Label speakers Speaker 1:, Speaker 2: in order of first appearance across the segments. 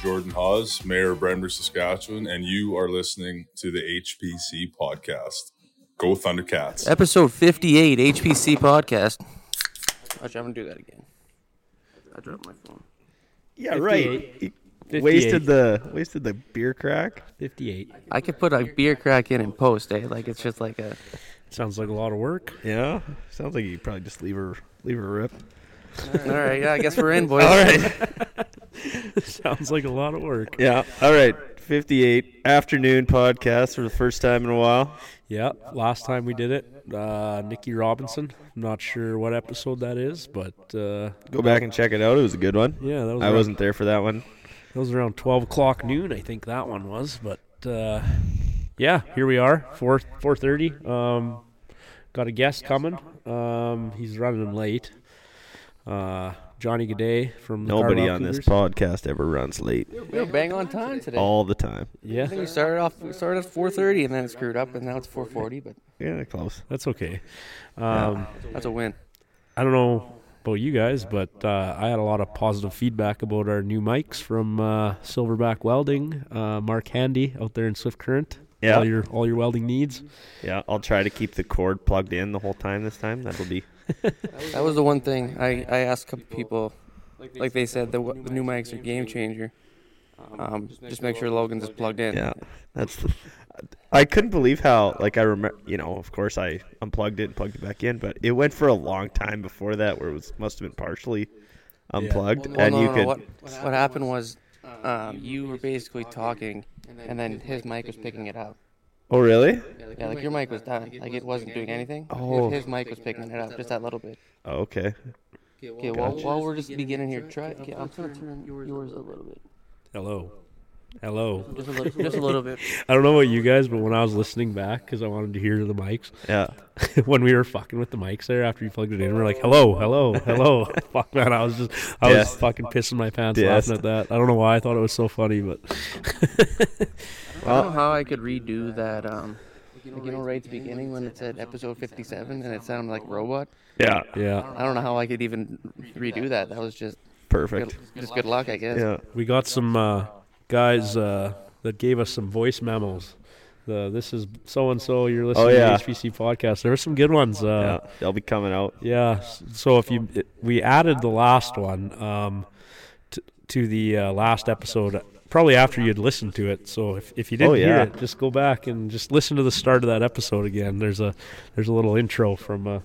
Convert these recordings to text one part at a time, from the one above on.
Speaker 1: Jordan Hawes, Mayor of Brander, Saskatchewan, and you are listening to the HPC podcast. Go Thundercats.
Speaker 2: Episode 58, HPC podcast. Watch, I'm going to do that again. I dropped my phone.
Speaker 3: Yeah, right. You Wasted the wasted the beer crack.
Speaker 4: 58.
Speaker 2: I could put a beer crack in and post, eh? Like, it's just like a.
Speaker 4: Sounds like a lot of work.
Speaker 3: Yeah, sounds like you probably just leave her leave her rip.
Speaker 2: All right, yeah, I guess we're in, boys.
Speaker 3: All right,
Speaker 4: Sounds like a lot of work.
Speaker 3: yeah, all right. Fifty-eight afternoon podcast for the first time in a while.
Speaker 4: Yeah, last time we did it, uh, Nikki Robinson. I'm not sure what episode that is, but uh,
Speaker 3: Go back and check it out. It was a good one.
Speaker 4: yeah, that was
Speaker 3: I
Speaker 4: around,
Speaker 3: wasn't there for that one.
Speaker 4: that was around 12 o'clock noon, I think that one was. But uh, yeah, here we are, 4 4:30. Um, got a guest coming. Um, he's running late. Uh, Johnny Gaday from the
Speaker 3: Nobody
Speaker 4: Carlisle
Speaker 3: on this
Speaker 4: Cougars.
Speaker 3: podcast ever runs late
Speaker 2: You're bang on time today.
Speaker 3: all the time.
Speaker 2: I
Speaker 4: Yeah,
Speaker 2: think we started off we started at 4:30 and then it screwed up and now it's 4:40, but
Speaker 3: Yeah, close.
Speaker 4: that's okay. Um,
Speaker 2: that's a win.
Speaker 4: I don't know about you guys, but uh, I had a lot of positive feedback about our new mics from uh, Silverback Welding, uh, Mark Handy out there in Swift Current.
Speaker 3: Yeah.
Speaker 4: all your all your welding needs.
Speaker 3: Yeah, I'll try to keep the cord plugged in the whole time this time. That'll be
Speaker 2: That was the one thing I I asked a couple people, like they said the w- the new mics are game changer. Um, just make sure Logan's is plugged in.
Speaker 3: Yeah, that's. The, I couldn't believe how like I remember. You know, of course, I unplugged it and plugged it back in, but it went for a long time before that, where it was must have been partially unplugged,
Speaker 2: Well,
Speaker 3: and
Speaker 2: no,
Speaker 3: you
Speaker 2: no, no,
Speaker 3: could.
Speaker 2: What, what happened was, um, you were basically talking, and then his mic was picking it up.
Speaker 3: Oh really?
Speaker 2: Yeah, like your mic was done. Like it wasn't doing anything.
Speaker 3: Oh.
Speaker 2: His mic was picking it up just that little bit.
Speaker 3: Oh, okay.
Speaker 2: Okay, while, while we're just beginning here, try. Okay, I'm gonna turn yours a little bit.
Speaker 4: Hello, hello.
Speaker 2: Just a little, just a little bit.
Speaker 4: I don't know about you guys, but when I was listening back because I wanted to hear the mics,
Speaker 3: Yeah.
Speaker 4: when we were fucking with the mics there after you plugged it in, we are like, "Hello, hello, hello." Fuck man, I was just I was
Speaker 3: Yes.
Speaker 4: fucking pissing my pants
Speaker 3: Yes.
Speaker 4: laughing at that. I don't know why I thought it was so funny, but
Speaker 2: I don't know how I could redo that. Um, like, you know, right at the beginning when it said episode 57 and it sounded like robot.
Speaker 3: Yeah.
Speaker 4: yeah,
Speaker 2: I don't know how I could even redo that. That was just good,
Speaker 3: Perfect.
Speaker 2: just good luck, I guess.
Speaker 3: Yeah.
Speaker 4: We got some uh, guys uh, that gave us some voice memos. The this is so and so. You're listening
Speaker 3: Oh, yeah.
Speaker 4: to the HPC podcast. There were some good ones.
Speaker 3: Yeah.
Speaker 4: Uh,
Speaker 3: They'll be coming out.
Speaker 4: yeah. s- So if you it- we added the last one um, t- to the uh, last episode, probably after you'd listened to it. So if, if you didn't
Speaker 3: Oh,
Speaker 4: hear
Speaker 3: yeah.
Speaker 4: it, just go back and just listen to the start of that episode again. There's a there's a little intro from a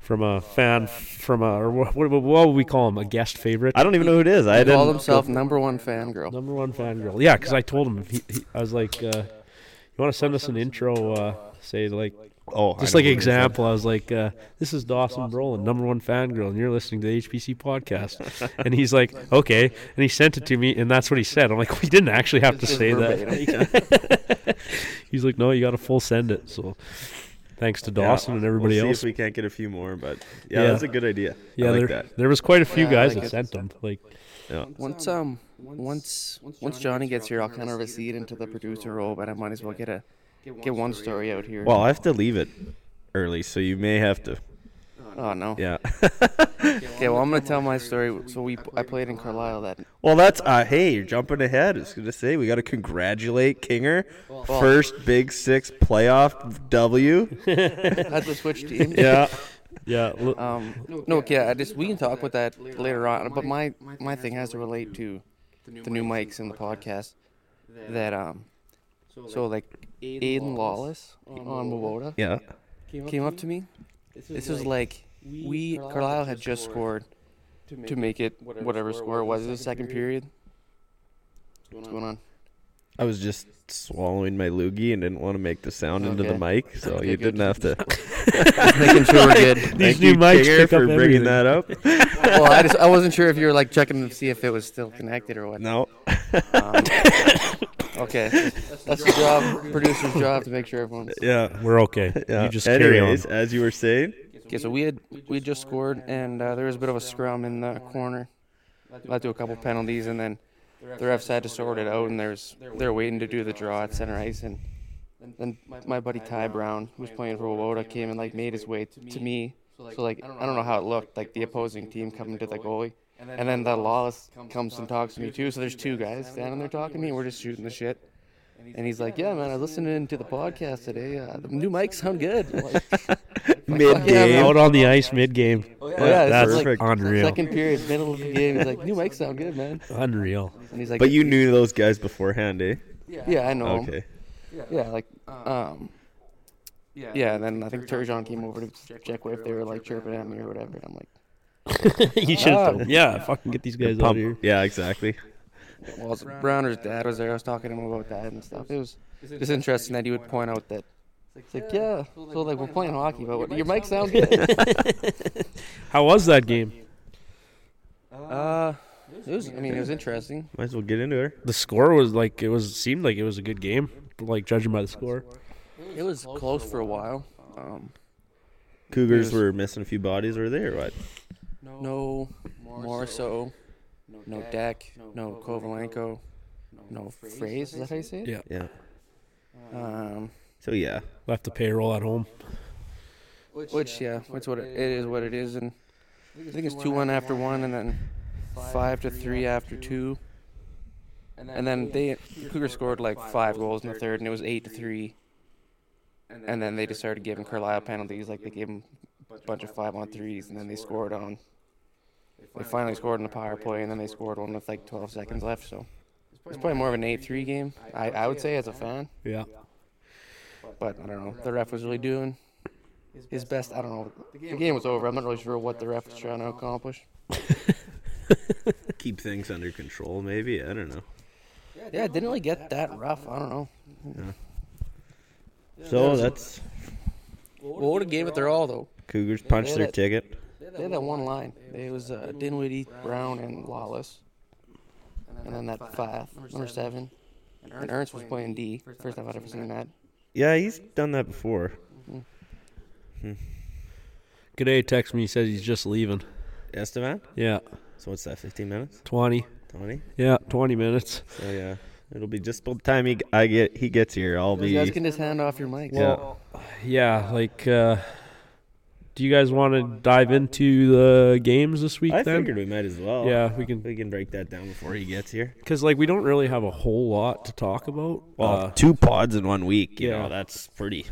Speaker 4: from a fan from a or what, what, what would we call him a guest favorite.
Speaker 3: I don't even know who it is. I
Speaker 2: He called
Speaker 3: didn't.
Speaker 2: himself number one fangirl.
Speaker 4: Number one fan girl. Yeah, because I told him. He, he, I was like, uh, "You want to send us an intro? Uh, say like,
Speaker 3: Oh, I
Speaker 4: just
Speaker 3: know
Speaker 4: like
Speaker 3: who it is.
Speaker 4: example." I was like, uh, "This is Dawson Brolin, number one fan girl, and you're listening to the HPC podcast." and he's like, "Okay," and he sent it to me, and that's what he said. I'm like, "We didn't actually have to
Speaker 2: Just
Speaker 4: say
Speaker 2: verbatim.
Speaker 4: that." he's like, "No, you got to full send it." So, thanks to
Speaker 3: Yeah.
Speaker 4: Dawson and everybody
Speaker 3: we'll
Speaker 4: else.
Speaker 3: See if we can't get a few more, but yeah,
Speaker 4: Yeah.
Speaker 3: that's a good idea.
Speaker 4: yeah,
Speaker 3: I like
Speaker 4: there,
Speaker 3: that.
Speaker 4: there was quite a few
Speaker 2: Yeah, I
Speaker 4: guys
Speaker 2: like
Speaker 4: that
Speaker 2: it.
Speaker 4: sent them. Like,
Speaker 3: Yeah.
Speaker 2: Once um, once once Johnny gets here, I'll kind of recede into the producer role, but I might as well get a get one story out here.
Speaker 3: Well, I have to leave it early, so you may have to.
Speaker 2: oh no.
Speaker 3: Yeah.
Speaker 2: Okay, well I'm gonna tell my story. So we I played in Carlisle that
Speaker 3: Well, that's uh, hey, you're jumping ahead. I was gonna say we got to congratulate Kinger, first Big Six playoff W.
Speaker 2: had to switch teams.
Speaker 3: Yeah,
Speaker 4: yeah, l-
Speaker 2: Um, no, okay, I just we can talk about that later on. But my my thing has to relate to the new mics in the podcast. That um, so like Aiden Lawless on Mabota
Speaker 3: yeah,
Speaker 2: came up to me. This is like we Carlisle had just scored to make it whatever score it was in the second period. What's going on?
Speaker 3: I was just swallowing my loogie and didn't want to make the sound into the
Speaker 2: Okay.
Speaker 3: mic, so
Speaker 2: Okay,
Speaker 3: you
Speaker 2: good.
Speaker 3: didn't have to.
Speaker 2: Making sure we're good.
Speaker 4: these
Speaker 3: Thank
Speaker 4: new
Speaker 3: you,
Speaker 4: mics
Speaker 3: Kinger,
Speaker 4: pick
Speaker 3: for
Speaker 4: up
Speaker 3: bringing
Speaker 4: everything.
Speaker 3: that up.
Speaker 2: Well, I just I wasn't sure if you were like checking to see if it was still connected or what.
Speaker 3: No,
Speaker 2: Okay, that's the job, producer's job to make sure everyone's.
Speaker 3: yeah,
Speaker 4: We're okay.
Speaker 3: yeah.
Speaker 4: You just carry on.
Speaker 3: Anyways, as you were saying,
Speaker 2: Okay, so we had we just scored, and uh, there was a bit of a scrum in the corner. Led to a couple penalties, and then the refs had to sort it out, and there's they're waiting to do the draw at center ice, and then my buddy Ty Brown, who's playing for Woboda, came and like made his way to me. So like I don't know how it looked, like the opposing team coming to the goalie, And then the lawless comes and talks to me too. So there's two guys standing there talking to me. We're just shooting the shit. And he's like, "Yeah, man, I was listening to the podcast today. Uh, the new mics sound good." Like,
Speaker 3: Mid game.
Speaker 4: Out on the ice mid game.
Speaker 2: Oh, yeah, it's
Speaker 4: that's
Speaker 2: like-
Speaker 4: unreal.
Speaker 2: second period, middle of the game, he's like, "New mics sound good, man."
Speaker 4: Unreal.
Speaker 2: And he's like,
Speaker 3: But you knew those guys beforehand, eh?
Speaker 2: yeah, I know."
Speaker 4: Oh.
Speaker 2: him.
Speaker 3: Okay.
Speaker 2: Yeah, like, um, yeah, and then I think Turgeon came over to check if they were like chirping at me or whatever. I'm like,
Speaker 4: you should have told him. Yeah, fucking get these guys out of
Speaker 3: Pump.
Speaker 4: here.
Speaker 3: Yeah, exactly.
Speaker 2: well, it's- Browner's dad was there. I was talking to him about that and stuff. It was just interesting that he would point out that. It's like, yeah, so like we're playing hockey, but what- your mic sounds good.
Speaker 4: How was that game?
Speaker 2: uh, it was. I mean, it was interesting.
Speaker 3: Might as well get into her.
Speaker 4: The score was like it was seemed like it was a good game, like judging by the score.
Speaker 2: It was close for a while. Um,
Speaker 3: Cougars
Speaker 2: Yes.
Speaker 3: were missing a few bodies, were they, or what?
Speaker 2: no, more so. No Deck. No Kovalenko. No Phrase. Is that how you say it?
Speaker 4: Yeah.
Speaker 3: Yeah.
Speaker 2: Um,
Speaker 3: So yeah,
Speaker 4: Left the payroll at home.
Speaker 2: Which yeah, that's what it, it is. What it is, and I think it's two one after one, and then five to three after two, and then they the Cougars scored like five goals in the third, and it was eight to three, and then they just started giving Carlisle penalties, like they gave him a bunch of five on threes, and then they scored on. They finally scored in the power play, and then they scored one with like 12 seconds left. So it's probably more of an 8-3 game. I, I would say as a fan,
Speaker 4: Yeah.
Speaker 2: but I don't know. The ref was really doing his best. I don't know. The game was over. I'm not really sure what the ref was trying to accomplish.
Speaker 3: keep things under control, maybe. I don't know.
Speaker 2: Yeah, it didn't really get that rough. I don't know.
Speaker 3: So that's
Speaker 2: Well, what a game at their all though.
Speaker 3: Cougars punched
Speaker 2: Yeah,
Speaker 3: their
Speaker 2: that-
Speaker 3: ticket.
Speaker 2: They had that one line. It was uh, Dinwiddie, Brown, and Lawless, and then that five, number seven, and Ernst was playing D. First time I've ever seen that.
Speaker 3: Yeah, he's done that before.
Speaker 4: G'day texts me. He says he's just leaving.
Speaker 3: Estevan.
Speaker 4: Yeah.
Speaker 3: So what's that? Fifteen minutes?
Speaker 4: 20.
Speaker 3: Twenty?
Speaker 4: Yeah. 20 minutes.
Speaker 3: So yeah, it'll be just about the time he I get he gets here. I'll
Speaker 2: You guys
Speaker 3: be.
Speaker 2: can just hand off your mics.
Speaker 3: Yeah.
Speaker 4: Yeah. Like, uh, do you guys want to dive into the games this week
Speaker 3: I
Speaker 4: then?
Speaker 3: figured we might as well.
Speaker 4: Yeah, we can.
Speaker 3: We can break that down before he gets here.
Speaker 4: Because, like, we don't really have a whole lot to talk about.
Speaker 3: Well,
Speaker 4: Uh,
Speaker 3: two pods in one week. You
Speaker 4: yeah.
Speaker 3: know, that's pretty,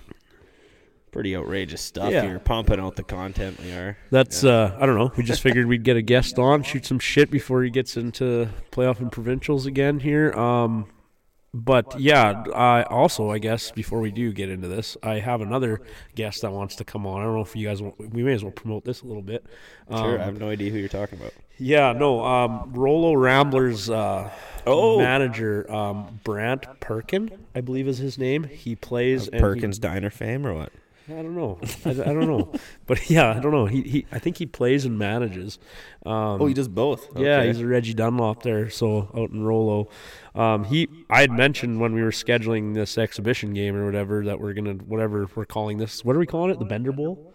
Speaker 3: pretty outrageous stuff.
Speaker 4: Yeah.
Speaker 3: You're pumping out the content we are.
Speaker 4: That's uh, I don't know. We just figured we'd get a guest on, shoot some shit before he gets into playoff and provincials again here. Um, but yeah, I also I guess before we do get into this, I have another guest that wants to come on. I don't know if you guys want, we may as well promote this a little bit.
Speaker 3: Sure,
Speaker 4: Um,
Speaker 3: I have no idea who you're talking about.
Speaker 4: yeah, no. Um, Rolo Ramblers uh,
Speaker 3: Oh.
Speaker 4: manager um, Brant Perkin, I believe is his name. He plays and he-
Speaker 3: Perkins Diner fame or what?
Speaker 4: I don't know. I, I don't know. But yeah, I don't know. He, he I think he plays and manages. Um,
Speaker 3: Oh, he does both.
Speaker 4: Yeah,
Speaker 3: Okay.
Speaker 4: he's a Reggie Dunlop there, so out in Rolo. Um, he, I had mentioned when we were scheduling this exhibition game or whatever that we're gonna, whatever we're calling this, what are we calling it? The Bender Bowl.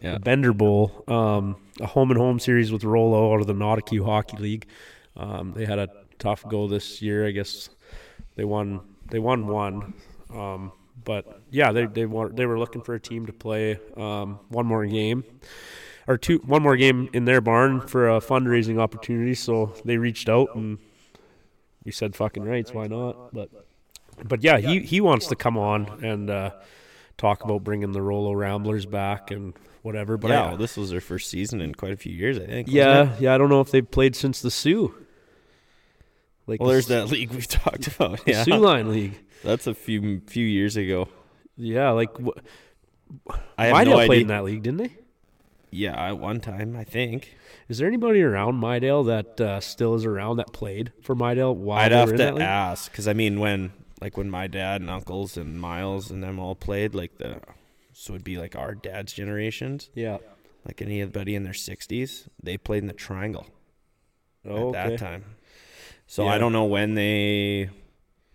Speaker 3: Yeah.
Speaker 4: The Bender Bowl, um, a home and home series with Rolo out of the Nauticue Hockey League. Um, they had a tough go this year, I guess. They won. They won one. Um, but yeah, they they were they were looking for a team to play um, one more game or two one more game in their barn for a fundraising opportunity. So they reached out and we said fucking rights, why not? But but yeah, he he wants to come on and uh, talk about bringing the Rolo Ramblers back and whatever. But
Speaker 3: yeah,
Speaker 4: I-
Speaker 3: well, this was their first season in quite a few years, I think. wasn't it?
Speaker 4: yeah, yeah, I don't know if they've played since the Sioux. Like
Speaker 3: Well, there's that league we've talked about.
Speaker 4: the
Speaker 3: Yeah.
Speaker 4: Sioux Line League.
Speaker 3: That's a few few years ago.
Speaker 4: Yeah, like wh-
Speaker 3: I have
Speaker 4: Midale
Speaker 3: no idea.
Speaker 4: played in that league, didn't they?
Speaker 3: Yeah, I- one time I think.
Speaker 4: Is there anybody around Mydale that uh, still is around that played for Mydale while
Speaker 3: I'd
Speaker 4: they
Speaker 3: have
Speaker 4: were in that
Speaker 3: to
Speaker 4: league?
Speaker 3: ask because I mean, when like when my dad and uncles and Miles and them all played, like the so it'd be like our dad's generations,
Speaker 4: Yeah.
Speaker 3: like anybody in their sixties, they played in the Triangle
Speaker 4: Oh,
Speaker 3: at
Speaker 4: okay.
Speaker 3: that time. So
Speaker 4: Yeah.
Speaker 3: I don't know when they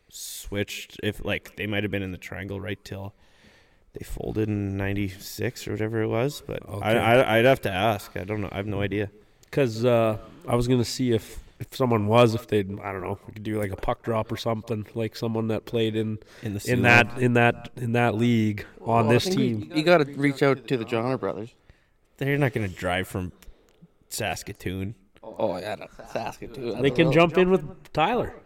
Speaker 3: switched. If like they might have been in the Triangle right till they folded in '96 or whatever it was, but
Speaker 4: Okay.
Speaker 3: I, I, I'd have to ask. I don't know. I have no idea.
Speaker 4: Because uh, I was gonna see if if someone was if they'd I don't know we could do like a puck drop or something like someone that played in
Speaker 3: In the
Speaker 4: in
Speaker 3: Sioux
Speaker 4: that in that in that league on this team.
Speaker 2: You, got to reach out to the Johnner brothers.
Speaker 3: They're not going to drive from Saskatoon.
Speaker 2: Oh, Oh yeah, that's Saskatoon.
Speaker 4: They can jump in with Tyler.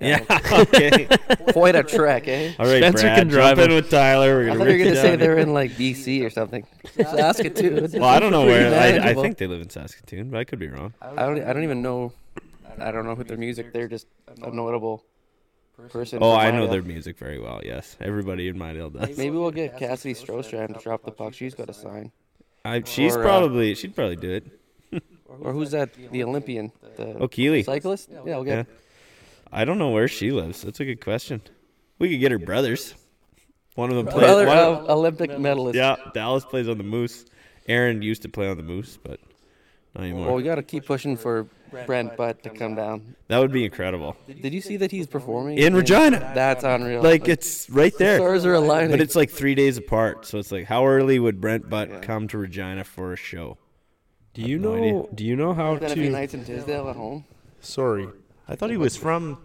Speaker 3: Yeah. okay.
Speaker 2: Quite a trek, eh?
Speaker 3: All right,
Speaker 4: Spencer
Speaker 3: Brad,
Speaker 4: can drive
Speaker 3: jump in
Speaker 4: it.
Speaker 3: with Tyler. We're
Speaker 2: I
Speaker 3: gonna
Speaker 2: thought you were
Speaker 3: rip
Speaker 2: gonna say
Speaker 3: down.
Speaker 2: they're in like BC or something. Saskatoon.
Speaker 3: Well, I don't know where. I, I
Speaker 2: manageable.
Speaker 3: think they live in Saskatoon, but I could be wrong.
Speaker 2: I don't. I don't even know. I don't know who their music. They're just a notable person.
Speaker 3: Oh,
Speaker 2: from
Speaker 3: I know
Speaker 2: Minot.
Speaker 3: their music very well. Yes, everybody in Mine Hill does.
Speaker 2: Maybe we'll get Cassidy Strostrand to drop the puck. She's got a sign.
Speaker 3: I, she's
Speaker 2: Or, uh,
Speaker 3: probably she'd probably do it.
Speaker 2: Or who's that? The Olympian, the
Speaker 3: O'Keely.
Speaker 2: cyclist. Yeah, we'll
Speaker 3: Yeah.
Speaker 2: get.
Speaker 3: I don't know where she lives. That's a good question. We could get her brothers. One of them plays.
Speaker 2: Another
Speaker 3: one of-
Speaker 2: uh, Olympic medalist.
Speaker 3: yeah, Dallas plays on the Moose. Aaron used to play on the Moose, but not anymore.
Speaker 2: Well, we got to keep pushing for Brent Butt to come down.
Speaker 3: that would be incredible.
Speaker 2: Did you see that he's performing
Speaker 3: In Regina.
Speaker 2: That's unreal.
Speaker 3: Like it's right
Speaker 2: the
Speaker 3: there.
Speaker 2: stars are aligning.
Speaker 3: But it's like three days apart, so it's like how early would Brent Butt come to Regina for a show?
Speaker 4: Do you
Speaker 3: no
Speaker 4: know?
Speaker 3: idea.
Speaker 4: do you know how
Speaker 2: then if he
Speaker 4: to?
Speaker 2: nights in Tisdale at home.
Speaker 4: Sorry,
Speaker 5: I thought he was from.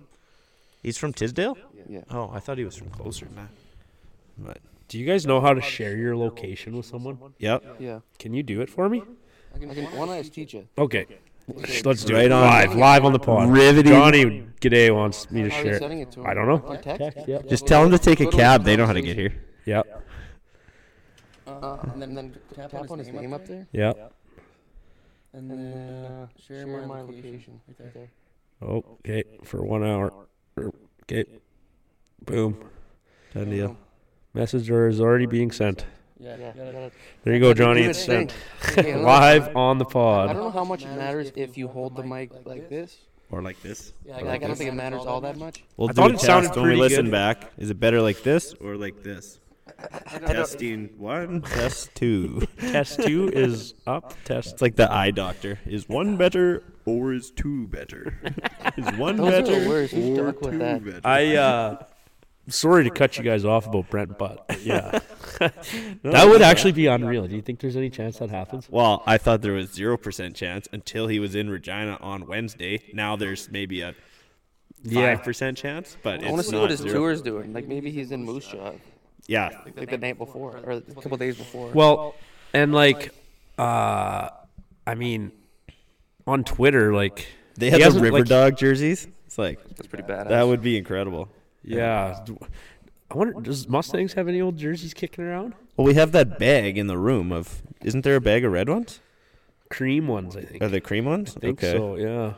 Speaker 5: He's from Tisdale.
Speaker 2: Yeah.
Speaker 5: Oh, I thought he was from closer than that.
Speaker 3: But
Speaker 4: do you guys know how to share your location with someone?
Speaker 3: yep,
Speaker 2: Yeah.
Speaker 4: Can you do it for me?
Speaker 2: I can, I can one eyes teach you.
Speaker 4: Okay, let's do
Speaker 3: Right
Speaker 4: it
Speaker 3: on.
Speaker 4: live, live on the pod.
Speaker 3: Riveting.
Speaker 4: Johnny G'day wants me to
Speaker 2: How are
Speaker 4: share.
Speaker 2: you sending it to him?
Speaker 4: I don't know.
Speaker 2: On text?
Speaker 4: yep.
Speaker 3: just tell them to take a cab. They know how to get here.
Speaker 4: Yeah,
Speaker 2: Uh, and then, then tap, on his name up there.
Speaker 4: yeah.
Speaker 2: And then uh, share, my location. Right there.
Speaker 4: Okay, for one hour. Okay, boom.
Speaker 3: Done deal.
Speaker 4: Message is already being sent.
Speaker 2: Yeah. yeah. gotta-
Speaker 4: There you go, Johnny.
Speaker 2: Do
Speaker 4: It's
Speaker 2: the thing.
Speaker 4: sent
Speaker 2: Okay, another-
Speaker 4: live on the
Speaker 2: I don't
Speaker 4: pod.
Speaker 2: know how much it matters if you hold the mic like this.
Speaker 3: Or like this.
Speaker 2: Like, I don't think it matters all that much.
Speaker 3: We'll
Speaker 4: I
Speaker 3: do
Speaker 4: thought
Speaker 3: a
Speaker 4: it
Speaker 3: test
Speaker 4: sounded
Speaker 3: when we
Speaker 4: pretty
Speaker 3: listen
Speaker 4: good.
Speaker 3: back. Is it better like this or like this? Testing one, test two.
Speaker 4: Test two is up. Test
Speaker 3: It's like the eye doctor. Is one better or is two better? Is one
Speaker 2: Those are the
Speaker 3: better
Speaker 2: worst. You
Speaker 3: or
Speaker 2: stuck with
Speaker 3: two
Speaker 2: that.
Speaker 3: better?
Speaker 4: I uh sorry to cut you guys off about Brent Butt. but Yeah. that would actually be unreal. Do you think there's any chance that happens?
Speaker 3: Well, I thought there was zero percent chance until he was in Regina on Wednesday. Now there's maybe a five percent chance, but
Speaker 2: I want
Speaker 3: it's
Speaker 2: to see what
Speaker 3: not
Speaker 2: his
Speaker 3: zero.
Speaker 2: tour's doing. Like maybe he's in Moose Jaw,
Speaker 3: Yeah,
Speaker 2: like the night before or a couple days before.
Speaker 4: Well, and like uh I mean on Twitter like
Speaker 3: they
Speaker 4: He
Speaker 3: had the
Speaker 4: hasn't,
Speaker 3: River
Speaker 4: like-
Speaker 3: Dog jerseys. It's like
Speaker 2: That's pretty badass.
Speaker 3: that would be incredible.
Speaker 4: yeah. I wonder does Mustangs have any old jerseys kicking around?
Speaker 3: Well, we have that bag in the room of. Isn't there a bag of red ones?
Speaker 4: Cream ones, I think.
Speaker 3: Are they cream ones?
Speaker 4: I think
Speaker 3: okay.
Speaker 4: so, yeah.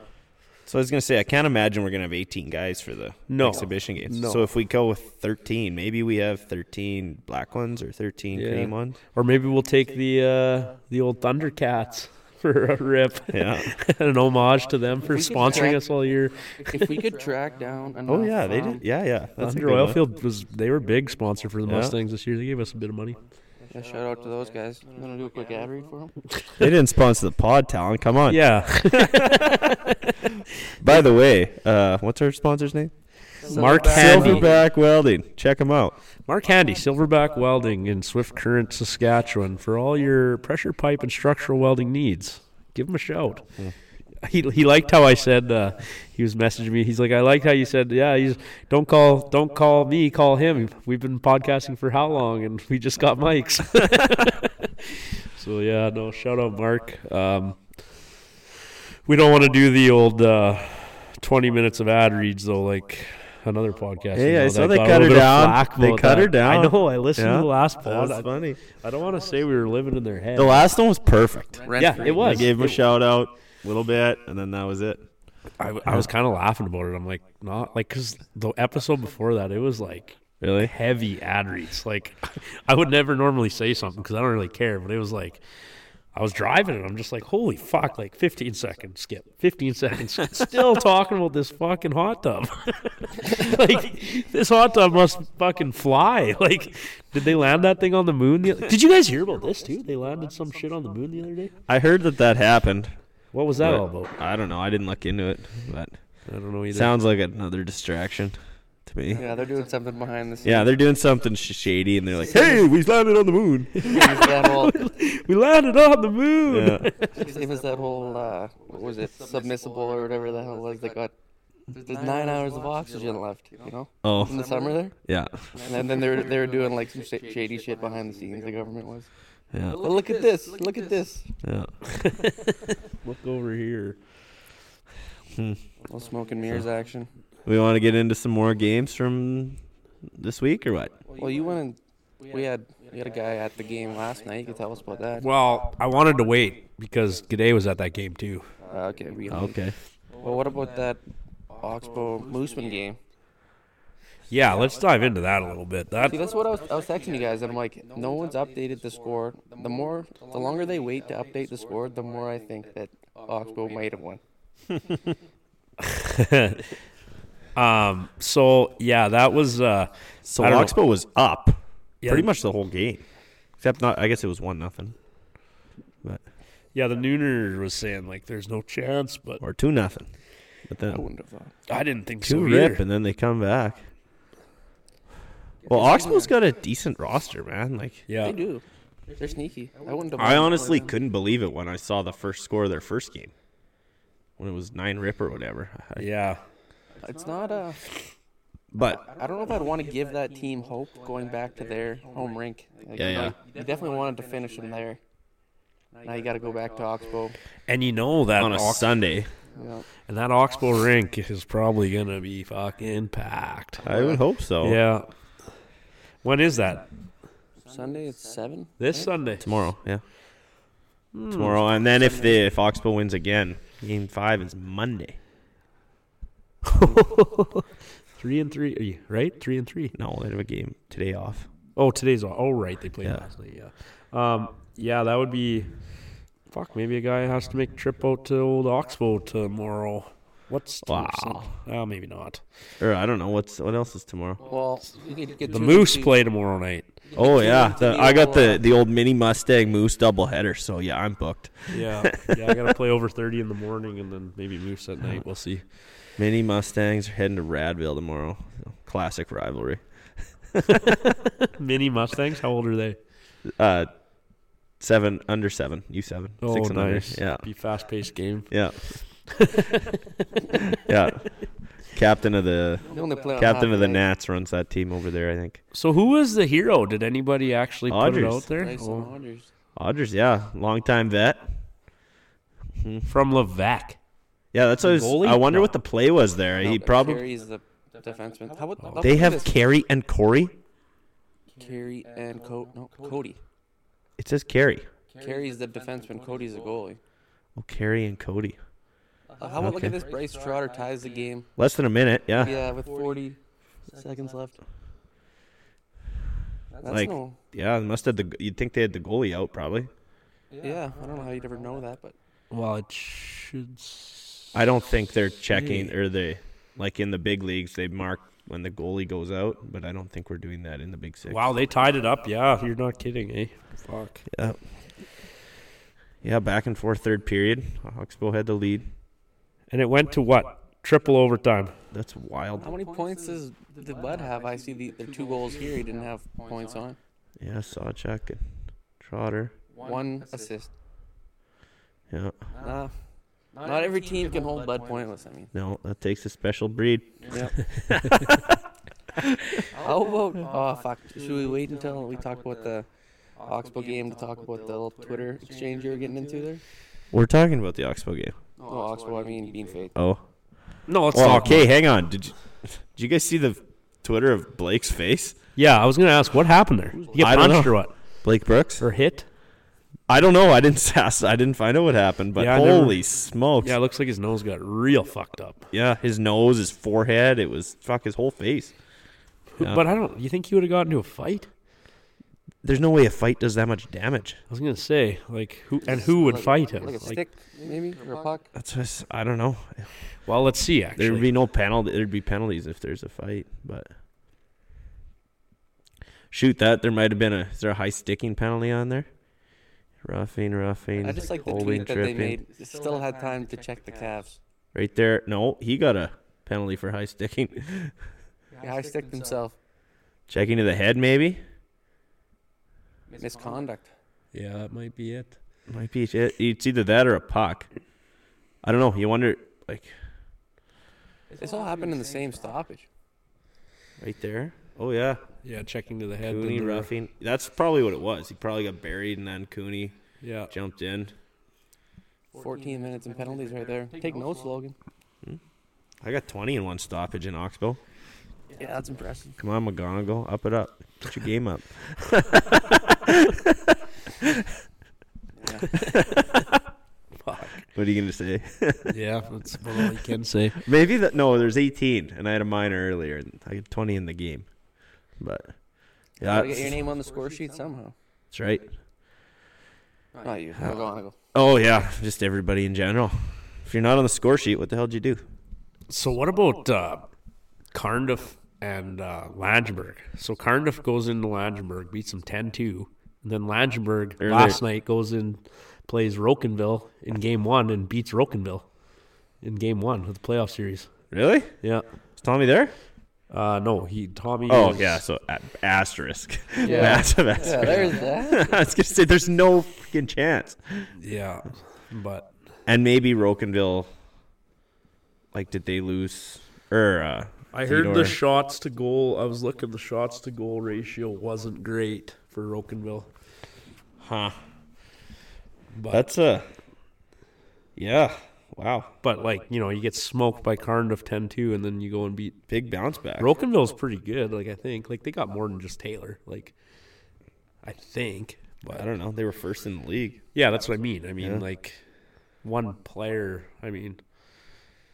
Speaker 3: So I was gonna say I can't imagine we're gonna have 18 guys for the
Speaker 4: No.
Speaker 3: exhibition games.
Speaker 4: No.
Speaker 3: So if we go with 13, maybe we have 13 black ones or 13
Speaker 4: Yeah.
Speaker 3: cream ones.
Speaker 4: Or maybe we'll take the uh the old Thundercats for a rip.
Speaker 3: Yeah.
Speaker 4: An homage to them for
Speaker 2: we could
Speaker 4: sponsoring
Speaker 2: track-
Speaker 4: us all year.
Speaker 2: if we could track down. Enough,
Speaker 3: oh yeah, they
Speaker 2: um,
Speaker 3: did. Yeah, yeah. That's a
Speaker 4: Thunder
Speaker 3: good
Speaker 4: Oil
Speaker 3: one.
Speaker 4: Field was they were a big sponsor for the
Speaker 3: Yeah.
Speaker 4: Mustangs this year. They gave us a bit of money.
Speaker 2: Yeah, shout out to those guys. I'm gonna do a quick ad read for them.
Speaker 3: They didn't sponsor the pod, Talon. Come on.
Speaker 4: Yeah.
Speaker 3: By the way, uh, what's our sponsor's name?
Speaker 4: Mark Handy.
Speaker 3: Silverback Welding. Check them out.
Speaker 4: Mark Handy, Silverback Welding in Swift Current, Saskatchewan for all your pressure pipe and structural welding needs. Give him a shout. He, he liked how I said uh, he was messaging me. He's like, I liked how you said, yeah, he's, don't call don't call me, call him. We've been podcasting for how long, and we just got mics. so yeah, no shout out Mark. Um, we don't want to do the old uh, twenty minutes of ad reads though, like another podcast.
Speaker 3: Hey,
Speaker 4: you know,
Speaker 3: I saw
Speaker 4: that
Speaker 3: they
Speaker 4: got a
Speaker 3: cut
Speaker 4: little
Speaker 3: her
Speaker 4: bit of
Speaker 3: down.
Speaker 4: flack
Speaker 3: They
Speaker 4: about
Speaker 3: cut her
Speaker 4: that. I
Speaker 3: down.
Speaker 4: know. I listened
Speaker 3: Yeah.
Speaker 4: to the last pod.
Speaker 3: That's
Speaker 4: I,
Speaker 3: funny.
Speaker 4: I don't want to say we were living in their head.
Speaker 3: The last one was perfect.
Speaker 4: yeah, it
Speaker 3: I
Speaker 4: was.
Speaker 3: gave him a shout out a little bit, and then that was it.
Speaker 4: I, w- I was kind of laughing about it. I'm like, not like because the episode before that, it was like
Speaker 3: Really?
Speaker 4: heavy ad reads. Like, I would never normally say something because I don't really care, but it was like, I was driving and I'm just like, holy fuck, like 15 seconds skip, 15 seconds, still talking about this fucking hot tub. like, this hot tub must fucking fly. Like, did they land that thing on the moon? The did you guys hear about this too? They landed some shit on the moon the other day.
Speaker 3: I heard that that happened.
Speaker 4: What was that
Speaker 3: but
Speaker 4: all about?
Speaker 3: I don't know. I didn't look into it, but
Speaker 4: I don't know either.
Speaker 3: sounds like another distraction to me.
Speaker 2: Yeah, they're doing something behind the scenes.
Speaker 3: Yeah, they're doing something sh- shady, and they're like, "Hey, we landed on the moon."
Speaker 2: Same as that whole,
Speaker 4: we landed on the moon.
Speaker 3: Yeah.
Speaker 2: same as that whole uh, what was it, submissible or whatever the hell it was. They got there's nine hours of oxygen left, you know, in
Speaker 3: Oh,
Speaker 2: the summer there.
Speaker 3: yeah,
Speaker 2: And then, then they were they were doing like some sh- shady shit behind the scenes. The government was.
Speaker 3: yeah,
Speaker 2: But look at this! Look at this!
Speaker 3: yeah.
Speaker 4: Look over here.
Speaker 2: little smoke and mirrors action.
Speaker 3: We want to get into some more games from this week or what?
Speaker 2: Well, you went and we had we had a guy at the game last night. You could tell us about that.
Speaker 4: Well, I wanted to wait because G'day was at that game too.
Speaker 2: Uh, okay, we.
Speaker 3: Okay.
Speaker 2: Well, what about that Oxbow Mooseman game?
Speaker 4: Yeah, let's dive into that a little bit. That
Speaker 2: See, that's what I was, I was texting you guys, and I'm like, no one's updated the score. The more, the longer they wait to update the score, the more I think that Oxbow might have won.
Speaker 4: um so yeah, that was uh
Speaker 3: So
Speaker 4: I don't know.
Speaker 3: Oxbow was up
Speaker 4: Yeah,
Speaker 3: pretty
Speaker 4: the-
Speaker 3: much the whole game, except not. I guess it was one nothing, but
Speaker 4: yeah, the Nooner was saying like there's no chance, but
Speaker 3: or two nothing. But
Speaker 2: I
Speaker 3: then
Speaker 2: wouldn't have thought.
Speaker 4: I didn't think
Speaker 3: two
Speaker 4: so
Speaker 3: rip,
Speaker 4: either.
Speaker 3: and then they come back. Well, Oxbow's got a decent roster, man. Like
Speaker 4: Yeah.
Speaker 2: They do. They're sneaky. I wouldn't have.
Speaker 3: I honestly couldn't believe it when I saw the first score of their first game, when it was nine rip or whatever. I-
Speaker 4: Yeah.
Speaker 2: It's not. Uh,
Speaker 3: But
Speaker 2: I don't know if I'd want to give that team hope going back to their home rink. Like,
Speaker 3: Yeah,
Speaker 2: you know,
Speaker 3: yeah.
Speaker 2: You definitely wanted to finish them there. Now you got to go back to Oxbow.
Speaker 4: And you know that
Speaker 3: on a
Speaker 4: Ox-
Speaker 3: Sunday,
Speaker 2: Yeah.
Speaker 4: and that Oxbow rink is probably gonna be fucking packed.
Speaker 3: I would hope so.
Speaker 4: Yeah. When is that?
Speaker 2: Sunday at seven.
Speaker 4: This Sunday.
Speaker 3: Tomorrow, yeah. Tomorrow, and then if the if Oxbow wins again, game five is Monday.
Speaker 4: Three and three, right? Three and three.
Speaker 3: No, they have a game today off.
Speaker 4: Oh, today's all. Oh, right, they played
Speaker 3: Yeah.
Speaker 4: last night. Yeah. Um. Yeah, that would be. Fuck, maybe a guy has to make a trip out to old Oxbow tomorrow. What's
Speaker 3: Wow.
Speaker 4: Thompson? Oh, maybe not.
Speaker 3: Or I don't know what's what else is tomorrow.
Speaker 2: Well, you could get
Speaker 4: The
Speaker 2: two-
Speaker 4: Moose
Speaker 2: two-
Speaker 4: play tomorrow night.
Speaker 3: Oh yeah,
Speaker 2: to
Speaker 3: the,
Speaker 2: the
Speaker 3: I got
Speaker 2: old, uh,
Speaker 3: the the old mini Mustang Moose doubleheader. So yeah, I'm booked.
Speaker 4: Yeah, yeah. I gotta play over thirty in the morning, and then maybe Moose at night. We'll see.
Speaker 3: Mini Mustangs are heading to Radville tomorrow. Classic rivalry.
Speaker 4: Mini Mustangs. How old are they?
Speaker 3: Uh, seven under seven. You seven.
Speaker 4: Oh,
Speaker 3: Six and under.
Speaker 4: nice.
Speaker 3: Yeah.
Speaker 4: Be fast paced game.
Speaker 3: Yeah. yeah. Captain of the
Speaker 2: They only play on
Speaker 3: captain of the
Speaker 2: half
Speaker 3: Nats runs that team over there. I think.
Speaker 4: So who was the hero? Did anybody actually put it
Speaker 3: Odgers.
Speaker 4: out there?
Speaker 2: night. Tyson
Speaker 4: Oh,
Speaker 2: Rogers.
Speaker 3: Odgers, yeah, longtime vet.
Speaker 4: from Levac.
Speaker 3: Yeah, that's what I, was-
Speaker 4: Goalie?
Speaker 3: I wonder
Speaker 4: No.
Speaker 3: what the play was there. he
Speaker 2: No,
Speaker 3: probably
Speaker 2: Carey's the defenseman. How about, how about
Speaker 3: they
Speaker 2: this?
Speaker 3: have Carey and Corey.
Speaker 2: Carey and Co- no, Cody.
Speaker 3: It says Carey.
Speaker 2: Carey's the defenseman. Cody's the goalie.
Speaker 3: Oh, Carey and Cody.
Speaker 2: Uh, how about look
Speaker 3: Okay.
Speaker 2: at this? Bryce Trotter ties the game.
Speaker 3: Less than a minute, yeah. Yeah,
Speaker 2: Yeah, with 40 seconds left. That's
Speaker 3: Like-
Speaker 2: no.
Speaker 3: they must have the. You'd think they had the goalie out probably.
Speaker 2: Yeah, I don't know how you'd ever know that, but
Speaker 4: Well, it should. s-
Speaker 3: I don't think they're checking
Speaker 4: Hey.
Speaker 3: or they, like in the big leagues, they mark when the goalie goes out. But I don't think we're doing that in the big six.
Speaker 4: Wow, they tied it up. Yeah, you're not kidding, eh? Fuck.
Speaker 3: Yeah. Yeah, back and forth third period. Oxbow had the lead.
Speaker 4: And it went to what? Triple overtime.
Speaker 3: That's wild.
Speaker 2: how many points does the Bud have? I see the, the two goals here. He didn't have points on.
Speaker 3: Yeah, Sawchuk and Trotter.
Speaker 2: One assist.
Speaker 3: Yeah.
Speaker 2: Nah, not every team can hold Bud pointless. I mean,
Speaker 3: No, that takes a special breed.
Speaker 2: how about oh fuck? Should we wait until we talk about the Oxbow game to talk about the little Twitter exchange you were getting into there?
Speaker 3: We're talking about the Oxbow game.
Speaker 2: No, Oxbow. I mean, Bean Fade.
Speaker 3: Oh.
Speaker 4: No, let's
Speaker 3: Well,
Speaker 4: talk.
Speaker 3: okay, hang on. Did you, did you guys see the Twitter of Blake's face?
Speaker 4: Yeah, I was gonna ask what happened there. You
Speaker 3: I
Speaker 4: get
Speaker 3: don't
Speaker 4: punched
Speaker 3: know.
Speaker 4: or what?
Speaker 3: Blake Brooks?
Speaker 4: Or hit?
Speaker 3: I don't know. I didn't ask. I didn't find out what happened, but
Speaker 4: Yeah, I never-
Speaker 3: holy smokes.
Speaker 4: Yeah, it
Speaker 3: Yeah.
Speaker 4: looks like his nose got real fucked up.
Speaker 3: his nose, his forehead, it was fuck his whole face. Yeah.
Speaker 4: But I don't. You think he would have gotten into a fight?
Speaker 3: There's no way a fight does that much damage.
Speaker 4: I was gonna say like who and who would fight him?
Speaker 2: Like a
Speaker 4: Like-
Speaker 2: stick, maybe or a puck.
Speaker 3: That's just, I don't know.
Speaker 4: well, let's see.
Speaker 3: There
Speaker 4: Actually,
Speaker 3: would be no penalty. There'd be penalties if there's a fight, but shoot that there might have been a is there a high sticking penalty on there? Roughing, roughing.
Speaker 2: I just like the
Speaker 3: holding,
Speaker 2: tweet that they
Speaker 3: tripping.
Speaker 2: made. They Still had time to check the calves.
Speaker 3: Right there. No, he got a penalty for high sticking.
Speaker 2: Yeah, I sticked himself.
Speaker 3: Checking to the head maybe.
Speaker 2: Misconduct.
Speaker 4: yeah, that might be it.
Speaker 3: Might be it. It's either that or a puck. I don't know. You wonder like
Speaker 2: This all happened in the same stoppage.
Speaker 3: right there. Oh yeah.
Speaker 4: Yeah, checking to the head.
Speaker 3: Cooney
Speaker 4: then the-
Speaker 3: roughing. That's probably what it was. He probably got buried and then Cooney
Speaker 4: Yeah,
Speaker 3: jumped in.
Speaker 2: 14 minutes and penalties right there. Take notes, Logan.
Speaker 3: I got 20 in one stoppage in Oxbow.
Speaker 2: Yeah, that's impressive.
Speaker 3: Come on, McGonagall, up it up. Put your game up. What are you gonna say?
Speaker 4: Yeah, that's about all you can say.
Speaker 3: Maybe that. No, there's 18, and I had a minor earlier, and I had 20 in the game. But yeah,
Speaker 2: Gotta get your
Speaker 3: that's,
Speaker 2: name on the score sheet somehow.
Speaker 3: that's right.
Speaker 2: Not you. McGonagall.
Speaker 3: Oh yeah, just everybody in general. If you're not on the score sheet, what the hell did you do?
Speaker 4: So what about uh, Cardiff and uh, Landsberg? So Cardiff goes into Landsberg, beats them 10-2. And then Landsberg
Speaker 3: They're
Speaker 4: last night goes in, plays Rokenville in game one and beats Rokenville in game one of the playoff series.
Speaker 3: Really?
Speaker 4: Yeah.
Speaker 3: Is Tommy there?
Speaker 4: Uh, no, he Tommy.
Speaker 3: Oh
Speaker 4: is-
Speaker 3: yeah. So a- asterisk,
Speaker 2: Yeah.
Speaker 3: massive
Speaker 2: Yeah,
Speaker 3: asterisk.
Speaker 2: there's that.
Speaker 3: I was gonna say there's no freaking chance.
Speaker 4: yeah. But
Speaker 3: And maybe Rokenville. Like, did they lose? Or uh,
Speaker 4: I heard the
Speaker 3: Theodore.
Speaker 4: shots to goal. I was looking. The shots to goal ratio wasn't great for Rokenville.
Speaker 3: huh?
Speaker 4: But
Speaker 3: That's a. Yeah. Wow.
Speaker 4: but like you know, you get smoked by Cardiff 10-2, and then you go and beat
Speaker 3: Big bounce back.
Speaker 4: Rokenville's pretty good, like I think. Like they got more than just Taylor, like I think.
Speaker 3: I
Speaker 4: But
Speaker 3: don't know. They were first in the league.
Speaker 4: yeah, that's what I mean. I mean,
Speaker 3: Yeah.
Speaker 4: like one player. I mean,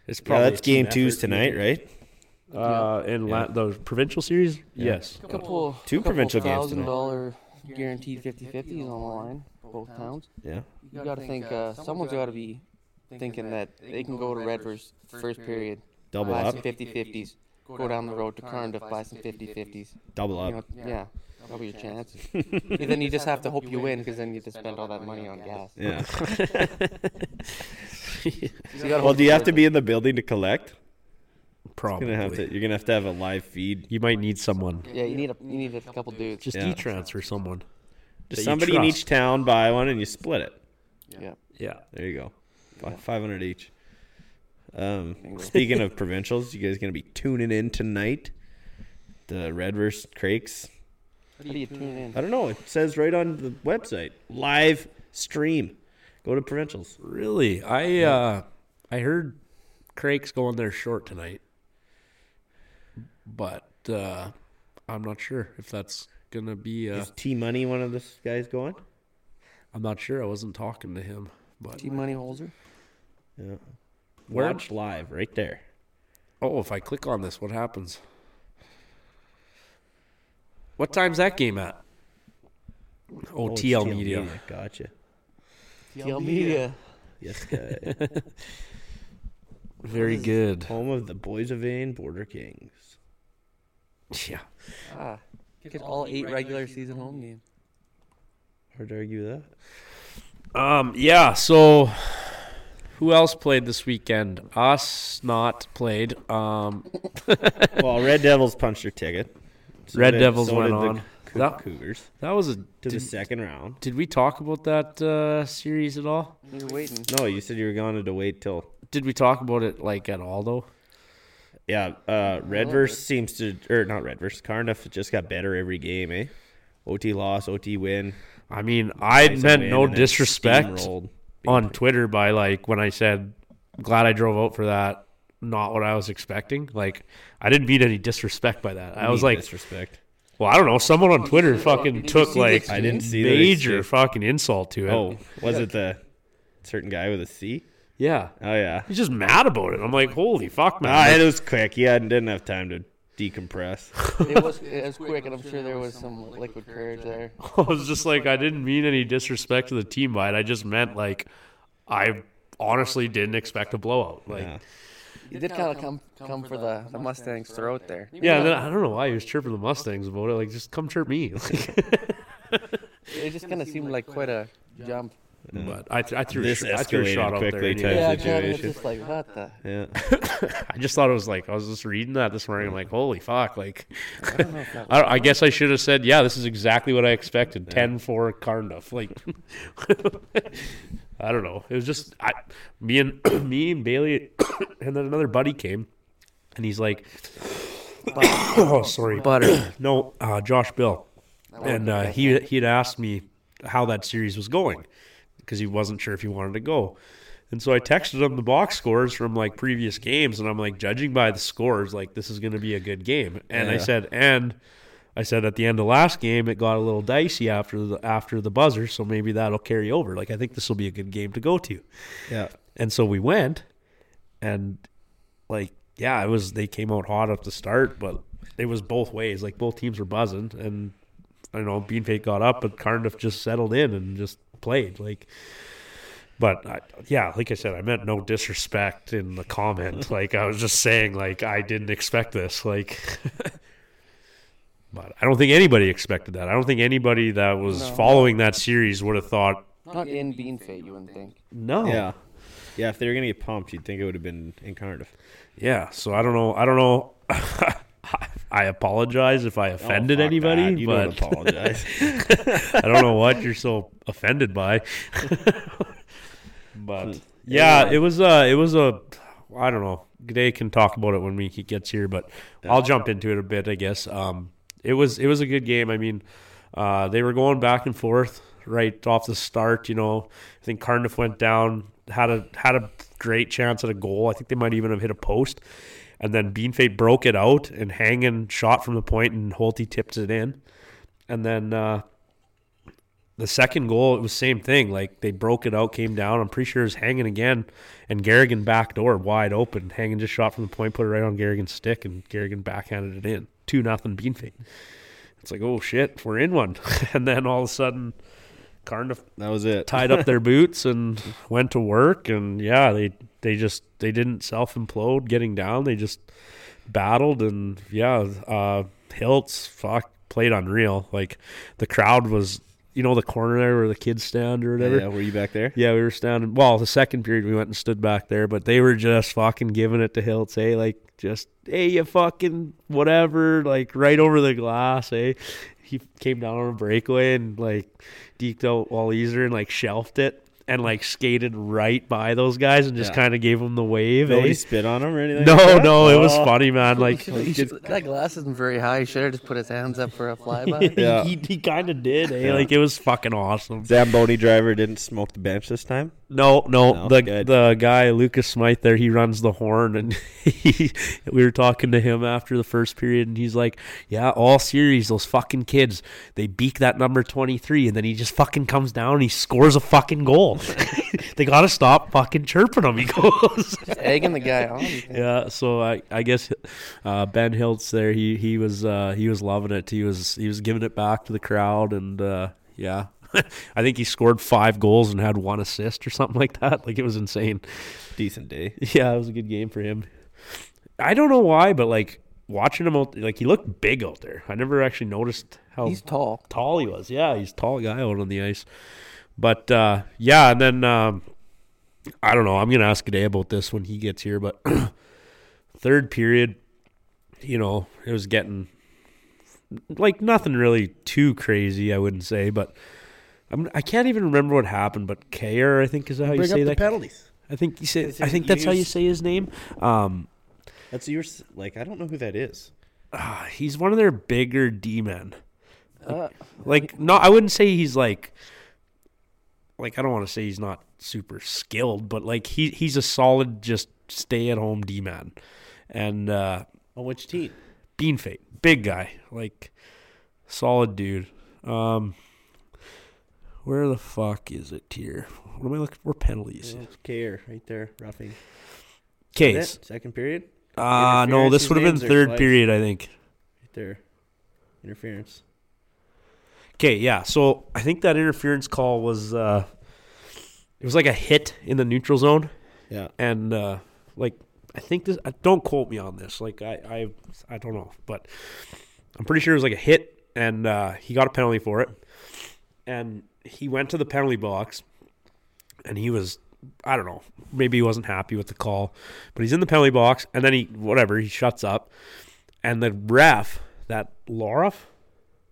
Speaker 4: it's
Speaker 3: Yeah,
Speaker 4: probably
Speaker 3: that's
Speaker 4: a team
Speaker 3: game twos
Speaker 4: effort,
Speaker 3: tonight, right?
Speaker 4: maybe. Uh, in La- the provincial series, yes.
Speaker 2: Couple,
Speaker 3: Two
Speaker 2: couple
Speaker 3: provincial games
Speaker 2: thousand
Speaker 3: tonight.
Speaker 2: dollar guaranteed 50-50s on the line, both towns.
Speaker 3: Yeah.
Speaker 2: You got to think uh, someone's got to be thinking that they can go to Redvers first period,
Speaker 3: Double
Speaker 2: buy
Speaker 3: up.
Speaker 2: some 50-50s, go down the road to Cardiff, buy some 50-50s.
Speaker 3: Double
Speaker 2: You know,
Speaker 3: up.
Speaker 2: yeah, that'll be your chance. And then you just have to hope you win because then you have to spend all that money on gas.
Speaker 3: Yeah.
Speaker 2: So you gotta
Speaker 3: Well,
Speaker 2: hope
Speaker 3: do you
Speaker 2: for
Speaker 3: have
Speaker 2: it.
Speaker 3: to be in the building to collect?
Speaker 4: Probably.
Speaker 3: You're gonna have to. You're gonna have to have a live feed.
Speaker 4: You might need someone.
Speaker 2: Yeah, you need a you need a couple dudes.
Speaker 4: Just
Speaker 3: Yeah.
Speaker 4: e-transfer someone. that
Speaker 3: Just
Speaker 4: you
Speaker 3: somebody in
Speaker 4: trust.
Speaker 3: each town buy one and you split it.
Speaker 2: Yeah.
Speaker 4: Yeah.
Speaker 3: There you go. Five hundred each. Um, speaking of provincials, you guys gonna be tuning in tonight? The Red versus Crakes.
Speaker 2: How do you tune in?
Speaker 3: I don't know. It says right on the website, live stream. Go to provincials.
Speaker 4: Really, I uh, I heard Craig's going there short tonight, but uh, I'm not sure if that's gonna be. Uh,
Speaker 3: Is T Money one of the guys going?
Speaker 4: I'm not sure. I wasn't talking to him, but
Speaker 2: Team money holder.
Speaker 3: Yeah.
Speaker 4: Where-
Speaker 3: Watch live right there.
Speaker 4: oh, if I click on this, what happens? What time's that game at? Oh,
Speaker 3: Oh, it's
Speaker 4: TL Media.
Speaker 3: Gotcha.
Speaker 2: TL Media.
Speaker 3: Yes, guy.
Speaker 4: Very good.
Speaker 3: Home of the Boys of Vane Border Kings.
Speaker 4: Yeah.
Speaker 2: Ah, get all eight regular season home games.
Speaker 3: Hard to argue with that.
Speaker 4: Um. Yeah. So, who else played this weekend? Us not played. Um.
Speaker 3: Well, Red Devils punched their ticket. So
Speaker 4: Red
Speaker 3: did-
Speaker 4: Devils
Speaker 3: so
Speaker 4: went
Speaker 3: did the
Speaker 4: on.
Speaker 3: Coo-
Speaker 4: That-
Speaker 3: Cougars
Speaker 4: That was a.
Speaker 3: to the
Speaker 4: Did,
Speaker 3: second round.
Speaker 4: did we talk about that uh, series at all?
Speaker 2: You're waiting.
Speaker 3: No, you said you were going to wait till.
Speaker 4: Did we talk about it like at all though?
Speaker 3: Yeah, uh, Redverse seems to, or not Redverse, Cardiff just got better every game, eh? OT loss, OT win.
Speaker 4: I mean, I
Speaker 3: Guys
Speaker 4: meant
Speaker 3: win,
Speaker 4: no
Speaker 3: and then
Speaker 4: disrespect
Speaker 3: steamrolled.
Speaker 4: on Twitter by like when I said, "Glad I drove out for that." Not what I was expecting. Like, I didn't mean any disrespect by that. I was
Speaker 3: Mean
Speaker 4: like,
Speaker 3: disrespect.
Speaker 4: well, I don't know. Someone on Twitter fucking took like
Speaker 3: I didn't see that it's-
Speaker 4: major fucking insult to it.
Speaker 3: Oh, was it the certain guy with a C?
Speaker 4: yeah.
Speaker 3: Oh yeah.
Speaker 4: He's just mad about it. I'm like, holy fuck, man.
Speaker 3: Ah,
Speaker 4: Like,
Speaker 3: it was quick. He hadn't didn't have time to decompress.
Speaker 2: It was it was quick, and I'm sure there was some liquid courage there.
Speaker 4: I was just like, I didn't mean any disrespect to the team by it. I just meant like, I honestly didn't expect a blowout. Like,
Speaker 3: Yeah.
Speaker 4: yeah.
Speaker 2: You did kind of come come for the the Mustangs throat there.
Speaker 4: and then I don't know why he was chirping the Mustangs about it. Like, just come chirp me. Like,
Speaker 2: It just kind of seemed like quite a jump.
Speaker 4: but I, I threw, a
Speaker 3: This
Speaker 4: sh- I threw a
Speaker 3: escalated
Speaker 4: shot out there.
Speaker 3: quickly,
Speaker 4: anyway.
Speaker 3: Tyler.
Speaker 2: Yeah,
Speaker 3: Yeah,
Speaker 2: kind of
Speaker 3: situation.
Speaker 2: just like what the.
Speaker 3: Yeah.
Speaker 4: I just thought it was like I was just reading that this morning. I'm like, holy fuck! Like, I, don't- I guess I should have said, yeah, this is exactly what I expected. 10-4 Cardiff. Like, I don't know. It was just I, me and me and Bailey, and then another buddy came, and he's like, oh sorry,
Speaker 2: Butter.
Speaker 4: no, uh, Josh Bill, and uh, he he had asked me how that series was going because he wasn't sure if he wanted to go, And so I texted him the box scores from like previous games, and I'm like, judging by the scores, like this is going to be a good game. And I
Speaker 3: Yeah.
Speaker 4: said, and I said at the end of last game, it got a little dicey after the after the buzzer, so maybe that'll carry over. Like I think this will be a good game to go to.
Speaker 3: Yeah.
Speaker 4: And so we went, and like yeah, it was they came out hot at the start, but it was both ways. Like both teams were buzzing, and I don't know Beanfake got up, but Cardiff just settled in and just played like. But I, yeah, like I said, I meant no disrespect in the comment. like I was just saying, like I didn't expect this. Like, but I don't think anybody expected that. I don't think anybody that was
Speaker 2: No.
Speaker 4: following that series would have thought,
Speaker 2: Not in bean fit, you wouldn't think.
Speaker 4: no,
Speaker 3: Yeah. Yeah, if they were gonna get pumped, you'd think it would have been in Cardiff.
Speaker 4: Yeah, so I don't know. I don't know. I apologize if I
Speaker 3: Oh,
Speaker 4: offended
Speaker 3: fuck
Speaker 4: anybody,
Speaker 3: that. You
Speaker 4: but
Speaker 3: don't apologize.
Speaker 4: I don't know what you're so offended by. but yeah, it was uh it was a I don't know. G'day can talk about it when we, he gets here, but I'll jump into it a bit, I guess. Um it was it was a good game. I mean, uh they were going back and forth right off the start, you know. I think Cardiff went down, had a had a great chance at a goal. I think they might even have hit a post. And then Beanfate broke it out and hanging shot from the point and Holty tipped it in. And then uh the second goal, it was same thing. Like they broke it out, came down. I'm pretty sure it was hanging again, and Garrigan back door wide open. Hanging just shot from the point, put it right on Garrigan's stick, and Garrigan backhanded it in. Two nothing bean feet. It's like oh shit, we're in one. and then all of a sudden, Cardiff
Speaker 3: that was it.
Speaker 4: tied up their boots and went to work. And yeah, they they just they didn't self implode getting down. They just battled and yeah, uh, Hiltz fuck played unreal. Like the crowd was. You know the corner there where the kids stand or whatever.
Speaker 3: Yeah, were you back there?
Speaker 4: Yeah, we were standing. Well, the second period we went and stood back there, but they were just fucking giving it to Hiltz, eh? Like, just, hey, you fucking whatever, like right over the glass, eh? He came down on a breakaway and like deked out Wall Easer and like shelved it and like skated right by those guys and just
Speaker 3: Yeah.
Speaker 4: kind of gave them the wave.
Speaker 3: Nobody
Speaker 4: Eh?
Speaker 3: spit on him or anything. like
Speaker 4: No,
Speaker 3: that?
Speaker 4: no, it was
Speaker 3: Oh.
Speaker 4: funny, man. Like,
Speaker 2: that glass isn't very high. He should have just put his hands up for a flyby.
Speaker 3: Yeah.
Speaker 4: he, he kind of did, eh? Like, it was fucking awesome.
Speaker 3: Zamboni driver didn't smoke the bench this time.
Speaker 4: No, no,
Speaker 3: No?
Speaker 4: the
Speaker 3: Good.
Speaker 4: the guy Lucas Smythe there, he runs the horn, and he, we were talking to him after the first period, and he's like, "Yeah, all series, those fucking kids, they beak that number twenty three, and then he just fucking comes down, and he scores a fucking goal. they gotta stop fucking chirping him." He goes,
Speaker 2: Just egging the guy on. you think.
Speaker 4: yeah, so I, I guess uh, Ben Hiltz there he he was uh, he was loving it. He was he was giving it back to the crowd and uh, yeah. I think he scored five goals and had one assist or something like that. Like it was insane.
Speaker 3: Decent day.
Speaker 4: Yeah, it was a good game for him. I don't know why, but like watching him out like he looked big out there. I never actually noticed how
Speaker 2: He's tall.
Speaker 4: tall he was. Yeah, he's a tall guy out on the ice. But uh, yeah, and then um, I don't know. I'm gonna ask G'day about this when he gets here. But third period, you know, it was getting like nothing really too crazy. I wouldn't say, but I'm, I can't even remember what happened. But Kayer, I think is that how you say that.
Speaker 3: penalties.
Speaker 4: I think you say.
Speaker 3: Is
Speaker 4: I
Speaker 3: it
Speaker 4: think that's how you
Speaker 3: used?
Speaker 4: say his name. Um,
Speaker 3: That's your s- like. I don't know who that is.
Speaker 4: ah, he's one of their bigger D men.
Speaker 2: Uh,
Speaker 4: like no i wouldn't say he's like like i don't want to say he's not super skilled but like he he's a solid just stay at home d-man and uh
Speaker 3: On which team?
Speaker 4: bean fate big guy like solid dude um where the fuck is it here what am i looking for penalties
Speaker 3: Care right there, roughing.
Speaker 4: case
Speaker 3: Second period.
Speaker 4: uh no this
Speaker 3: Interference,
Speaker 4: would have been
Speaker 3: his names are
Speaker 4: third
Speaker 3: twice.
Speaker 4: period i think
Speaker 3: Right there. Interference.
Speaker 4: Okay, yeah. So I think that interference call was uh it was like a hit in the neutral zone.
Speaker 3: Yeah.
Speaker 4: And uh like I think this I don't quote me on this. Like I I I don't know, but I'm pretty sure it was like a hit and uh he got a penalty for it. And he went to the penalty box and he was I don't know, maybe he wasn't happy with the call, but he's in the penalty box and then he whatever, he shuts up and the ref, that Lorov,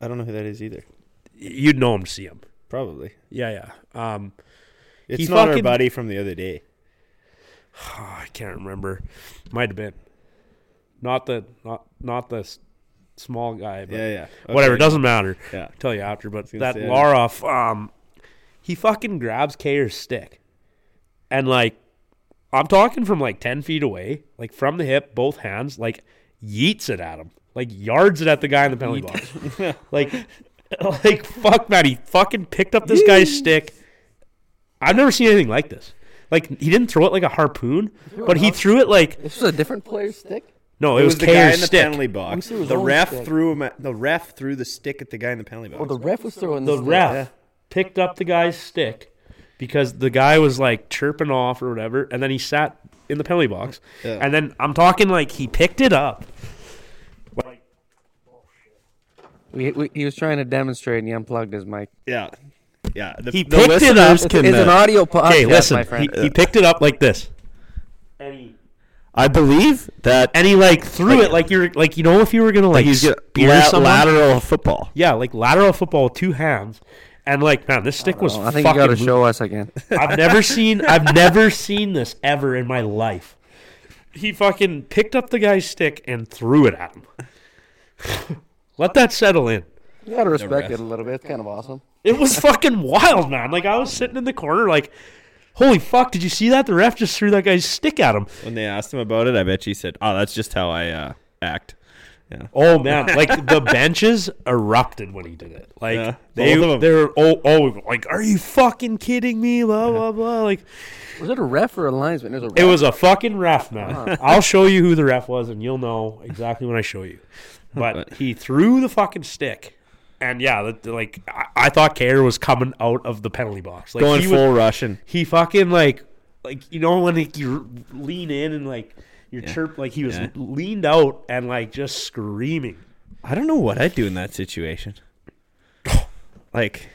Speaker 3: I don't know who that is either.
Speaker 4: you'd know him to see him.
Speaker 3: Probably.
Speaker 4: Yeah, yeah. Um,
Speaker 3: It's
Speaker 4: He
Speaker 3: not our
Speaker 4: fucking-
Speaker 3: buddy from the other day.
Speaker 4: ah, I can't remember. Might have been not the not not the s- small guy, but
Speaker 3: Yeah, yeah.
Speaker 4: whatever.
Speaker 3: Okay.
Speaker 4: Doesn't matter.
Speaker 3: Yeah.
Speaker 4: I'll tell you after. But
Speaker 3: gonna
Speaker 4: that
Speaker 3: say, I-
Speaker 4: Laroff, um, he fucking grabs Kayer's stick and like I'm talking from like ten feet away, like from the hip, both hands, like yeets it at him, like yards it at the guy in the penalty box, like like fuck, man, he fucking picked up this guy's stick. I've never seen anything like this. Like he didn't throw it like a harpoon, but he threw it like
Speaker 2: This is a different player's stick.
Speaker 4: no,
Speaker 3: It,
Speaker 4: it,
Speaker 3: was, the guy
Speaker 4: Kayer's
Speaker 3: in the
Speaker 4: stick.
Speaker 3: penalty box.
Speaker 2: see it was
Speaker 3: The
Speaker 2: on
Speaker 3: ref
Speaker 2: stick.
Speaker 3: threw him. At, the ref threw the stick at the guy in the penalty box.
Speaker 2: Well, the ref was throwing
Speaker 4: the
Speaker 2: this
Speaker 4: ref
Speaker 3: Yeah.
Speaker 4: picked up the guy's stick because the guy was like chirping off or whatever, and then he sat in the penalty box.
Speaker 3: Yeah.
Speaker 4: And then I'm talking like he picked it up. Like
Speaker 2: We, we, he was trying to demonstrate, and he unplugged his mic.
Speaker 3: yeah, yeah. The,
Speaker 4: He
Speaker 3: the
Speaker 4: picked it up.
Speaker 3: listeners
Speaker 4: It's-
Speaker 2: It's,
Speaker 3: can,
Speaker 2: it's
Speaker 3: uh,
Speaker 2: an audio podcast,
Speaker 4: okay, listen,
Speaker 2: my friend.
Speaker 4: he, uh, he picked it up like this, and he
Speaker 5: I believe that
Speaker 4: and he like threw it like you're like you know if you were gonna like
Speaker 5: he's
Speaker 4: spear
Speaker 5: get la-
Speaker 4: someone.
Speaker 5: lateral football.
Speaker 4: Yeah, like lateral football with two hands. And like, man, this stick was
Speaker 2: Oh, I think you
Speaker 4: fucking
Speaker 2: got to show us again.
Speaker 4: I've never seen I've never seen this ever in my life. He fucking picked up the guy's stick and threw it at him. Let that settle in.
Speaker 2: You got to respect it a little bit. It's kind of awesome.
Speaker 4: It was fucking wild, man. Like I was sitting in the corner like Holy fuck, did you see that? The ref just threw that guy's stick at him.
Speaker 3: When they asked him about it, I bet he said, "Oh, that's just how I uh, act."
Speaker 4: Oh man, like the benches erupted when he did it. Like
Speaker 3: Yeah,
Speaker 4: they,
Speaker 3: both of 'em.
Speaker 4: they were oh oh like are you fucking kidding me? Blah blah blah. Like
Speaker 2: Was it a ref or a linesman? It was a ref.
Speaker 4: It was a fucking ref, man. I'll show you who the ref was, and you'll know exactly when I show you. But he threw the fucking stick, and yeah, that- like I, I thought Kerr was coming out of the penalty box. Like
Speaker 3: Going
Speaker 4: he was-
Speaker 3: full Russian.
Speaker 4: he fucking like, like you know when like, you lean in and like you chirp, like he was
Speaker 3: Yeah.
Speaker 4: leaned out and like just screaming.
Speaker 3: I don't know what I'd do in that situation. like,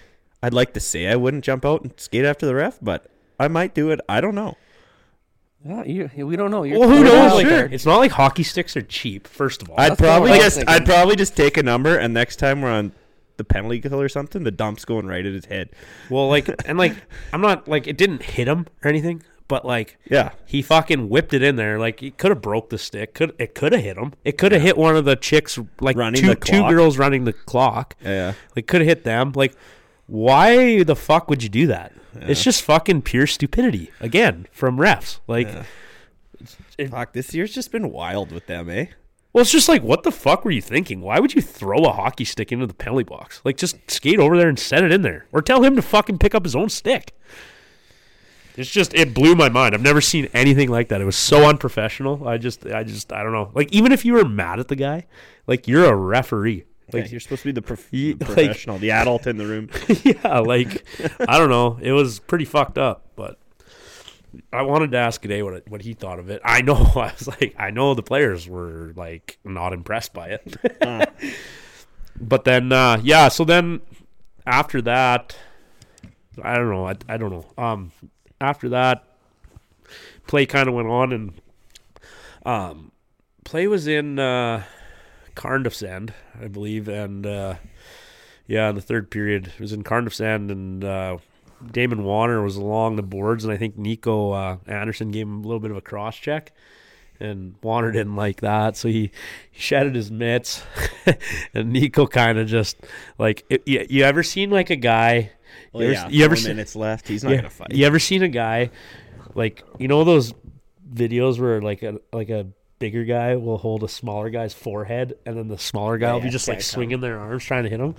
Speaker 3: I'd like to say I wouldn't jump out and skate after the ref, but I might do it. I don't know.
Speaker 2: Yeah, you, we don't know. You're
Speaker 4: Well, who
Speaker 2: you're out
Speaker 4: knows?
Speaker 2: there.
Speaker 4: it's not like hockey sticks are cheap. First of all,
Speaker 3: I'd
Speaker 2: That's kinda
Speaker 3: probably
Speaker 2: what I was
Speaker 3: just I'd
Speaker 2: thinking.
Speaker 3: probably just take a number, and next time we're on the penalty kill or something, the dump's going right at his head.
Speaker 4: well, like and like I'm not like it didn't hit him or anything, but like
Speaker 3: Yeah,
Speaker 4: he fucking whipped it in there. Like he could have broke the stick. Could it could have hit him? It could have hit one of the chicks. Like
Speaker 3: Running
Speaker 4: two
Speaker 3: the
Speaker 4: two
Speaker 3: clock.
Speaker 4: girls running the clock.
Speaker 3: yeah.
Speaker 4: Like could have hit them. Like why the fuck would you do that? It's just fucking pure stupidity again from refs. Like
Speaker 3: Fuck, this year's just been wild with them, eh?
Speaker 4: well, it's just like what the fuck were you thinking? Why would you throw a hockey stick into the penalty box? Like just skate over there and set it in there, or tell him to fucking pick up his own stick. It's just it blew my mind. I've never seen anything like that. It was so unprofessional. I just I just I don't know. Like even if you were mad at the guy, like you're a referee.
Speaker 3: Like
Speaker 4: Like
Speaker 3: you're supposed to be the, prof-
Speaker 4: Ye-
Speaker 3: the
Speaker 4: like-
Speaker 3: professional, the adult in the room.
Speaker 4: yeah, like I don't know. It was pretty fucked up, but I wanted to ask today what it, what he thought of it. I know I was like I know the players were like not impressed by it. but then uh yeah, so then after that I don't know. I, I don't know. Um after that play kind of went on and um play was in uh Cardiff's end, I believe, and uh yeah, in the third period, it was in Cardiff's end, and uh, Damon Warner was along the boards, and I think Nico uh, Anderson gave him a little bit of a cross check, and Warner didn't like that, so he, he shedded his mitts, and Nico kind of just like it, you, you ever seen like a guy,
Speaker 3: Well,
Speaker 4: you ever,
Speaker 3: Oh, yeah,
Speaker 4: you ever
Speaker 3: four
Speaker 4: seen
Speaker 3: minutes left? He's not
Speaker 4: yeah.
Speaker 3: gonna fight.
Speaker 4: You ever seen a guy like you know those videos where like a like a bigger guy will hold a smaller guy's forehead and then the smaller guy will be
Speaker 3: yeah,
Speaker 4: just like
Speaker 3: tag time.
Speaker 4: swinging their arms trying to hit him?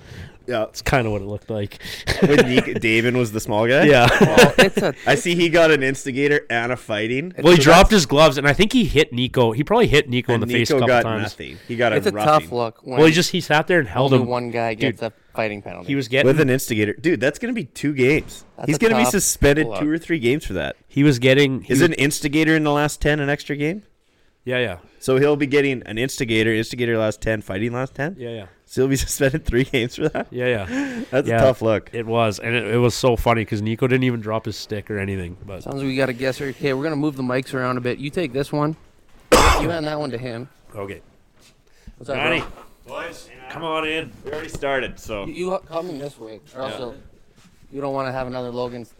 Speaker 3: Yeah.
Speaker 4: It's kind of what it looked like.
Speaker 3: When Nick, Davin was the small guy.
Speaker 4: yeah.
Speaker 2: Well, it's a
Speaker 3: I see he got an instigator and a fighting.
Speaker 4: Well, he dropped his gloves and I think he hit Nico. He probably hit Nico in the
Speaker 3: and
Speaker 4: face a
Speaker 3: Nico got
Speaker 4: couple times.
Speaker 3: nothing. He got
Speaker 2: it's
Speaker 3: a,
Speaker 2: a tough
Speaker 3: roughing.
Speaker 2: look when
Speaker 4: Well, he just he sat there and held
Speaker 2: only
Speaker 4: him.
Speaker 2: one guy gets a fighting penalty.
Speaker 4: He was getting
Speaker 3: with an instigator. Dude, that's going to be two games.
Speaker 2: That's
Speaker 3: He's
Speaker 2: a
Speaker 3: going to be
Speaker 2: tough
Speaker 3: suspended
Speaker 2: look.
Speaker 3: two or three games for that.
Speaker 4: he was getting he
Speaker 3: Is
Speaker 4: was-
Speaker 3: an instigator in the last 10 an extra game?
Speaker 4: Yeah, yeah.
Speaker 3: So he'll be getting an instigator, instigator last 10, fighting last 10?
Speaker 4: Yeah, yeah.
Speaker 3: So he'll be suspended three games for that?
Speaker 4: Yeah, yeah.
Speaker 3: That's
Speaker 4: Yeah.
Speaker 3: a tough look.
Speaker 4: It was, and it, it was so funny because Nico didn't even drop his stick or anything. But
Speaker 2: Sounds like we got a guesser. Okay, we're gonna move the mics around a bit. You take this one. you hand that one to him.
Speaker 4: okay,
Speaker 2: What's up, bro?
Speaker 4: Johnny, boys, come on in.
Speaker 3: We already started, so.
Speaker 2: You, you come in this way, or else you'll- you don't want to have another Logan's.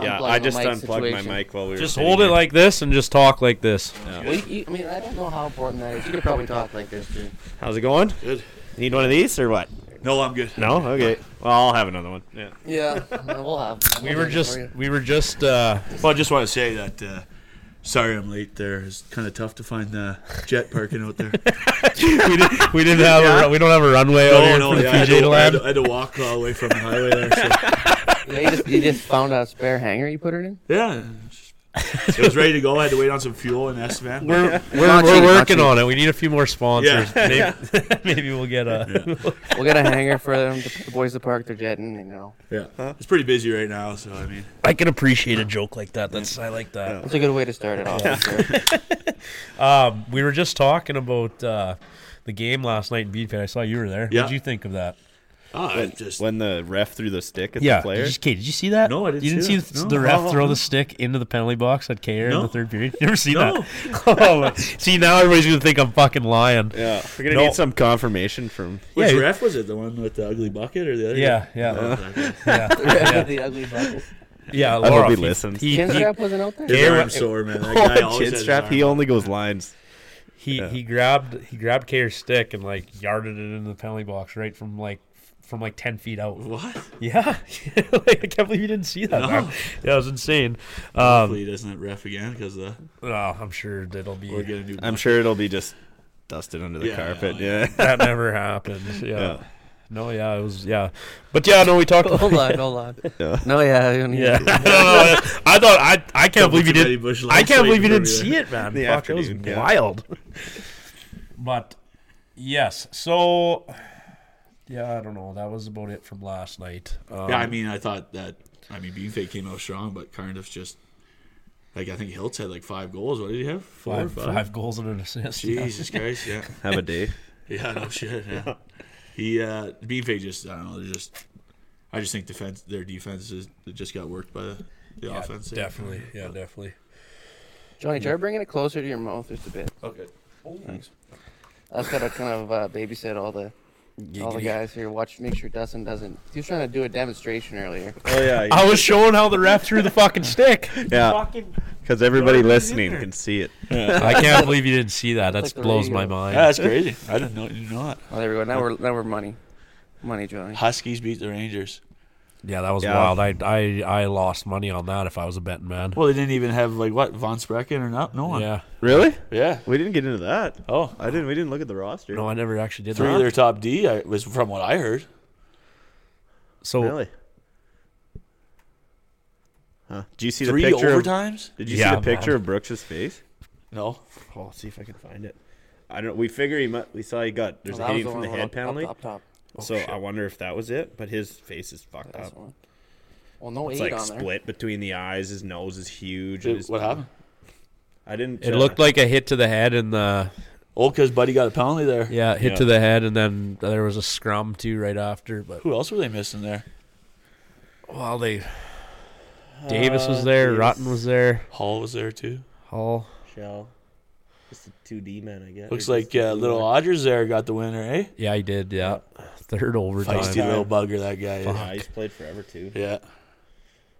Speaker 3: Yeah,
Speaker 2: unplugging
Speaker 3: I
Speaker 2: the
Speaker 3: just
Speaker 2: mic
Speaker 3: unplugged
Speaker 2: situation.
Speaker 3: my mic while we were.
Speaker 4: Just
Speaker 3: sitting
Speaker 4: hold it
Speaker 3: here.
Speaker 4: like this and just talk like this.
Speaker 2: Well, you, you, I mean, I don't know how important that is. You could probably talk like this too.
Speaker 3: How's it going?
Speaker 6: Good.
Speaker 3: Need one of these or what?
Speaker 6: No, I'm good.
Speaker 4: Oh,
Speaker 3: No? Okay. Well, I'll have another one. Yeah.
Speaker 2: Yeah, we'll have.
Speaker 4: We were just, we were just, uh,
Speaker 6: Well, I just want to say that uh, Sorry, I'm late. There, it's kind of tough to find the jet parking out there.
Speaker 4: we, did, we didn't have a, we don't have a runway out here for the
Speaker 6: Oh, I, had
Speaker 4: PJ
Speaker 6: to,
Speaker 4: to
Speaker 6: I,
Speaker 4: land.
Speaker 6: had to, I had to walk all the way from the highway there. So.
Speaker 2: Yeah, you, just, you just found a spare hanger you put it in?
Speaker 6: Yeah, it was ready to go. I had to wait on some fuel in S van.
Speaker 4: We're,
Speaker 2: Not
Speaker 4: we're,
Speaker 2: cheap,
Speaker 4: we're
Speaker 2: not
Speaker 4: working
Speaker 2: cheap.
Speaker 4: on it. We need a few more sponsors.
Speaker 6: Yeah.
Speaker 4: Maybe, maybe we'll get a.
Speaker 2: We'll get a hanger for them, the boys to park their jet in, you know.
Speaker 6: Yeah, it's pretty busy right now. So I mean,
Speaker 4: I can appreciate a joke like that. That's I like that.
Speaker 2: That's a good way to start it off. for sure.
Speaker 4: Um, we were just talking about uh, the game last night in Beat Pit. I saw you were there.
Speaker 6: Yeah.
Speaker 4: What did you think of that?
Speaker 6: ah, I just
Speaker 3: When the ref threw the stick at the
Speaker 4: Yeah,
Speaker 3: player.
Speaker 4: did you, Kate, did you see that?
Speaker 6: No, I didn't
Speaker 4: You didn't
Speaker 6: see
Speaker 4: see,
Speaker 6: that.
Speaker 4: th-
Speaker 6: No.
Speaker 4: the ref
Speaker 6: Oh,
Speaker 4: throw
Speaker 6: oh, oh.
Speaker 4: the stick into the penalty box at K in
Speaker 6: No.
Speaker 4: the third period. You never seen
Speaker 6: No.
Speaker 4: that? Oh, see, now everybody's gonna think I'm fucking lying. Yeah,
Speaker 3: yeah, we're gonna
Speaker 4: No.
Speaker 3: need some confirmation from.
Speaker 6: which
Speaker 4: Yeah, you-
Speaker 6: ref was it? The one with the ugly bucket or the other?
Speaker 4: yeah, yeah.
Speaker 6: Okay.
Speaker 2: the ugly bucket.
Speaker 4: yeah
Speaker 3: I
Speaker 4: Laura,
Speaker 3: hope he
Speaker 4: he-
Speaker 3: listens.
Speaker 4: He, he,
Speaker 2: Kinstrap wasn't out there?
Speaker 6: His
Speaker 4: Yeah,
Speaker 6: arm's
Speaker 4: it-
Speaker 6: sore, man. That guy
Speaker 3: Oh,
Speaker 6: always
Speaker 3: chin
Speaker 6: has his
Speaker 3: strap.
Speaker 6: arm
Speaker 3: He
Speaker 6: out.
Speaker 3: only goes lines.
Speaker 4: he he grabbed he grabbed Kerr's stick and like yarded it into the penalty box right from like from like ten feet out.
Speaker 6: What?
Speaker 3: Um,
Speaker 4: Yeah, like, I can't believe you didn't see that.
Speaker 6: No.
Speaker 4: man. Yeah, it was insane.
Speaker 6: Hopefully
Speaker 4: Um,
Speaker 6: he doesn't ref again because uh,
Speaker 4: oh, I'm sure that'll be
Speaker 6: we're gonna do.
Speaker 3: I'm sure it'll be just dusted under the
Speaker 6: Yeah,
Speaker 3: carpet.
Speaker 6: yeah,
Speaker 3: Yeah.
Speaker 4: that never happened. Yeah.
Speaker 3: Yeah.
Speaker 4: No, yeah, it was yeah, but yeah, no, we talked.
Speaker 2: Hold on, hold on.
Speaker 3: Yeah.
Speaker 2: No, yeah. You don't need
Speaker 4: Yeah, I
Speaker 2: to-
Speaker 4: don't know. I thought I I can't believe you
Speaker 6: Too many
Speaker 4: did.
Speaker 6: bush
Speaker 4: I
Speaker 6: lights
Speaker 4: can't believe
Speaker 6: waiting
Speaker 4: you
Speaker 6: for
Speaker 4: didn't
Speaker 6: me there.
Speaker 4: see it, man.
Speaker 3: The
Speaker 4: Fuck, it was
Speaker 3: afternoon, yeah.
Speaker 4: wild. But yes, so yeah, I don't know. That was about it from last night. Um,
Speaker 6: Yeah, I mean, I thought that. I mean, Bean Fake came out strong, but Cardiff's just like I think Hiltz had like five goals. What did he have? Four,
Speaker 4: five, five goals and an assist. yeah.
Speaker 6: Jesus Christ! Yeah,
Speaker 3: Have a day.
Speaker 6: yeah, no shit. Yeah, he uh, Bean Fake just I don't know. They're just I just think defense their defense is they just got worked by the, the
Speaker 4: Yeah,
Speaker 6: offense.
Speaker 4: definitely. Yeah, definitely.
Speaker 2: Johnny, try bringing it closer to your mouth just a bit.
Speaker 6: Okay. Thanks.
Speaker 2: That's got to kind of uh, babysit all the all the guys here. Watch, make sure Dustin doesn't. He was trying to do a demonstration earlier.
Speaker 3: Oh yeah.
Speaker 4: I was showing how the ref threw the fucking stick.
Speaker 3: yeah. Because everybody listening can see it.
Speaker 4: I can't believe you didn't see that. That
Speaker 2: Like the
Speaker 4: blows my
Speaker 2: radio.
Speaker 4: mind.
Speaker 6: Yeah, that's crazy. I didn't know you know that.
Speaker 2: Oh, there we go. Now we're now we're money, money, Johnny.
Speaker 6: Huskies beat the Rangers.
Speaker 4: Yeah, that was
Speaker 3: Yeah.
Speaker 4: wild. I, I I lost money on that if I was a betting man.
Speaker 6: Well, they didn't even have like what Von Sprecken or not? No one.
Speaker 4: yeah.
Speaker 3: Really?
Speaker 6: Yeah.
Speaker 3: We didn't get into that.
Speaker 6: Oh,
Speaker 3: I didn't. We didn't look at the roster.
Speaker 4: No, I never actually did
Speaker 6: three of
Speaker 4: that.
Speaker 6: their top D I, was from what I heard.
Speaker 4: So
Speaker 3: Really? Huh. Do you see the
Speaker 6: Three
Speaker 3: picture?
Speaker 6: overtimes?
Speaker 3: Of, did you
Speaker 4: Yeah,
Speaker 3: see the picture
Speaker 4: man.
Speaker 3: of Brooks's face?
Speaker 6: No.
Speaker 3: Oh, let's see if I can find it. I don't. We figure he. Mu- we saw he got. There's
Speaker 2: That
Speaker 3: a
Speaker 2: was
Speaker 3: hitting from
Speaker 2: one
Speaker 3: the
Speaker 2: up-
Speaker 3: head
Speaker 2: up-
Speaker 3: penalty.
Speaker 2: Up, top.
Speaker 3: so I wonder if that was it. But his face is fucked
Speaker 2: That's
Speaker 3: up.
Speaker 2: one. Well, no
Speaker 3: Oh. It's
Speaker 2: eight
Speaker 3: like
Speaker 2: on there.
Speaker 3: split between the eyes. His nose is huge. and
Speaker 6: Dude,
Speaker 3: his-
Speaker 6: what happened?
Speaker 3: I didn't.
Speaker 4: it
Speaker 3: uh,
Speaker 4: looked like a hit to the head and the
Speaker 6: Oh, because Buddy got a penalty there.
Speaker 4: yeah hit
Speaker 3: Yeah.
Speaker 4: to the head and then there was a scrum too right after. But
Speaker 6: Who else were they missing there?
Speaker 4: well, they Davis was there,
Speaker 6: Uh,
Speaker 3: Davis.
Speaker 4: Rotten was there,
Speaker 6: Hall was there too.
Speaker 4: Hall.
Speaker 3: Shell. Just a two D man, I guess.
Speaker 6: Looks like uh, little Odgers there got the winner, eh?
Speaker 4: Yeah, he did. Yeah, third overtime.
Speaker 6: Feisty little bugger, that guy. is.
Speaker 3: Yeah, he's played forever too.
Speaker 6: Yeah.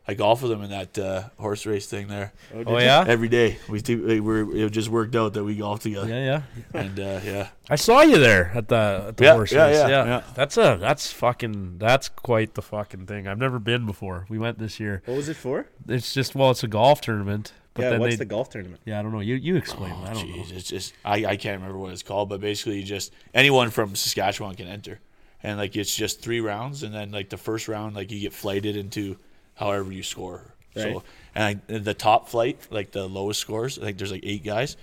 Speaker 6: I golfed with him in that uh, horse race thing there.
Speaker 4: Oh yeah,
Speaker 6: Every day we do, we were it just worked out that we golfed together.
Speaker 4: yeah, yeah.
Speaker 6: And uh, yeah,
Speaker 4: I saw you there at the at the
Speaker 6: Yeah,
Speaker 4: horse
Speaker 6: yeah,
Speaker 4: race.
Speaker 6: yeah,
Speaker 4: Yeah,
Speaker 6: yeah.
Speaker 4: that's a that's fucking that's quite the fucking thing. I've never been before. We went this year.
Speaker 3: What was it for?
Speaker 4: It's just well, it's a golf tournament. But
Speaker 3: yeah.
Speaker 4: then
Speaker 3: What's the
Speaker 4: they,
Speaker 3: golf tournament?
Speaker 4: Yeah, I don't know. You you explain. it. I don't
Speaker 6: Oh, Jeez, it's just I, I can't remember what it's called, but basically you just anyone from Saskatchewan can enter, and like it's just three rounds, and then like the first round like you get flighted into however you score.
Speaker 3: Right.
Speaker 6: So and I, the top flight, like the lowest scores, I think there's like eight guys.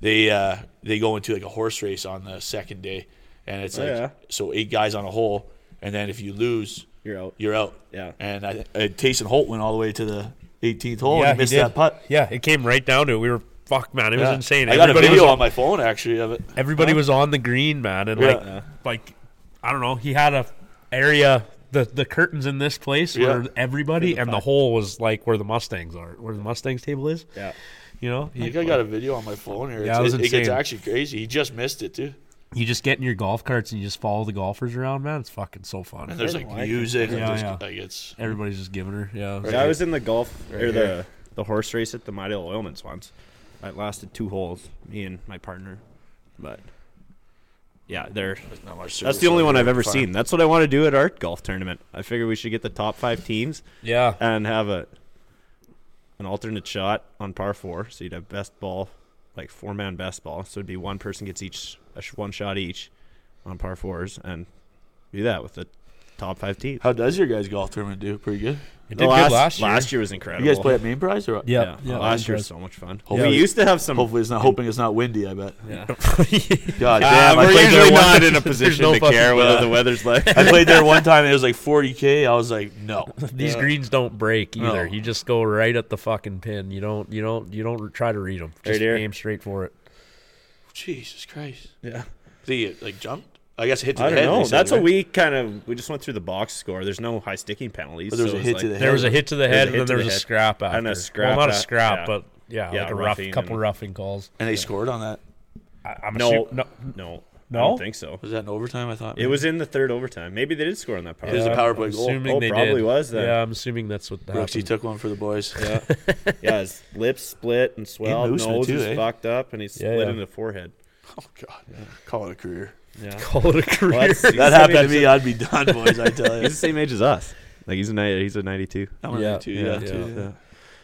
Speaker 6: They uh they go into like a horse race on the second day, and it's
Speaker 3: Oh,
Speaker 6: like
Speaker 3: yeah.
Speaker 6: so eight guys on a hole, and then if you lose,
Speaker 3: You're out.
Speaker 6: you're out.
Speaker 3: Yeah.
Speaker 6: And I, I Taysom Holt went all the way to the 18th hole
Speaker 4: know.
Speaker 6: and Oh, missed that putt.
Speaker 4: Yeah, it came right down to it. We were fuck, man. It was
Speaker 6: Yeah.
Speaker 4: insane.
Speaker 6: I got a
Speaker 4: everybody
Speaker 6: video
Speaker 4: was Oh,
Speaker 6: on my phone actually of it.
Speaker 4: everybody was on the green, man, and
Speaker 6: Yeah.
Speaker 4: like
Speaker 6: Yeah.
Speaker 4: like I don't know. He had a area. The, the curtains in this place
Speaker 6: Yeah.
Speaker 4: where everybody and the hole was like where the Mustangs are, where the Mustangs table is.
Speaker 3: Yeah.
Speaker 4: You know,
Speaker 6: I
Speaker 4: you,
Speaker 6: think I got a video on my phone here.
Speaker 4: Yeah,
Speaker 6: It's-
Speaker 4: it was
Speaker 6: it, it gets
Speaker 4: insane.
Speaker 6: actually crazy. He just missed it too.
Speaker 4: you just get in your golf carts and you just follow the golfers around, man. It's fucking so fun.
Speaker 6: And there's like music. and
Speaker 4: Yeah,
Speaker 6: there's,
Speaker 4: yeah.
Speaker 6: Like it's
Speaker 4: Everybody's just giving her. Yeah. it was
Speaker 3: Yeah, I
Speaker 4: great.
Speaker 3: was in the golf or the the horse race at the Midale Oilman's once. I lasted two holes, me and my partner. But yeah, there.
Speaker 6: not much.
Speaker 3: That's
Speaker 6: service
Speaker 3: the only
Speaker 6: out
Speaker 3: one
Speaker 6: there
Speaker 3: I've
Speaker 6: to
Speaker 3: ever
Speaker 6: find.
Speaker 3: seen. That's what I want to do at our golf tournament. I figure we should get the top five teams
Speaker 4: yeah.
Speaker 3: and have a an alternate shot on par four, so you'd have best ball, like four man best ball. So it'd be one person gets each a sh- one shot each on par fours, and do that with the top five teams.
Speaker 6: How does your guys' golf tournament do? Pretty good.
Speaker 4: It
Speaker 3: The
Speaker 4: did
Speaker 3: last,
Speaker 4: good last year.
Speaker 3: was
Speaker 6: You
Speaker 3: incredible.
Speaker 6: guys play at main prize or?
Speaker 4: yeah, yeah,
Speaker 3: last year was so much fun.
Speaker 6: Hopefully-
Speaker 3: we used to have some.
Speaker 6: Hopefully it's not. Hoping it's not windy. I bet.
Speaker 4: Yeah.
Speaker 6: God
Speaker 3: Uh,
Speaker 6: damn. I
Speaker 3: we're
Speaker 6: played there
Speaker 3: usually
Speaker 6: one-
Speaker 3: not in a
Speaker 5: There's
Speaker 3: position
Speaker 5: no
Speaker 3: to
Speaker 5: fucking-
Speaker 3: care whether
Speaker 6: yeah.
Speaker 3: the weather's like.
Speaker 6: I played there one time. and It was like 40k. I was like, no.
Speaker 4: These greens don't break either.
Speaker 6: No.
Speaker 4: You just go right at the fucking pin. You don't. You don't. You don't try to read them. Just
Speaker 3: here.
Speaker 4: aim straight for it.
Speaker 6: Jesus Christ.
Speaker 3: Yeah.
Speaker 6: Did you get, like jumped? I guess hit to
Speaker 3: I
Speaker 6: the
Speaker 3: don't
Speaker 6: head.
Speaker 3: know.
Speaker 6: they said,
Speaker 3: That's
Speaker 6: right?
Speaker 3: what we kind of we just went through the box score. There's no high sticking penalties.
Speaker 6: But there was
Speaker 3: so
Speaker 6: a
Speaker 3: it's
Speaker 6: hit
Speaker 3: like-
Speaker 6: to the head.
Speaker 4: There was a hit to
Speaker 3: There
Speaker 4: the
Speaker 3: was a
Speaker 4: head,
Speaker 3: hit
Speaker 4: and
Speaker 3: to
Speaker 4: then there
Speaker 3: the
Speaker 4: was a
Speaker 3: head.
Speaker 4: scrap after.
Speaker 3: And a
Speaker 4: Well,
Speaker 3: scrap
Speaker 4: not a
Speaker 3: af-
Speaker 4: scrap,
Speaker 3: yeah.
Speaker 4: but yeah,
Speaker 3: Yeah,
Speaker 4: like a
Speaker 3: roughing
Speaker 4: rough, couple
Speaker 3: and-
Speaker 4: roughing calls.
Speaker 6: And they scored on that.
Speaker 4: I, I'm
Speaker 3: No,
Speaker 4: assu-
Speaker 3: no,
Speaker 4: no.
Speaker 3: no, I
Speaker 4: No?
Speaker 3: don't think so.
Speaker 6: Was that in overtime? I thought
Speaker 3: It was in the third overtime. Maybe they did score on that power.
Speaker 6: It was a
Speaker 4: I'm-
Speaker 6: power
Speaker 4: I'm
Speaker 6: play goal.
Speaker 4: Assuming
Speaker 3: Oh,
Speaker 4: they
Speaker 3: probably
Speaker 4: did.
Speaker 3: was then.
Speaker 4: Yeah, I'm assuming that's what
Speaker 6: Brooks, he
Speaker 4: happened.
Speaker 6: took one for the boys.
Speaker 3: Yeah, yeah. His lips split and swelled.
Speaker 6: moosed it
Speaker 3: Nose
Speaker 6: too,
Speaker 3: is
Speaker 6: eh?
Speaker 3: fucked up, and he split
Speaker 4: yeah.
Speaker 3: into the forehead.
Speaker 6: Oh God. Call it a career.
Speaker 3: Yeah,
Speaker 4: Call it a career.
Speaker 3: Well, that's- he's the
Speaker 6: That
Speaker 3: same
Speaker 6: happened to
Speaker 3: age
Speaker 6: me. I'd be done, boys. I tell
Speaker 3: as-
Speaker 6: you.
Speaker 3: He's the same age as us. Like he's a ni- he's a ninety two.
Speaker 6: I'm on
Speaker 4: Yeah,
Speaker 6: that too,
Speaker 4: yeah,
Speaker 6: yeah,
Speaker 4: yeah.
Speaker 6: too, yeah.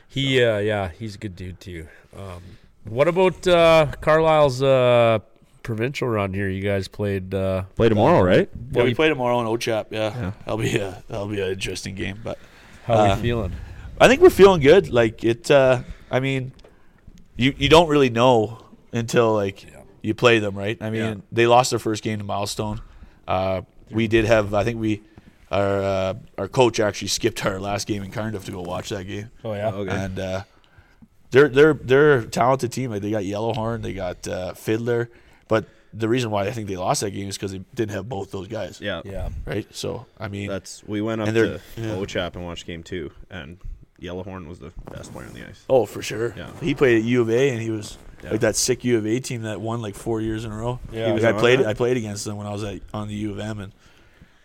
Speaker 4: He, uh, yeah, he's a good dude too. Um, what about uh, Carlisle's uh, provincial run here? You guys played. Uh,
Speaker 3: Play tomorrow, right?
Speaker 6: Yeah, we play tomorrow in OCHAP. Yeah, that'll be a that'll be an interesting game. But
Speaker 4: how
Speaker 6: uh,
Speaker 4: we feeling?
Speaker 6: I think we're feeling good. Like it. Uh, I mean, you you don't really know until like you play them, right? I mean,
Speaker 4: Yeah.
Speaker 6: they lost their first game to Milestone. Uh, we did have. I think we our uh, our coach actually skipped our last game in Cardiff to go watch that game.
Speaker 4: Oh yeah.
Speaker 3: Okay.
Speaker 6: And uh, they're they're they're a talented team. Like they got Yellowhorn, they got uh, Fiddler, but the reason why I think they lost that game is because they didn't have both those guys.
Speaker 3: Yeah,
Speaker 4: Yeah.
Speaker 6: Right. So I mean,
Speaker 3: That's we went up
Speaker 6: And they're-
Speaker 3: to Ochap and watched game two, and Yellowhorn was the best player on the ice.
Speaker 6: oh for sure.
Speaker 3: Yeah.
Speaker 6: He played at U of A, and he was
Speaker 3: Yeah.
Speaker 6: like that sick U of A team that won like four years in a row.
Speaker 4: Yeah.
Speaker 6: He was-
Speaker 3: was
Speaker 6: I
Speaker 3: on
Speaker 6: played
Speaker 3: that?
Speaker 6: I played against them when I was at on the U of M, and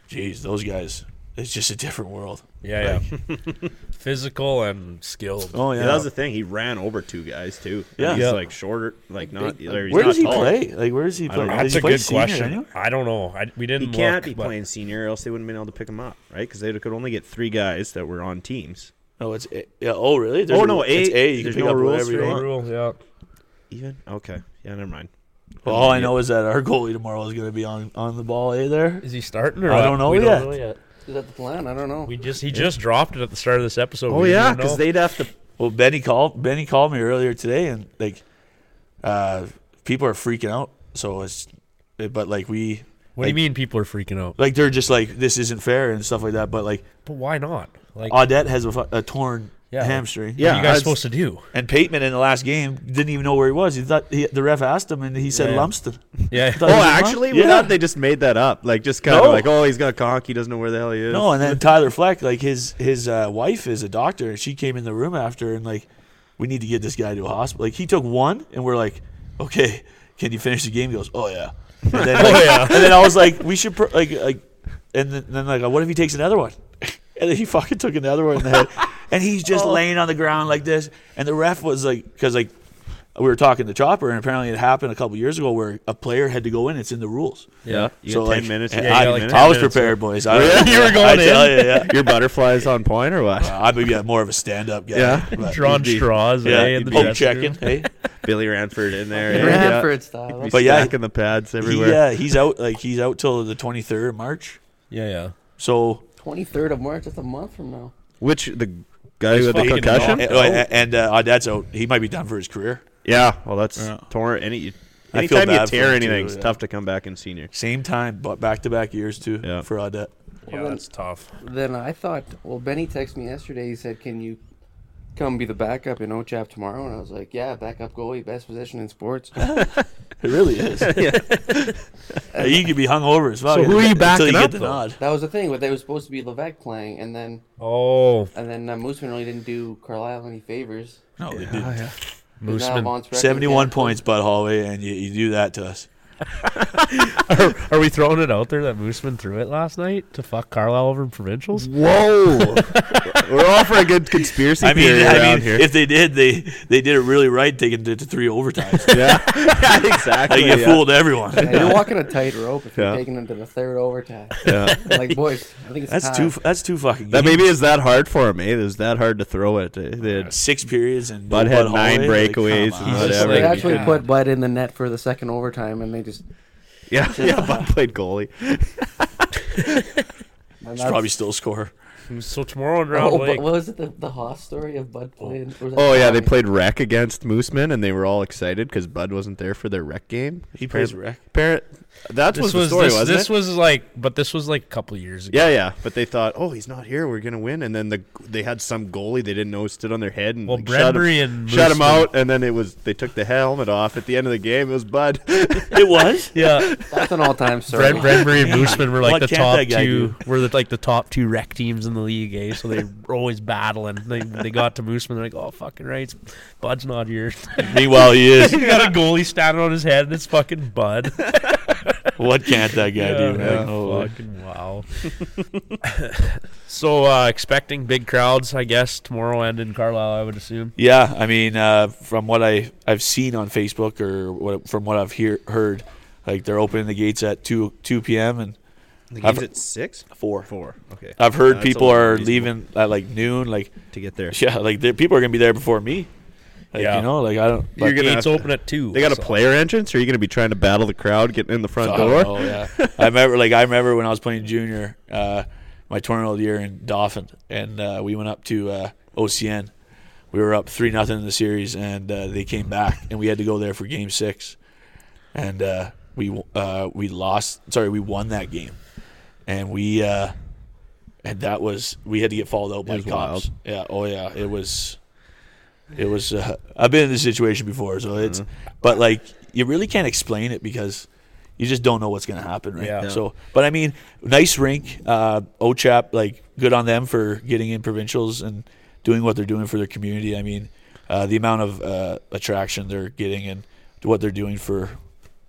Speaker 6: geez, those guys. It's just a different world.
Speaker 4: Yeah, yeah. Physical and skilled.
Speaker 6: Oh
Speaker 3: Yeah, that was the thing. He ran over two guys too. And
Speaker 6: Yeah.
Speaker 3: he's
Speaker 4: Yeah.
Speaker 3: like shorter, like not. or he's
Speaker 6: Where
Speaker 3: not
Speaker 6: does he
Speaker 3: tall.
Speaker 6: play? Like, where does he play?
Speaker 3: know.
Speaker 6: Does
Speaker 4: That's
Speaker 6: he
Speaker 4: a
Speaker 6: play
Speaker 4: good
Speaker 6: senior
Speaker 4: question.
Speaker 6: anyway?
Speaker 4: I don't know. I, we didn't
Speaker 3: He can't
Speaker 4: look,
Speaker 3: be
Speaker 4: but
Speaker 3: playing senior, or else they wouldn't have been able to pick him up, right? Because they could only get three guys that were on teams.
Speaker 6: No, it's A. Yeah, oh, really? There's
Speaker 3: Oh, no, A.
Speaker 6: It's A. You can
Speaker 3: There's
Speaker 6: pick
Speaker 3: no
Speaker 6: up
Speaker 3: rules
Speaker 6: whatever you
Speaker 3: for
Speaker 6: want.
Speaker 3: A.
Speaker 4: Rule, yeah.
Speaker 3: Even okay, yeah, never mind.
Speaker 6: Well, all I know is that our goalie tomorrow is going to be on, on the ball, eh, there?
Speaker 4: Is he starting or
Speaker 6: I
Speaker 4: what?
Speaker 6: don't know
Speaker 4: we
Speaker 6: yet.
Speaker 4: Don't know yet.
Speaker 2: Is that the plan? I don't know.
Speaker 4: We just he just dropped it at the start of this episode.
Speaker 3: Oh
Speaker 4: We
Speaker 3: yeah,
Speaker 4: didn't know.
Speaker 3: because they'd have to.
Speaker 6: Well, Benny called Benny called me earlier today, and like, uh, people are freaking out. So it's, but like we,
Speaker 4: What do you mean people are freaking out?
Speaker 6: like they're just like this isn't fair and stuff like that. But like
Speaker 4: But why not? Like,
Speaker 6: Audette has a, fu- a torn
Speaker 4: Yeah. what are
Speaker 6: hamstring.
Speaker 3: Uh, Yeah,
Speaker 4: you guys
Speaker 3: I'd-
Speaker 4: supposed to do?
Speaker 6: And Pateman in the last game didn't even know where he was. He thought he, the ref asked him, and he said
Speaker 4: Yeah.
Speaker 6: Lumsden.
Speaker 4: Yeah.
Speaker 6: Thought he
Speaker 3: Oh,
Speaker 6: was in Lum-
Speaker 3: actually, we
Speaker 6: yeah.
Speaker 3: thought they just made that up. Like just kind of
Speaker 6: No.
Speaker 3: like, oh, he's got conk. He doesn't know where the hell he is.
Speaker 6: No, and then Tyler Fleck, like his his uh, wife is a doctor, and she came in the room after, and like, we need to get this guy to a hospital. Like he took one, and we're like, okay, can you finish the game? He goes, oh yeah, and then, oh yeah, and then I was like, we should pr- like like, and then, then like, what if he takes another one? And then he fucking took another one in the head, and he's just laying on the ground like this, and the ref was like, because like. We were talking to Chopper, and apparently it happened a couple years ago where a player had to go in. It's in the rules.
Speaker 4: yeah.
Speaker 3: you got ten minutes.
Speaker 6: I,
Speaker 3: and
Speaker 4: yeah,
Speaker 3: 10
Speaker 4: like
Speaker 3: minutes.
Speaker 6: I was prepared, boys. I,
Speaker 3: You were going
Speaker 6: I tell
Speaker 3: in?
Speaker 6: you, yeah.
Speaker 3: Your butterflies on point or what?
Speaker 6: I would be more of a stand-up guy.
Speaker 3: Yeah.
Speaker 6: but-
Speaker 4: Drawn
Speaker 3: be-
Speaker 4: straws.
Speaker 6: yeah,
Speaker 4: eh, in the
Speaker 6: poke
Speaker 4: dressing
Speaker 6: checking.
Speaker 4: room.
Speaker 6: Hey,
Speaker 3: Billy Ranford in there. eh?
Speaker 2: Brantford style.
Speaker 3: He's
Speaker 6: But yeah,
Speaker 3: stacking the pads
Speaker 6: he,
Speaker 3: everywhere.
Speaker 6: uh, he's out. Like he's out till the 23rd of March.
Speaker 4: Yeah, yeah.
Speaker 6: So
Speaker 2: Twenty third of March. That's a month from now.
Speaker 3: Which the guy who had the
Speaker 4: fucking
Speaker 3: concussion?
Speaker 4: gone.
Speaker 6: and, and uh, Audette's out. He might be done for his career.
Speaker 3: Yeah, well, that's
Speaker 6: Yeah.
Speaker 3: torn. Any
Speaker 6: I feel
Speaker 3: anytime you
Speaker 6: bad for
Speaker 3: tear
Speaker 6: him
Speaker 3: anything,
Speaker 6: too,
Speaker 3: it's
Speaker 6: yeah.
Speaker 3: tough to come back in senior.
Speaker 6: Same time, but back-to-back years too
Speaker 3: Yeah.
Speaker 6: for Audette.
Speaker 4: Yeah,
Speaker 2: then-
Speaker 4: that's tough.
Speaker 2: Then I thought, well, Benny texted me yesterday. He said, "Can you come be the backup in OCHAP tomorrow?" And I was like, "Yeah, backup goalie, best position in sports."
Speaker 6: It really is. Uh, you could be hung over as fuck.
Speaker 4: So who are you
Speaker 6: until
Speaker 4: backing
Speaker 6: you
Speaker 4: up,
Speaker 6: get the
Speaker 4: though?
Speaker 6: nod.
Speaker 2: That was the thing. But they was supposed to be Levesque playing, and then
Speaker 4: Oh,
Speaker 2: and then uh, Mooseman really didn't do Carlisle any favors.
Speaker 6: No, they didn't.
Speaker 2: Because now
Speaker 4: Mooseman.
Speaker 2: Von Sprecken
Speaker 6: 71
Speaker 2: can't-
Speaker 6: points, Bud Hallway, and you, you do that to us.
Speaker 4: are, are we throwing it out there that Mooseman threw it last night to fuck Carlisle over in provincials?
Speaker 3: Whoa, we're all for a good conspiracy
Speaker 6: I mean,
Speaker 3: theory
Speaker 6: I
Speaker 3: around
Speaker 6: mean,
Speaker 3: here.
Speaker 6: if they did, they they did it really right, taking it to three overtimes.
Speaker 3: yeah, Yeah,
Speaker 6: They
Speaker 3: exactly.
Speaker 6: get
Speaker 3: yeah.
Speaker 6: fooled everyone.
Speaker 2: You're walking a tightrope if
Speaker 3: Yeah.
Speaker 2: you're taking them to the third overtime.
Speaker 3: Yeah.
Speaker 2: Like, boys, I think it's
Speaker 6: That's
Speaker 2: time.
Speaker 6: too. That's too fucking.
Speaker 3: That
Speaker 6: games.
Speaker 3: maybe is that hard for him. Eh? It was that hard to throw it. Eh, They had
Speaker 6: six periods and
Speaker 3: Bud
Speaker 6: no
Speaker 3: had
Speaker 6: Bud
Speaker 3: nine
Speaker 6: Holloway, like,
Speaker 3: breakaways and
Speaker 6: come on.
Speaker 4: He's just
Speaker 3: whatever.
Speaker 2: They
Speaker 4: like-
Speaker 2: actually
Speaker 4: Yeah.
Speaker 2: put Bud in the net for the second overtime, and they just.
Speaker 3: yeah, yeah, but played goalie.
Speaker 2: and
Speaker 6: He's
Speaker 2: that's-
Speaker 6: probably still a scorer.
Speaker 3: Mm-hmm.
Speaker 7: So tomorrow in round
Speaker 2: Oh,
Speaker 7: lake.
Speaker 2: but what was it the, the Haas story of Bud playing? or was that
Speaker 3: Oh yeah, they
Speaker 2: Tommy?
Speaker 3: played rec against Mooseman, and they were all excited because Bud wasn't there for their rec game.
Speaker 6: He plays rec.
Speaker 3: Parent, that
Speaker 4: This
Speaker 3: was
Speaker 4: was,
Speaker 3: the story,
Speaker 4: this,
Speaker 3: wasn't
Speaker 4: this
Speaker 3: it?
Speaker 4: was like, but this was like a couple years ago.
Speaker 3: yeah, yeah. But they thought, oh, he's not here. We're gonna win. And then the they had some goalie they didn't know stood on their head and
Speaker 4: Well,
Speaker 3: like, shut him,
Speaker 4: Bradbury and
Speaker 3: shut him
Speaker 4: Mooseman-
Speaker 3: out. And then it was they took the helmet off at the end of the game. It was Bud.
Speaker 6: It was.
Speaker 4: Yeah,
Speaker 2: That's an all-time story.
Speaker 4: Brad Bradbury and Mooseman were like
Speaker 6: What
Speaker 4: the
Speaker 6: can't
Speaker 4: top
Speaker 6: that guy
Speaker 4: two.
Speaker 6: do?
Speaker 4: Were the, like the top two rec teams in the league, eh? So they were always battling. They they got to Mooseman. They're like, oh fucking right, Bud's not here.
Speaker 6: Meanwhile, he is.
Speaker 4: He's got a goalie standing on his head, and it's fucking Bud.
Speaker 6: What can't that guy do? man?
Speaker 4: like,
Speaker 6: No way.
Speaker 4: fucking wow. so uh, expecting big crowds, I guess tomorrow and in Carlisle, I would assume.
Speaker 6: Yeah, I mean, uh, from what I I've seen on Facebook or what, from what I've hear, heard, like they're opening the gates at two two p.m. and
Speaker 3: the
Speaker 6: game's I've-
Speaker 3: at six,
Speaker 6: four.
Speaker 3: four. Okay,
Speaker 6: I've heard
Speaker 3: That's a
Speaker 6: people
Speaker 3: lot
Speaker 6: are
Speaker 3: reasonable.
Speaker 6: leaving at like noon. Like
Speaker 3: to get there.
Speaker 6: yeah, like they're- people are gonna be there before me. Like
Speaker 4: Yeah.
Speaker 6: you know, like I don't.
Speaker 3: You're
Speaker 6: Like,
Speaker 3: gonna
Speaker 4: Gates
Speaker 3: have-
Speaker 4: open at two.
Speaker 3: They got a
Speaker 4: so-
Speaker 3: player entrance, or are you going to be trying to battle the crowd getting in the front door?
Speaker 6: Oh yeah. I remember like I remember when I was playing junior, uh, my tournament year in Dauphin, and uh, we went up to uh, OCN. We were up three nothing in the series, and uh, they came back, and we had to go there for game six, and uh, we uh, we lost. Sorry, we won that game, and we uh, and that was we had to get followed out by
Speaker 3: was
Speaker 6: cops.
Speaker 3: wild.
Speaker 6: Yeah. Oh yeah. It was. It was. Uh, I've been in this situation before, so it's.
Speaker 3: Mm-hmm.
Speaker 6: But like, you really can't explain it because you just don't know what's going to happen, right?
Speaker 4: Yeah. Yeah.
Speaker 6: So, but I mean, nice rink. Uh, OCHAP, like, good on them for getting in provincials and doing what they're doing for their community. I mean, uh, the amount of uh, attraction they're getting and what they're doing for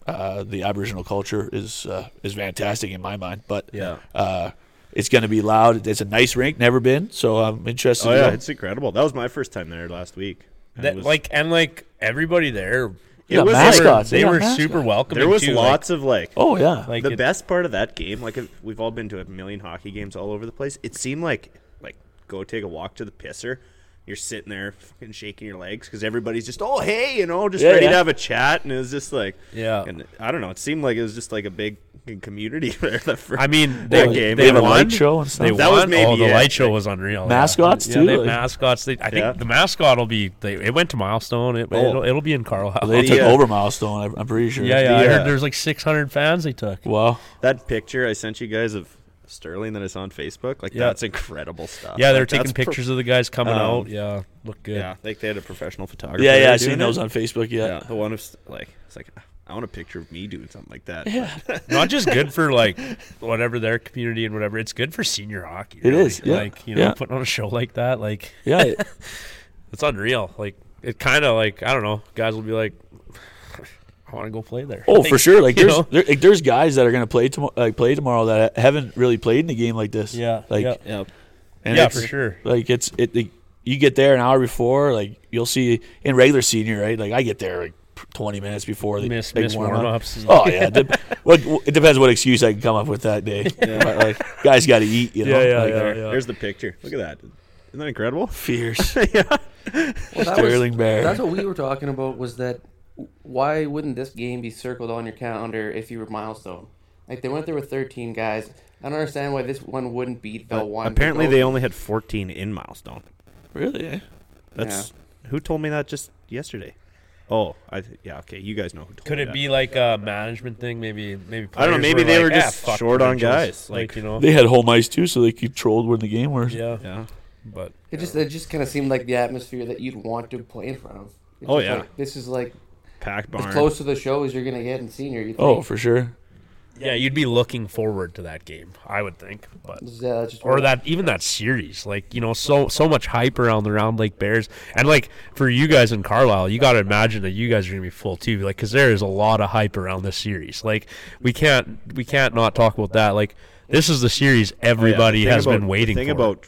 Speaker 6: uh, the Aboriginal culture is uh, is fantastic in my mind. But
Speaker 4: Yeah.
Speaker 6: uh, it's going to be loud. It's a nice rink, never been, so I'm interested.
Speaker 3: Oh
Speaker 6: to
Speaker 3: yeah,
Speaker 6: go.
Speaker 3: it's incredible. That was my first time there last week. and it
Speaker 4: That,
Speaker 3: was-
Speaker 4: like and like everybody there.
Speaker 3: it
Speaker 6: Yeah,
Speaker 3: was like-
Speaker 4: They were,
Speaker 6: mascots.
Speaker 4: they
Speaker 6: Yeah,
Speaker 4: were
Speaker 6: mascots.
Speaker 4: super welcoming.
Speaker 3: there was
Speaker 4: too, like-
Speaker 3: lots of like
Speaker 6: oh yeah,
Speaker 4: Like,
Speaker 3: the
Speaker 4: it-
Speaker 3: best part of that game, like if we've all been to a million hockey games all over the place, it seemed like like go take a walk to the pisser. You're sitting there fucking shaking your legs because everybody's just oh hey you know just
Speaker 6: Yeah,
Speaker 3: ready
Speaker 6: yeah.
Speaker 3: to have a chat and it was just like
Speaker 4: Yeah.
Speaker 3: and I don't know it seemed like it was just like a big community there. The first,
Speaker 4: I mean,
Speaker 3: that
Speaker 4: they,
Speaker 3: game.
Speaker 4: they
Speaker 6: they have a
Speaker 4: won.
Speaker 6: light show and stuff.
Speaker 4: They
Speaker 3: That
Speaker 4: won.
Speaker 3: was
Speaker 4: oh,
Speaker 3: maybe
Speaker 4: the
Speaker 3: it.
Speaker 4: light show was unreal. yeah.
Speaker 6: Mascots,
Speaker 4: yeah,
Speaker 6: too,
Speaker 4: They have
Speaker 6: like-
Speaker 4: mascots. They, I think
Speaker 3: Yeah.
Speaker 4: the mascot will be. They, it went to milestone. It,
Speaker 6: Oh.
Speaker 4: it'll, it'll be in Carlisle.
Speaker 6: They took
Speaker 3: uh,
Speaker 6: over milestone. I- I'm pretty sure.
Speaker 4: yeah, yeah. I
Speaker 3: the,
Speaker 4: heard
Speaker 3: uh,
Speaker 4: there's like 600 fans they took.
Speaker 6: Wow.
Speaker 3: that picture I sent you guys of Sterling that I saw on Facebook like
Speaker 4: Yeah.
Speaker 3: that's incredible stuff.
Speaker 4: Yeah, they're
Speaker 3: Like,
Speaker 4: taking
Speaker 3: that's pro-
Speaker 4: pictures of the guys coming
Speaker 3: Um,
Speaker 6: Oh.
Speaker 4: out. Yeah, look good.
Speaker 3: yeah, like they had a professional photographer.
Speaker 6: Yeah, yeah.
Speaker 3: there
Speaker 6: I
Speaker 3: doing
Speaker 6: seen
Speaker 3: it.
Speaker 6: those on Facebook.
Speaker 3: Yeah,
Speaker 6: Yeah.
Speaker 3: the one of st- like it's like I want a picture of me doing something like that.
Speaker 4: Not just good for like whatever their community and whatever. It's good for senior hockey.
Speaker 6: It
Speaker 4: really.
Speaker 6: is, yeah,
Speaker 4: Like you know,
Speaker 6: yeah.
Speaker 4: putting on a show like that, like
Speaker 6: Yeah.
Speaker 4: it's unreal. Like it kind of like I don't know. Guys will be like, I want to go play there.
Speaker 6: Oh, for sure. Like
Speaker 4: you
Speaker 6: there's
Speaker 4: know?
Speaker 6: there, like there's guys that are gonna play tomorrow, like play tomorrow that haven't really played in a game like this.
Speaker 4: Yeah,
Speaker 6: Like
Speaker 4: yeah.
Speaker 3: Yeah.
Speaker 6: and
Speaker 4: yeah,
Speaker 6: it's-
Speaker 4: for sure.
Speaker 6: Like it's it. Like, you get there an hour before. Like you'll see in regular senior, right? Like I get there like 20 minutes before the
Speaker 4: Miss-
Speaker 6: big
Speaker 4: miss
Speaker 6: warm-up.
Speaker 4: warm-ups and-
Speaker 6: Oh yeah. Dep- what it depends what excuse I can come up with that day. But, like guys got to eat. You know.
Speaker 4: Yeah, yeah,
Speaker 6: Like,
Speaker 4: yeah.
Speaker 3: There, There's the picture. Look at that. Isn't that incredible?
Speaker 6: Fierce.
Speaker 2: Well, that was-
Speaker 6: Sterling Bear.
Speaker 2: That's what we were talking about. Was that why wouldn't this game be circled on your calendar if you were milestone? Like they went there with 13 guys. I don't understand why this one wouldn't beat the one. oh,
Speaker 3: Apparently, they only had 14 in milestone.
Speaker 6: really. eh?
Speaker 3: That's who told me that just yesterday. Oh, I th- yeah. Okay, you guys know who told
Speaker 4: Could
Speaker 3: me
Speaker 4: it
Speaker 3: that.
Speaker 4: be like a management thing? Maybe maybe
Speaker 3: I don't know,
Speaker 4: players
Speaker 3: maybe they were
Speaker 4: like, "Ah,
Speaker 3: just
Speaker 4: fuck
Speaker 3: short on
Speaker 4: provincials,"
Speaker 3: guys,
Speaker 4: Like
Speaker 3: like-
Speaker 4: you know,
Speaker 6: They had home ice too, so they controlled when the game was.
Speaker 4: yeah,
Speaker 3: Yeah.
Speaker 4: But
Speaker 2: It just it just kind of seemed like the atmosphere that you'd want to play in front of. It's
Speaker 3: Oh,
Speaker 2: just
Speaker 3: yeah.
Speaker 2: like- this is like
Speaker 3: Packed barn.
Speaker 2: as close to the show as you're gonna get in senior. You think.
Speaker 6: Oh, for Oh, sure.
Speaker 4: Yeah, you'd be looking forward to that game, I would think. But
Speaker 2: Yeah, that's uh, just
Speaker 4: or that even that series, like you know, so so much hype around the Round Lake Bears, and like for you guys in Carlisle, you got to imagine that you guys are gonna be full too, like because there is a lot of hype around this series. Like we can't we can't not talk about that. Like this is the series everybody has been waiting
Speaker 3: Oh, The thing
Speaker 4: for.
Speaker 3: about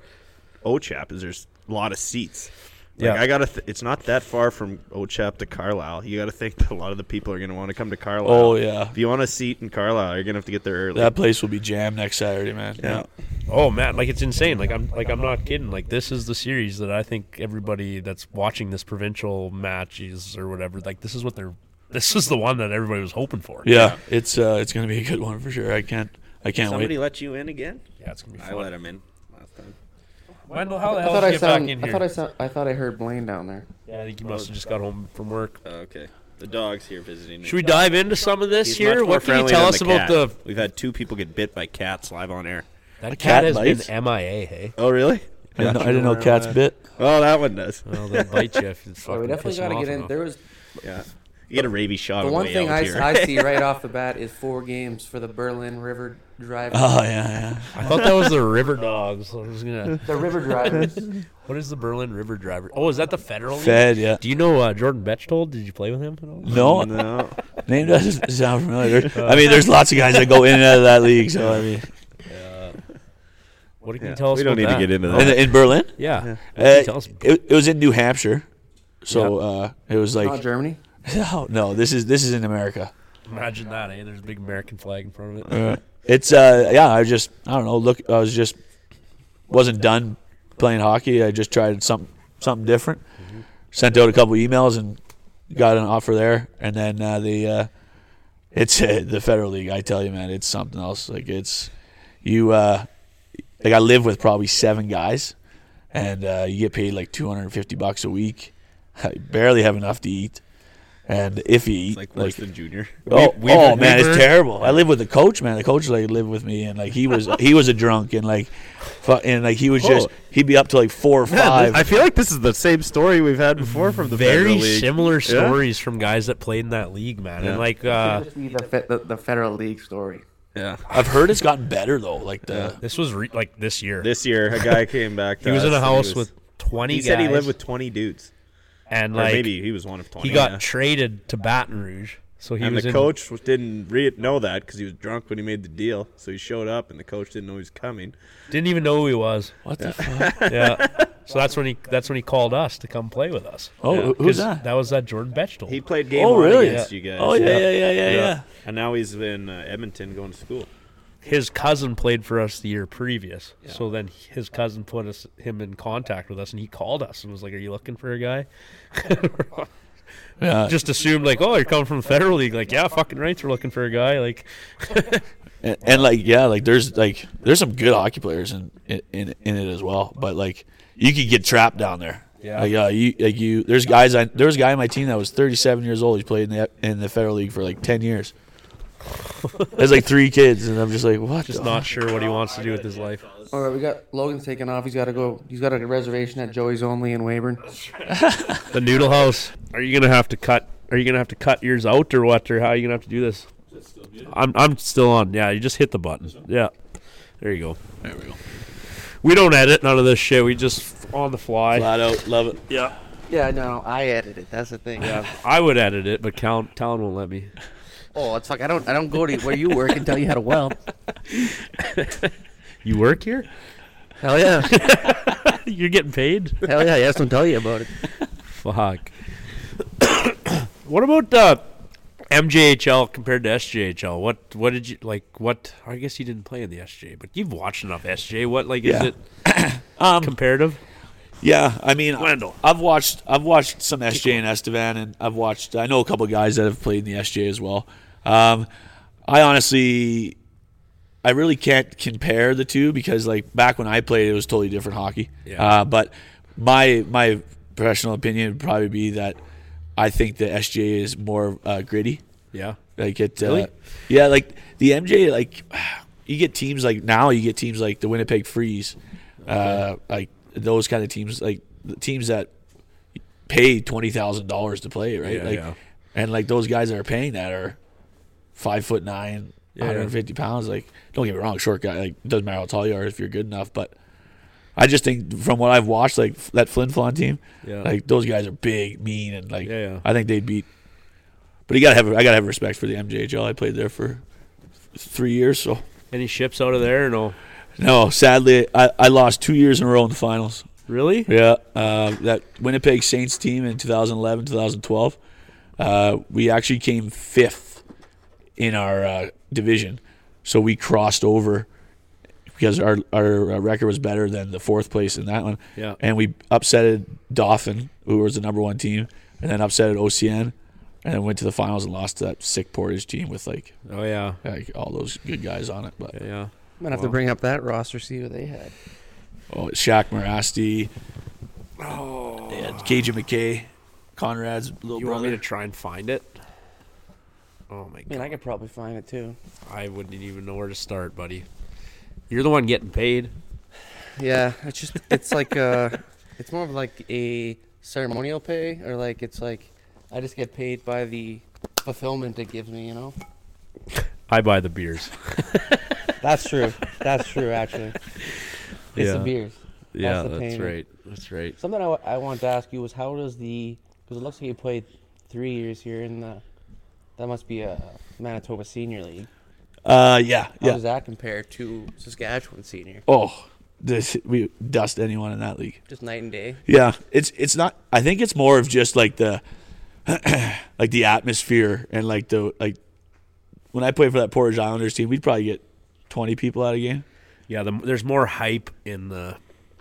Speaker 3: OCHAP is there's a lot of seats. Like,
Speaker 4: Yeah.
Speaker 3: I gotta. Th- it's not that far from OCHAP to Carlisle. You gotta think that a lot of the people are gonna want to come to Carlisle.
Speaker 6: Oh yeah,
Speaker 3: If you want a seat in Carlisle, you're gonna have to get there early.
Speaker 6: that place will be jammed next Saturday, man. Yeah.
Speaker 4: oh man, like it's insane. Like I'm like I'm not kidding. Like this is the series that I think everybody that's watching this provincial matches or whatever, like this is what they're. This is the one that everybody was hoping for.
Speaker 6: Yeah, it's uh, it's gonna be a good one for sure. I can't, I can't
Speaker 8: Somebody
Speaker 6: wait.
Speaker 8: let you in again?
Speaker 4: yeah it's gonna be
Speaker 8: I
Speaker 4: fun.
Speaker 8: let him in last time.
Speaker 4: Wendell, how the
Speaker 2: I
Speaker 4: hell
Speaker 2: thought
Speaker 4: did you
Speaker 2: I
Speaker 4: get
Speaker 2: sound,
Speaker 4: back in
Speaker 2: I
Speaker 4: here?
Speaker 2: thought I sound, I thought I heard Blaine down there.
Speaker 4: Yeah, I think you must have just got home from work.
Speaker 8: Oh, okay. The dog's here visiting me.
Speaker 4: Should we dive into some of this
Speaker 8: He's much
Speaker 4: here?
Speaker 8: more
Speaker 4: What can you
Speaker 8: friendly
Speaker 4: tell
Speaker 8: than
Speaker 4: us about
Speaker 8: cat.
Speaker 4: the
Speaker 8: We've had two people get bit by cats live on air.
Speaker 4: that cat,
Speaker 6: cat
Speaker 4: has
Speaker 6: bites?
Speaker 4: been MIA? Hey,
Speaker 3: oh really?
Speaker 6: I didn't know, I didn't know cats bit.
Speaker 3: Oh, that one does.
Speaker 4: well, they bite you if you
Speaker 2: So
Speaker 4: fucking
Speaker 2: Oh, we definitely
Speaker 4: piss them
Speaker 2: got to
Speaker 4: off
Speaker 2: get in.
Speaker 4: enough.
Speaker 2: There was
Speaker 3: Yeah. You get a rabies shot
Speaker 2: the
Speaker 3: on the
Speaker 2: one
Speaker 3: way
Speaker 2: thing
Speaker 3: out
Speaker 2: I,
Speaker 3: here.
Speaker 2: I see right off the bat is four games for the Berlin River Drivers.
Speaker 6: Oh yeah,
Speaker 4: I thought that was the River Dogs. I was gonna.
Speaker 2: the River Drivers.
Speaker 4: What is the Berlin River Driver? Oh, is that the federal?
Speaker 6: yeah.
Speaker 4: league?
Speaker 6: Fed, yeah.
Speaker 4: Do you know uh, Jordan Bechtold? Did you play with him at all?
Speaker 6: No,
Speaker 3: no.
Speaker 6: name doesn't sound familiar. I mean, there's lots of guys that go in and out of that league. So I mean,
Speaker 4: What can
Speaker 3: Yeah.
Speaker 4: you tell us?
Speaker 3: we don't
Speaker 4: about
Speaker 3: need
Speaker 4: that?
Speaker 3: to get into
Speaker 6: in,
Speaker 3: that.
Speaker 6: in Berlin,
Speaker 4: Yeah. What can
Speaker 6: uh,
Speaker 4: you tell us?
Speaker 6: it, it was in New Hampshire. So uh, it was like
Speaker 2: Not Germany.
Speaker 6: no, no. This is this is in America.
Speaker 4: Imagine that, eh? There's a big American flag in front of it.
Speaker 6: It's uh yeah, I just I don't know, look I was just wasn't done playing hockey. I just tried something something different. Sent out a couple emails and got an offer there and then uh, the uh it's uh, the federal league, I tell you man, it's something else. Like it's you uh like I live with probably seven guys and uh, you get paid like 250 bucks a week. I barely have enough to eat. And if you eat,
Speaker 8: Like worse than Junior.
Speaker 6: Oh,
Speaker 4: We-
Speaker 6: oh
Speaker 4: Weaver-
Speaker 6: man,
Speaker 4: Weaver.
Speaker 6: it's terrible. I live with the coach, man. The coach like lived with me, and like he was he was a drunk, and like, fu- and like he was just he'd be up to like four or five.
Speaker 3: I feel like this is the same story we've had before from the
Speaker 4: Very
Speaker 3: Federal League.
Speaker 4: similar stories from guys that played in that league, man. And like, uh,
Speaker 2: Just be the, fe- the the federal league story.
Speaker 8: Yeah.
Speaker 6: I've heard it's gotten better though. Like the
Speaker 4: this was re- like this year.
Speaker 3: This year, a guy came back. To
Speaker 4: he was in
Speaker 3: us
Speaker 4: a
Speaker 3: and
Speaker 4: house
Speaker 3: was-
Speaker 4: with 20
Speaker 3: He
Speaker 4: guys.
Speaker 3: said he lived with 20 dudes,
Speaker 4: and
Speaker 3: or
Speaker 4: like
Speaker 3: maybe he was one of 20.
Speaker 4: he got
Speaker 3: yeah.
Speaker 4: traded to Baton Rouge. So he
Speaker 3: and
Speaker 4: was
Speaker 3: the
Speaker 4: in,
Speaker 3: coach w- didn't re- know that because he was drunk when he made the deal. So he showed up, and the coach didn't know he was coming.
Speaker 4: didn't even know who he was.
Speaker 6: what the fuck?
Speaker 4: Yeah. so that's when he that's when he called us to come play with us.
Speaker 6: Oh, who- who's
Speaker 4: 'Cause
Speaker 6: that?
Speaker 4: That was that Jordan Bechtel.
Speaker 3: He played game
Speaker 6: Oh
Speaker 3: one
Speaker 6: really?
Speaker 3: against you guys.
Speaker 6: Oh yeah, yeah, yeah, yeah, yeah.
Speaker 8: And now he's in uh, Edmonton going to school.
Speaker 4: his cousin played for us the year previous. So then his cousin put us him in contact with us, and he called us and was like, "Are you looking for a guy?"
Speaker 6: Yeah.
Speaker 4: Just assumed like, "Oh, you're coming from the federal league." Like, yeah, fucking rights, we're looking for a guy. Like,
Speaker 6: And, and like yeah, like there's like there's some good hockey players in in in it as well. But like you could get trapped down there.
Speaker 4: Yeah.
Speaker 6: Like uh, you like you there's guys I there was a guy on my team that was 37 years old. He played in the in the federal league for like 10 years. There's like three kids, and I'm just like what?
Speaker 4: just
Speaker 6: the
Speaker 4: not sure what he wants to do with his life.
Speaker 2: All right, we got Logan's taking off. He's got to go. He's got a reservation at Joey's Only in Weyburn.
Speaker 4: The noodle house. Are you gonna have to cut? Are you gonna have to cut yours out or what? Or how are you gonna have to do this? I'm I'm still on. Yeah, you just hit the button. Yeah, there you go. There we go. We don't edit none of this shit. We just on the fly.
Speaker 6: Flat out, love it.
Speaker 4: Yeah.
Speaker 2: Yeah, no, I edited it. That's the thing.
Speaker 4: Yeah, I would edit it, but Cal- Talon won't let me.
Speaker 2: Oh, it's like I don't I don't go to where you work and tell you how to weld.
Speaker 4: You work here?
Speaker 2: Hell yeah,
Speaker 4: You're getting paid?
Speaker 2: hell yeah. Yes, don't tell you about it.
Speaker 4: Fuck. what about uh, MJHL compared to SJHL? What what did you like? What I guess you didn't play in the SJ, but you've watched enough SJ. What like is
Speaker 6: Yeah.
Speaker 4: it Um, comparative?
Speaker 6: Yeah, I mean,
Speaker 4: Wendell.
Speaker 6: I've watched I've watched some SJ and Estevan, and I've watched I know a couple of guys that have played in the SJ as well. Um, I honestly, I really can't compare the two because like back when I played, it was totally different hockey.
Speaker 4: Yeah.
Speaker 6: Uh, but my my professional opinion would probably be that I think the SJ is more uh, gritty.
Speaker 4: Yeah.
Speaker 6: Like it,
Speaker 4: Really?
Speaker 6: uh, yeah. Like the MJ, like you get teams like now you get teams like the Winnipeg Freeze, uh, like those kind of teams, like the teams that pay twenty thousand dollars to play, right?
Speaker 4: Yeah,
Speaker 6: like,
Speaker 4: yeah.
Speaker 6: and like those guys that are paying that are five foot nine, 150 pounds. Like, don't get me wrong, short guy. Like, doesn't matter how tall you are if you're good enough. But I just think from what I've watched, like f- that Flynn Flon team,
Speaker 4: Yeah.
Speaker 6: like those guys are big, mean, and like
Speaker 4: Yeah, yeah.
Speaker 6: I think they'd beat. But you gotta have I gotta have respect for the MJHL. I played there for th- three years, so
Speaker 4: Any ships out of there? or No.
Speaker 6: no. Sadly, I, I lost two years in a row in the finals.
Speaker 4: Really?
Speaker 6: Yeah, uh, that Winnipeg Saints team in 2011, 2012, uh, we actually came fifth in our uh, division, so we crossed over because our our uh, record was better than the fourth place in that one.
Speaker 4: Yeah.
Speaker 6: and we upsetted Dauphin, who was the number one team, and then upsetted OCN, and then went to the finals and lost to that sick Portage team with like
Speaker 4: Oh yeah.
Speaker 6: like all those good guys on it. But
Speaker 4: Yeah.
Speaker 2: I'm gonna have to bring up that roster, see who they had.
Speaker 6: Oh, Shaq Marasti. Oh. They had Cajun McKay, Conrad's little
Speaker 4: You want me
Speaker 6: brother.
Speaker 4: to try and find it? Oh my
Speaker 2: I mean,
Speaker 4: god.
Speaker 2: I could probably find it too.
Speaker 4: I wouldn't even know where to start, buddy. You're the one getting paid.
Speaker 2: Yeah, it's just it's like uh it's more of like a ceremonial pay or like it's like I just get paid by the fulfillment it gives me, you know?
Speaker 4: I buy the beers.
Speaker 2: That's true. That's true actually. It's the beers.
Speaker 4: Yeah,
Speaker 2: the
Speaker 4: that's
Speaker 2: payment.
Speaker 4: right. That's right.
Speaker 2: Something I, w- I wanted to ask you was how does the because it looks like you played three years here in the that must be a Manitoba Senior League.
Speaker 6: Uh, yeah,
Speaker 2: How
Speaker 6: yeah.
Speaker 2: does that compare to Saskatchewan Senior?
Speaker 6: Oh, this we dust anyone in that league.
Speaker 2: Just night and day.
Speaker 6: Yeah, it's it's not. I think it's more of just like the, like the atmosphere and like the like. When I played for that Portage Islanders team, we'd probably get twenty people out of game.
Speaker 4: Yeah, the, there's more hype in the.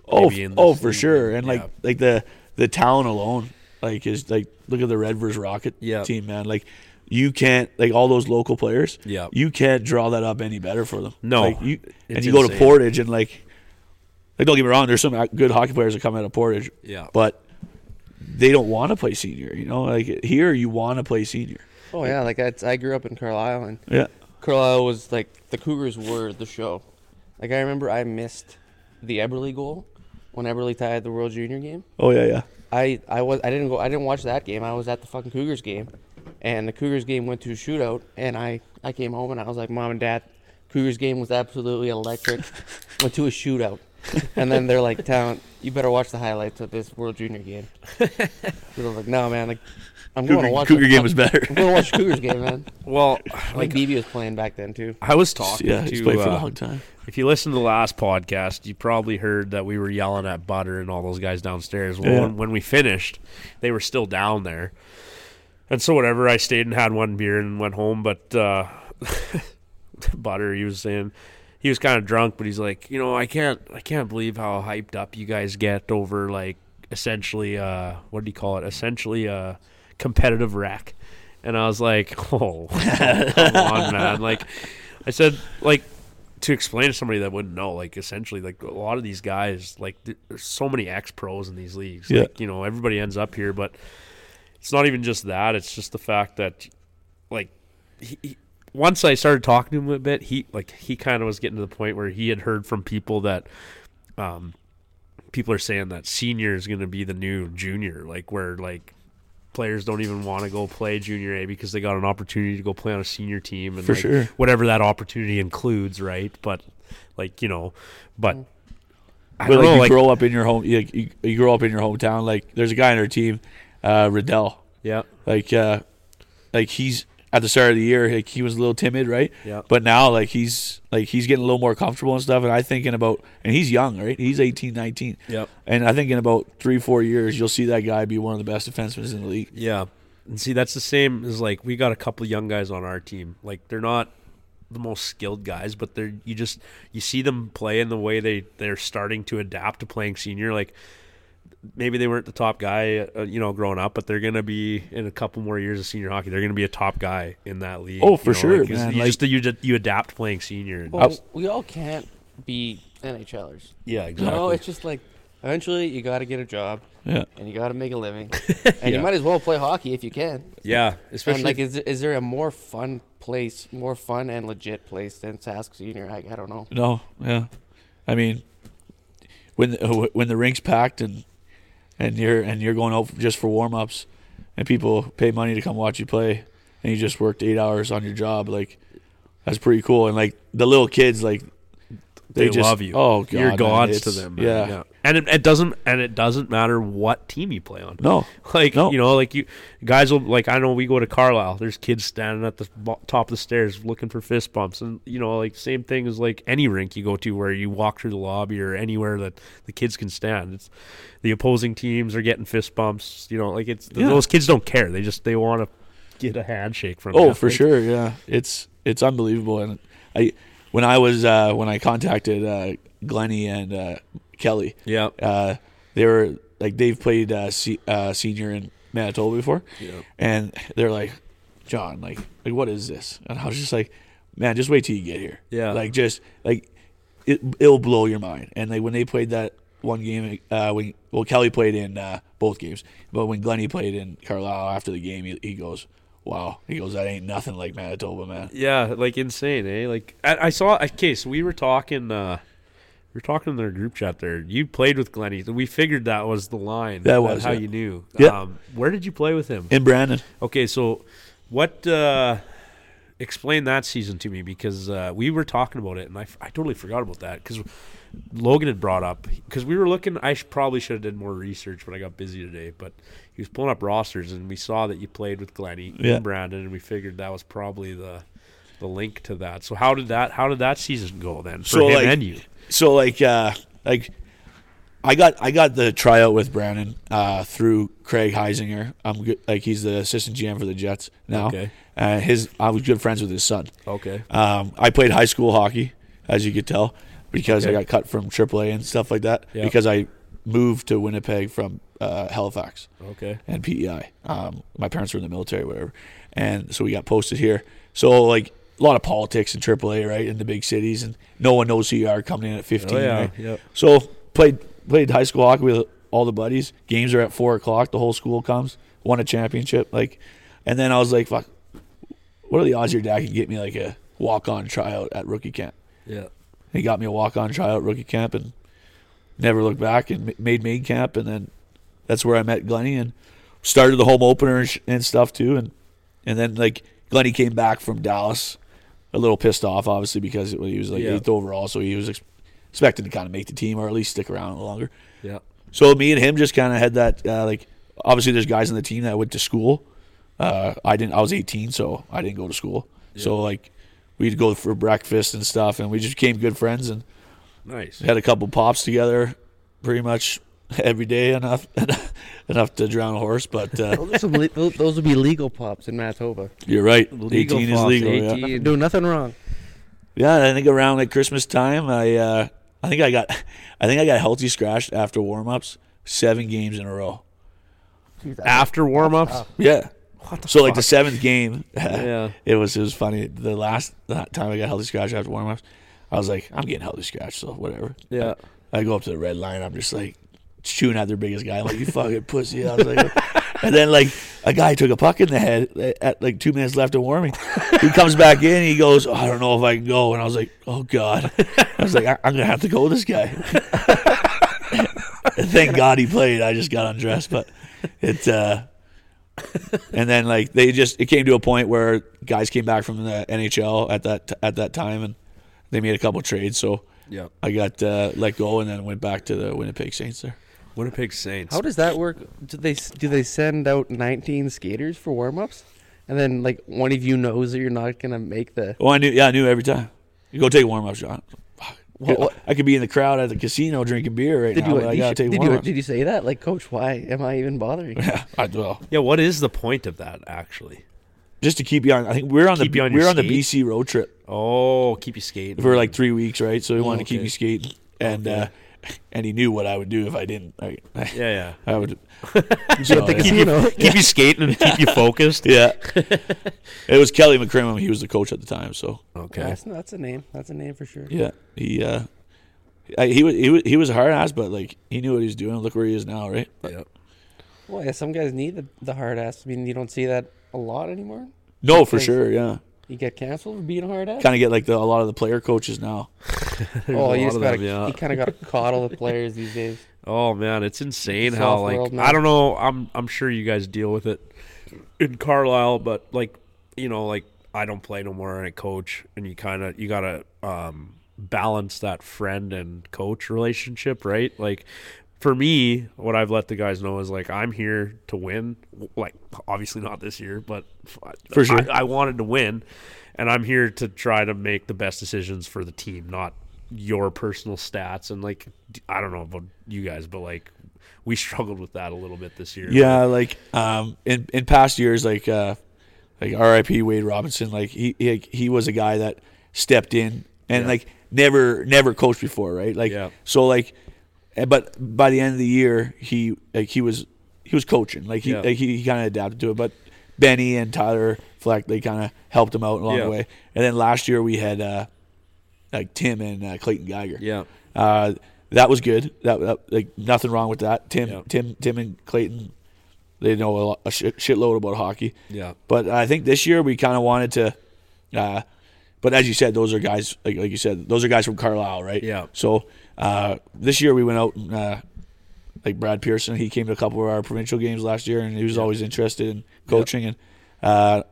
Speaker 6: Oh,
Speaker 4: maybe in
Speaker 6: f- oh,
Speaker 4: this
Speaker 6: for
Speaker 4: league.
Speaker 6: sure. And
Speaker 4: Yeah.
Speaker 6: like like the the town alone, like is like look at the Red versus Rocket
Speaker 4: Yeah.
Speaker 6: team, man. Like you can't like all those local players.
Speaker 4: Yeah.
Speaker 6: you can't draw that up any better for them.
Speaker 4: No,
Speaker 6: like, you and
Speaker 4: it's
Speaker 6: you go to
Speaker 4: insane.
Speaker 6: Portage and like like don't get me wrong, there's some good hockey players that come out of Portage.
Speaker 4: Yeah.
Speaker 6: but they don't want to play senior. You know, like here you want to play senior.
Speaker 2: Oh yeah, like I, I grew up in Carlisle and
Speaker 6: Yeah,
Speaker 2: Carlisle was like the Cougars were the show. Like I remember I missed the Eberly goal when Eberly tied the World Junior game.
Speaker 6: oh yeah, yeah.
Speaker 2: I, I was I didn't go I didn't watch that game. I was at the fucking Cougars game, and the Cougars game went to a shootout. And I I came home and I was like, Mom and Dad, Cougars game was absolutely electric. went to a shootout, and then they're like, Town, you better watch the highlights of this World Junior game. and I was like, No man, like I'm going
Speaker 6: Cougar,
Speaker 2: to watch
Speaker 6: Cougar
Speaker 2: the
Speaker 6: game
Speaker 2: fuck-
Speaker 6: was Oh better.
Speaker 2: I'm going to watch the Cougars game, man.
Speaker 4: Well,
Speaker 2: Like
Speaker 4: like
Speaker 2: BB was playing back then too.
Speaker 4: I was talking
Speaker 6: yeah,
Speaker 4: to.
Speaker 6: he's played for a
Speaker 4: uh,
Speaker 6: long time.
Speaker 4: If you listen to the last podcast, you probably heard that we were yelling at Butter and all those guys downstairs. Well,
Speaker 6: Yeah.
Speaker 4: when, when we finished, they were still down there. And so, whatever, I stayed and had one beer and went home. But uh, Butter, he was saying, he was kind of drunk, but he's like, you know, I can't, I can't believe how hyped up you guys get over like essentially, uh, what do you call it? Essentially, uh, competitive rack. And I was like, oh, come on, man. Like, I said, like, to explain to somebody that wouldn't know, like essentially, like a lot of these guys, like th- there's so many ex pros in these leagues.
Speaker 6: Yeah.
Speaker 4: Like, you know, everybody ends up here, but it's not even just that. It's just the fact that, like, he, he, once I started talking to him a bit, he like he kind of was getting to the point where he had heard from people that, um, people are saying that senior is going to be the new junior, like where like players don't even want to go play junior A because they got an opportunity to go play on a senior team and
Speaker 6: For
Speaker 4: like,
Speaker 6: sure.
Speaker 4: whatever that opportunity includes, right? But like you know, but I
Speaker 6: Mm. But
Speaker 4: don't
Speaker 6: like
Speaker 4: know,
Speaker 6: you
Speaker 4: like
Speaker 6: grow up in your home, you, you, you grow up in your hometown. Like there's a guy on our team, uh, Riddell.
Speaker 4: yeah,
Speaker 6: Like uh, like he's at the start of the year, like he was a little timid, right?
Speaker 4: Yeah.
Speaker 6: But now like he's like he's getting a little more comfortable and stuff. And I thinking about, and he's young, right? He's 18, 19.
Speaker 4: Yep.
Speaker 6: And I think in about three, four years, you'll see that guy be one of the best defensemen in the league.
Speaker 4: Yeah. And see, that's the same as like we got a couple young guys on our team. Like they're not the most skilled guys, but they're you just you see them play in the way they they're starting to adapt to playing senior. Like maybe they weren't the top guy, uh, you know, growing up, but they're gonna be in a couple more years of senior hockey. They're gonna be a top guy in that league.
Speaker 6: Oh, for
Speaker 4: you know,
Speaker 6: sure,
Speaker 4: like, 'cause
Speaker 6: man,
Speaker 4: You
Speaker 6: like-
Speaker 4: just you just- you adapt playing senior. and-
Speaker 2: Well, we all can't be NHLers.
Speaker 4: yeah,
Speaker 2: You
Speaker 4: exactly.
Speaker 2: know, it's just like eventually you got to get a job
Speaker 6: Yeah.
Speaker 2: and you got to make a living, and you might as well play hockey if you can.
Speaker 4: yeah, especially
Speaker 2: and like, is there, is there a more fun place, more fun and legit place than Sask Senior? I, I don't know.
Speaker 6: No. Yeah. I mean, when the, uh, when the rink's packed and and you're and you're going out just for warm ups, and people pay money to come watch you play, and you just worked eight hours on your job, like That's pretty cool. And like the little kids, like
Speaker 4: They,
Speaker 6: just-
Speaker 4: love you.
Speaker 6: Oh god,
Speaker 4: you're
Speaker 6: man,
Speaker 4: gods to
Speaker 6: it's-
Speaker 4: them. man.
Speaker 6: yeah.
Speaker 4: and it, it doesn't and it doesn't matter what team you play on.
Speaker 6: No,
Speaker 4: Like
Speaker 6: No.
Speaker 4: you know, like you guys will like I know we go to Carlisle. There's kids standing at the bo- top of the stairs looking for fist bumps, and you know, like same thing as like any rink you go to where you walk through the lobby or anywhere that the kids can stand. It's the opposing teams are getting fist bumps. You know, like it's
Speaker 6: Yeah.
Speaker 4: those kids don't care. They just they want to get a handshake from.
Speaker 6: Oh,
Speaker 4: you.
Speaker 6: for
Speaker 4: Like,
Speaker 6: sure. Yeah, it's it's unbelievable. And I when I was uh, when I contacted uh, Glennie and uh, Kelly,
Speaker 4: Yeah.
Speaker 6: uh, they were like they've played uh, se- uh, senior in Manitoba before, and they're like, John, like, like what is this? And I was just like, man, just wait till you get here.
Speaker 4: Yeah.
Speaker 6: like just like it, it'll blow your mind. And like when they played that one game, uh, when well Kelly played in uh, both games, but when Glennie played in Carlisle after the game, he, he goes, wow, he goes, that ain't nothing like Manitoba, man.
Speaker 4: Yeah, like insane, eh? Like I, I saw a case. We were talking. uh we were talking in their group chat there. You played with Glenny. We figured that was the line.
Speaker 6: That
Speaker 4: That's
Speaker 6: was
Speaker 4: how
Speaker 6: it.
Speaker 4: you knew.
Speaker 6: Yeah.
Speaker 4: Um, where did you play with him?
Speaker 6: And Brandon,
Speaker 4: Okay, so what? uh Explain that season to me because uh, we were talking about it and I, f- I totally forgot about that because Logan had brought up because we were looking. I sh- probably should have did more research, but I got busy today. But he was pulling up rosters and we saw that you played with Glennie
Speaker 6: Yeah.
Speaker 4: and Brandon, and we figured that was probably the the link to that. So how did that how did that season go then for
Speaker 6: So,
Speaker 4: him
Speaker 6: like-
Speaker 4: and you?
Speaker 6: so like uh like I got I got the tryout with Brandon uh through Craig Heisinger. I'm good, like he's the assistant GM for the Jets now.
Speaker 4: Okay.
Speaker 6: Uh, his I was good friends with his son.
Speaker 4: Okay,
Speaker 6: Um, I played high school hockey, as you could tell, because I got cut from AAA and stuff like that.
Speaker 4: Yeah.
Speaker 6: Because I moved to Winnipeg from uh, Halifax
Speaker 4: okay,
Speaker 6: and PEI. Um, my parents were in the military, whatever, and so we got posted here. So like a lot of politics in AAA, right, in the big cities, and no one knows who you are coming in at fifteen.
Speaker 4: Oh, yeah.
Speaker 6: right?
Speaker 4: Yep.
Speaker 6: So played played high school hockey with all the buddies. Games are at four o'clock. The whole school comes. Won a championship, like, and then I was like, fuck, what are the odds your dad can get me like a walk on tryout at rookie camp?
Speaker 4: yeah,
Speaker 6: He got me a walk on tryout rookie camp and never looked back and ma- made main camp. And then that's where I met Glennie and started the home opener and, sh- and stuff too. And, and then like Glennie came back from Dallas a little pissed off, obviously, because it, he was like
Speaker 4: Yeah.
Speaker 6: eighth overall. So he was ex- expected to kind of make the team or at least stick around longer.
Speaker 4: yeah,
Speaker 6: So me and him just kind of had that uh, like obviously there's guys on the team that went to school. Uh, I didn't. I was 18, so I didn't go to school. So like we'd go for breakfast and stuff, and we just became good friends and
Speaker 4: nice.
Speaker 6: had a couple pops together, pretty much every day enough enough to drown a horse. But uh,
Speaker 2: Those, are le- those those would be legal pops in Manitoba.
Speaker 6: you're right.
Speaker 4: Legal
Speaker 6: 18 is
Speaker 4: pops,
Speaker 6: legal. yeah.
Speaker 4: 18.
Speaker 2: Doing nothing wrong.
Speaker 6: Yeah, I think around like Christmas time, I uh, I think I got I think I got healthy scratched after warm ups, seven games in a row.
Speaker 4: After warm ups,
Speaker 6: Yeah. so like the seventh game,
Speaker 4: Yeah.
Speaker 6: it was it was funny. The last that time I got healthy scratch after warm ups, I was like, I'm getting healthy scratch, so whatever.
Speaker 4: Yeah.
Speaker 6: I, I go up to the red line. I'm just like chewing out their biggest guy. I'm like, you fucking pussy. I was like, and then like a guy took a puck in the head uh, at like two minutes left of warming. He comes back in. He goes, "Oh, I don't know if I can go. And I was like, oh god. I was like, I- I'm gonna have to go with this guy. Thank God he played. I just got undressed, but it. Uh, and then like they just it came to a point where guys came back from the NHL at that at that time and they made a couple trades. So
Speaker 4: Yeah.
Speaker 6: I got uh, let go and then went back to the Winnipeg Saints there.
Speaker 4: Winnipeg Saints.
Speaker 2: How does that work? Do they s- do they send out 19 skaters for warm ups, and then like one of you knows that you're not gonna make the
Speaker 6: Oh, I knew. Yeah, I knew every time. You go take warm ups, John. Fuck.
Speaker 2: What- what-
Speaker 6: I could be in the crowd at the casino drinking beer right
Speaker 2: Did
Speaker 6: now,
Speaker 2: you,
Speaker 6: but I
Speaker 2: you
Speaker 6: gotta
Speaker 2: should-
Speaker 6: take
Speaker 2: did, you,
Speaker 6: warm ups.
Speaker 2: did you say that? Like, coach, why am I even bothering?
Speaker 6: I well,
Speaker 4: Yeah, what is the point of that actually?
Speaker 6: just to keep you on. I think we're on
Speaker 4: Keep
Speaker 6: the
Speaker 4: you on your
Speaker 6: we're on the
Speaker 4: skate?
Speaker 6: BC road trip.
Speaker 4: Oh, keep you skating.
Speaker 6: for like three weeks, right? So he wanted to keep
Speaker 4: okay.
Speaker 6: me skating, and uh, and he knew what I would do if I didn't. I, I,
Speaker 4: Yeah, yeah.
Speaker 6: I would. so, yeah.
Speaker 2: You know,
Speaker 9: Keep you skating and keep you focused.
Speaker 6: Yeah. it was Kelly McCrimmon. He was the coach at the time. So
Speaker 4: Okay.
Speaker 2: that's, that's a name. That's a name for sure.
Speaker 6: yeah, he uh, I, he was he was he was a hard ass, but like he knew what he was doing. Look where he is now, right?
Speaker 4: Yep.
Speaker 2: Well, yeah, some guys need the, the hard ass. I mean, you don't see that a lot anymore.
Speaker 6: No, for
Speaker 2: Because-
Speaker 6: sure. Yeah,
Speaker 2: You get canceled for being a hard ass.
Speaker 6: kind of get like the, a lot of the player coaches now.
Speaker 2: oh,
Speaker 4: a
Speaker 2: you
Speaker 4: lot
Speaker 2: just
Speaker 4: of
Speaker 2: gotta
Speaker 4: them, yeah.
Speaker 2: you kind of gotta coddle the players these days.
Speaker 4: Oh man, it's insane
Speaker 2: It's
Speaker 4: how
Speaker 2: off the
Speaker 4: like
Speaker 2: world, man.
Speaker 4: I don't know. I'm I'm sure you guys deal with it in Carlisle, but like you know, like I don't play no more and I coach, and you kind of you gotta um, balance that friend and coach relationship, right? Like for me, what I've let the guys know is like I'm here to win. Like obviously not this year, but
Speaker 10: For sure.
Speaker 4: I, I wanted to win, and I'm here to try to make the best decisions for the team, not your personal stats. And like d- I don't know about you guys, but like we struggled with that a little bit this year.
Speaker 6: Yeah, like um, in in past years, like uh, like R.I.P. Wade Robinson, like he he, like, he was a guy that stepped in and like never never coached before, right? Like
Speaker 4: Yeah.
Speaker 6: so like, eh, but by the end of the year, he like he was he was coaching, like he
Speaker 4: Yeah.
Speaker 6: like, he, he kind of adapted to it, but. Benny and Tyler Fleck, they kind of helped him out along
Speaker 4: Yeah.
Speaker 6: the way. And then last year we had uh, like Tim and uh, Clayton Geiger.
Speaker 4: yeah,
Speaker 6: Uh, that was good. That, that- like nothing wrong with that. Tim,
Speaker 4: Yeah.
Speaker 6: Tim, Tim, and Clayton, they know a, lot, a shit, shitload about hockey.
Speaker 4: yeah.
Speaker 6: But I think this year we kind of wanted to. Uh, but as you said, those are guys like like you said, those are guys from Carlisle, right?
Speaker 4: Yeah.
Speaker 6: So uh, this year we went out and uh, like Brad Pearson, he came to a couple of our provincial games last year, and he was always interested in coaching. And uh,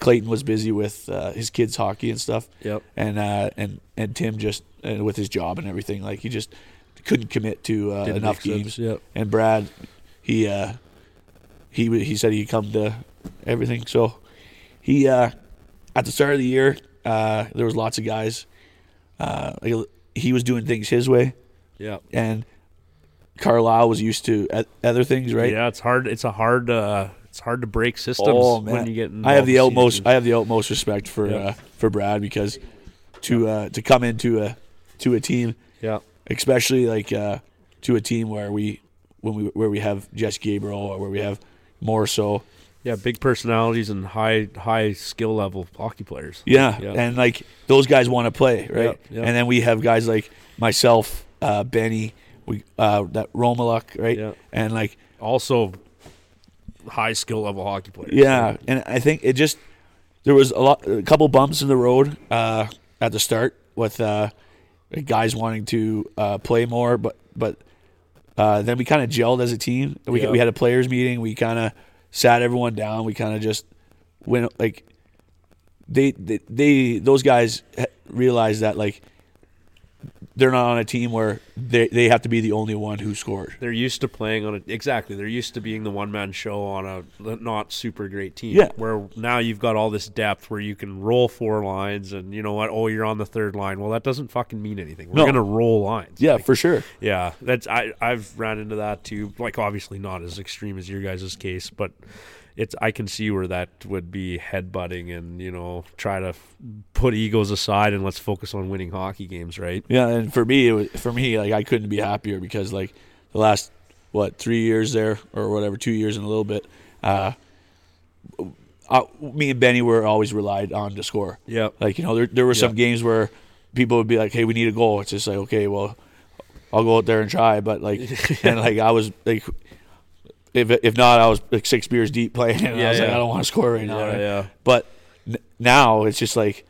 Speaker 6: Clayton was busy with uh, his kids' hockey and stuff.
Speaker 4: Yep.
Speaker 6: And uh, and and Tim just uh, with his job and everything, like he just couldn't commit to uh,
Speaker 4: Didn't
Speaker 6: enough
Speaker 4: make sense,
Speaker 6: games.
Speaker 4: yep.
Speaker 6: And Brad, he uh, he w- he said he'd come to everything. So he uh, at the start of the year, uh, there was lots of guys. Uh, like, he was doing things his way,
Speaker 4: Yeah.
Speaker 6: and Carlisle was used to o- other things, right?
Speaker 4: Yeah, it's hard. It's a hard. Uh, it's hard to break systems
Speaker 6: Oh man,
Speaker 4: when you get.
Speaker 6: I have the
Speaker 4: involved in
Speaker 6: utmost.
Speaker 4: seasons.
Speaker 6: I have the utmost respect for
Speaker 4: Yeah.
Speaker 6: uh, for Brad because to uh, to come into a to a team,
Speaker 4: yeah,
Speaker 6: especially like uh, to a team where we when we where we have Jess Gabriel or where we have more so
Speaker 4: yeah, big personalities and high high skill level hockey players.
Speaker 6: Yeah,
Speaker 4: Yeah.
Speaker 6: and like those guys want to play, right?
Speaker 4: Yeah, yeah.
Speaker 6: And then we have guys like myself, uh, Benny, we uh, that Romaluk, right?
Speaker 4: Yeah.
Speaker 6: And like
Speaker 4: Also, high skill level hockey players.
Speaker 6: yeah, and I think it just there was a lot, a couple bumps in the road uh, at the start with uh, guys wanting to uh, play more, but but uh, then we kind of gelled as a team. We
Speaker 4: Yeah.
Speaker 6: we had a players meeting. We kind of sat everyone down. We kind of just went like they, they they those guys ha- realized that like they're not on a team where they they have to be the only one who scored.
Speaker 4: They're used to playing on a exactly. They're used to being the one man show on a not super great team.
Speaker 6: Yeah.
Speaker 4: Where now you've got all this depth where you can roll four lines and you know what? Oh, you're on the third line. Well, that doesn't fucking mean anything. We're
Speaker 6: No.
Speaker 4: gonna roll lines.
Speaker 6: Yeah, for sure.
Speaker 4: Yeah, that's I I've ran into that too. Like obviously not as extreme as your guys' case, but it's I can see where that would be headbutting and you know try to f- put egos aside and let's focus on winning hockey games, right?
Speaker 6: Yeah, and for me, it was, for me, like I couldn't be happier because like the last what three years there or whatever, two years and a little bit. Uh, I, me and Benny were always relied on to score.
Speaker 4: Yep.
Speaker 6: Like you know, there there were some games where people would be like, "Hey, we need a goal." It's just like, okay, well, I'll go out there and try, but like, and like I was like. If, if not, I was like six beers deep playing, and I
Speaker 4: Yeah,
Speaker 6: was like,
Speaker 4: yeah.
Speaker 6: I don't want to score right now.
Speaker 4: Yeah,
Speaker 6: right?
Speaker 4: yeah.
Speaker 6: But n- now it's just like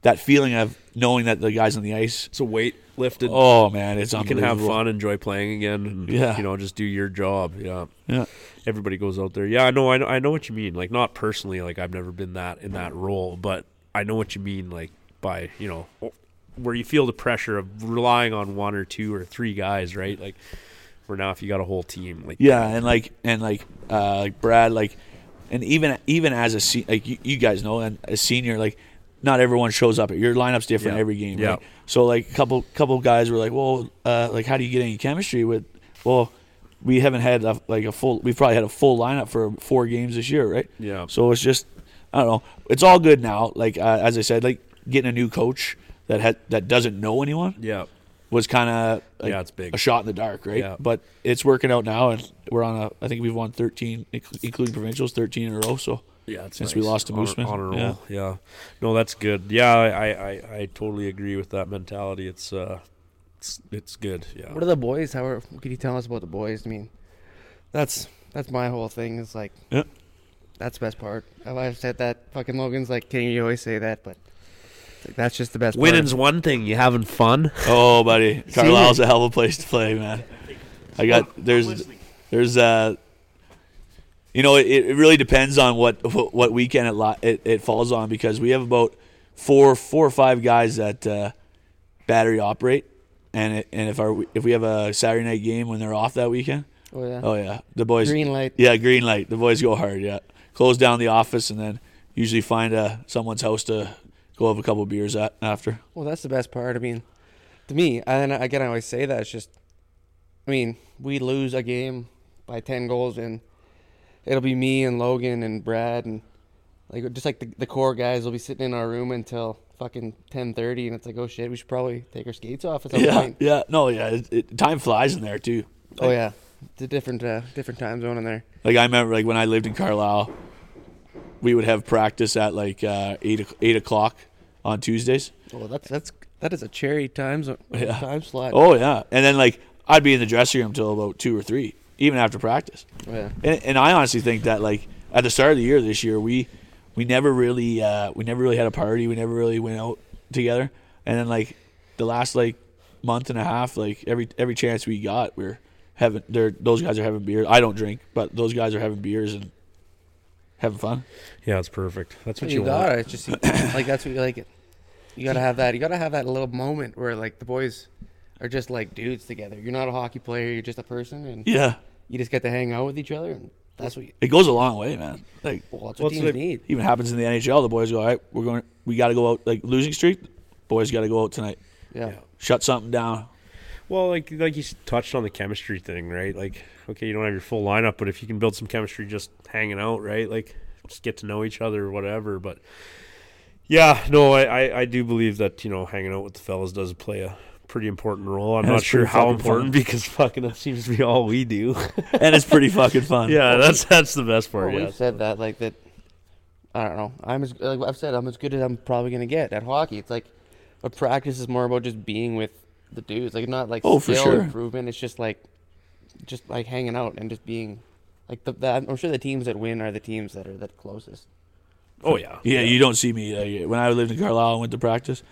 Speaker 6: that feeling of knowing that the guys on the ice
Speaker 4: It's a weight lifted.
Speaker 6: Oh man, it's
Speaker 4: you can have
Speaker 6: unbelievable.
Speaker 4: fun, enjoy playing again, and
Speaker 6: Yeah.
Speaker 4: you know just do your job. Yeah.
Speaker 6: Yeah.
Speaker 4: everybody goes out there. Yeah, I know, I know, I know what you mean. Like not personally, like I've never been that in that role, but I know what you mean. Like by you know where you feel the pressure of relying on one or two or three guys, right? Like where now if you got a whole team, like
Speaker 6: Yeah, and like and like uh like Brad like and even even as a se- like you, you guys know and a senior like not everyone shows up. Your lineup's different
Speaker 4: Yeah.
Speaker 6: every game.
Speaker 4: Yeah.
Speaker 6: Right? So like a couple couple guys were like, "Well, uh like how do you get any chemistry with well, we haven't had a, like a full we've probably had a full lineup for four games this year, right?"
Speaker 4: Yeah.
Speaker 6: So it's just I don't know. It's all good now. Like uh, as I said, like getting a new coach that had that doesn't know anyone.
Speaker 4: yeah,
Speaker 6: was kind of like
Speaker 4: Yeah, it's big.
Speaker 6: a shot in the dark, right?
Speaker 4: Yeah.
Speaker 6: But it's working out now, and we're on a. I think we've won thirteen, inc- including provincials, thirteen in a row. So
Speaker 4: Yeah, it's
Speaker 6: Since
Speaker 4: nice.
Speaker 6: we lost to
Speaker 4: On a-
Speaker 6: Mooseman,
Speaker 4: on a roll.
Speaker 6: yeah.
Speaker 4: Yeah. no, that's good. Yeah, I, I, I, I totally agree with that mentality. It's uh, it's, it's good. Yeah,
Speaker 2: What are the boys? How are? What can you tell us about the boys? I mean, that's that's my whole thing. Is like,
Speaker 6: Yeah.
Speaker 2: that's the best part. I've- I've said that. Fucking Logan's like, can you always say that? But it's like, that's just the best.
Speaker 4: winning's one thing. You having fun?
Speaker 6: oh, buddy, Carlisle's a hell of a place to play, man. I got there's there's uh you know, it, it really depends on what what what weekend it, li- it it falls on because we have about four four or five guys that uh, battery operate, and it, and if our if we have a Saturday night game when they're off that weekend,
Speaker 2: Oh yeah.
Speaker 6: oh yeah, the boys
Speaker 2: Green light.
Speaker 6: yeah, green light. The boys go hard. Yeah, close down the office and then usually find uh, someone's house to go have a couple beers at after.
Speaker 2: Well, that's the best part. I mean, to me, and again, I always say that it's just, I mean, we lose a game by ten goals, and it'll be me and Logan and Brad and like just like the, the core guys will be sitting in our room until fucking ten thirty, and it's like, oh shit, we should probably take our skates off at some
Speaker 6: yeah,
Speaker 2: point.
Speaker 6: yeah, no, yeah. It, it, time flies in there too.
Speaker 2: Oh yeah, it's a different uh, different time zone in there.
Speaker 6: Like I remember, like when I lived in Carlisle, we would have practice at like uh, eight o- eight o'clock on Tuesdays.
Speaker 2: Oh, that's that's that is a cherry time zone
Speaker 6: Yeah.
Speaker 2: time slot.
Speaker 6: Oh yeah, and then like I'd be in the dressing room till about two or three, even after practice.
Speaker 2: yeah.
Speaker 6: And, and I honestly think that like at the start of the year this year, we we never really uh, we never really had a party. We never really went out together. And then like the last like month and a half, like every every chance we got, we're having they're those guys are having beers. I don't drink, but those guys are having beers and having fun.
Speaker 4: Yeah, it's perfect. That's what
Speaker 2: you,
Speaker 4: you, want.
Speaker 2: gotta it's just like that's what you like. You gotta have that. You gotta have that little moment where like the boys are just like dudes together. You're not a hockey player. You're just a person, and
Speaker 6: Yeah,
Speaker 2: you just get to hang out with each other. And that's what you,
Speaker 6: it goes a long way, man. Like
Speaker 2: well, that's what
Speaker 3: Well, it's
Speaker 2: teams
Speaker 3: like-
Speaker 2: need.
Speaker 6: even happens in the NHL, the boys go, all right, we're going, we got to go out like losing streak. Boys got to go out tonight,
Speaker 2: Yeah.
Speaker 6: shut something down.
Speaker 4: Well, like like you s- touched on the chemistry thing, right? Like, okay, you don't have your full lineup, but if you can build some chemistry just hanging out, right? Like, just get to know each other or whatever. But yeah, no, I, I, I do believe that you know hanging out with the fellas does play a pretty important role. I'm
Speaker 6: And
Speaker 4: not
Speaker 6: it's
Speaker 4: sure
Speaker 6: pretty
Speaker 4: how
Speaker 6: fucking fun.
Speaker 4: important because fucking that seems to be all we do.
Speaker 6: And it's pretty fucking fun.
Speaker 4: yeah, that's that's the best part.
Speaker 2: Well,
Speaker 4: yeah,
Speaker 2: we've said that like that. I don't know. I'm as like I've said I'm as good as I'm probably gonna get at hockey. It's like a practice is more about just being with the dudes. Like not like
Speaker 6: Oh, for
Speaker 2: skill
Speaker 6: sure.
Speaker 2: improvement. It's just like just like hanging out and just being like the, the I'm sure the teams that win are the teams that are the closest.
Speaker 4: oh yeah,
Speaker 6: Yeah, you don't see me. Like, when I lived in Carlisle and went to practice,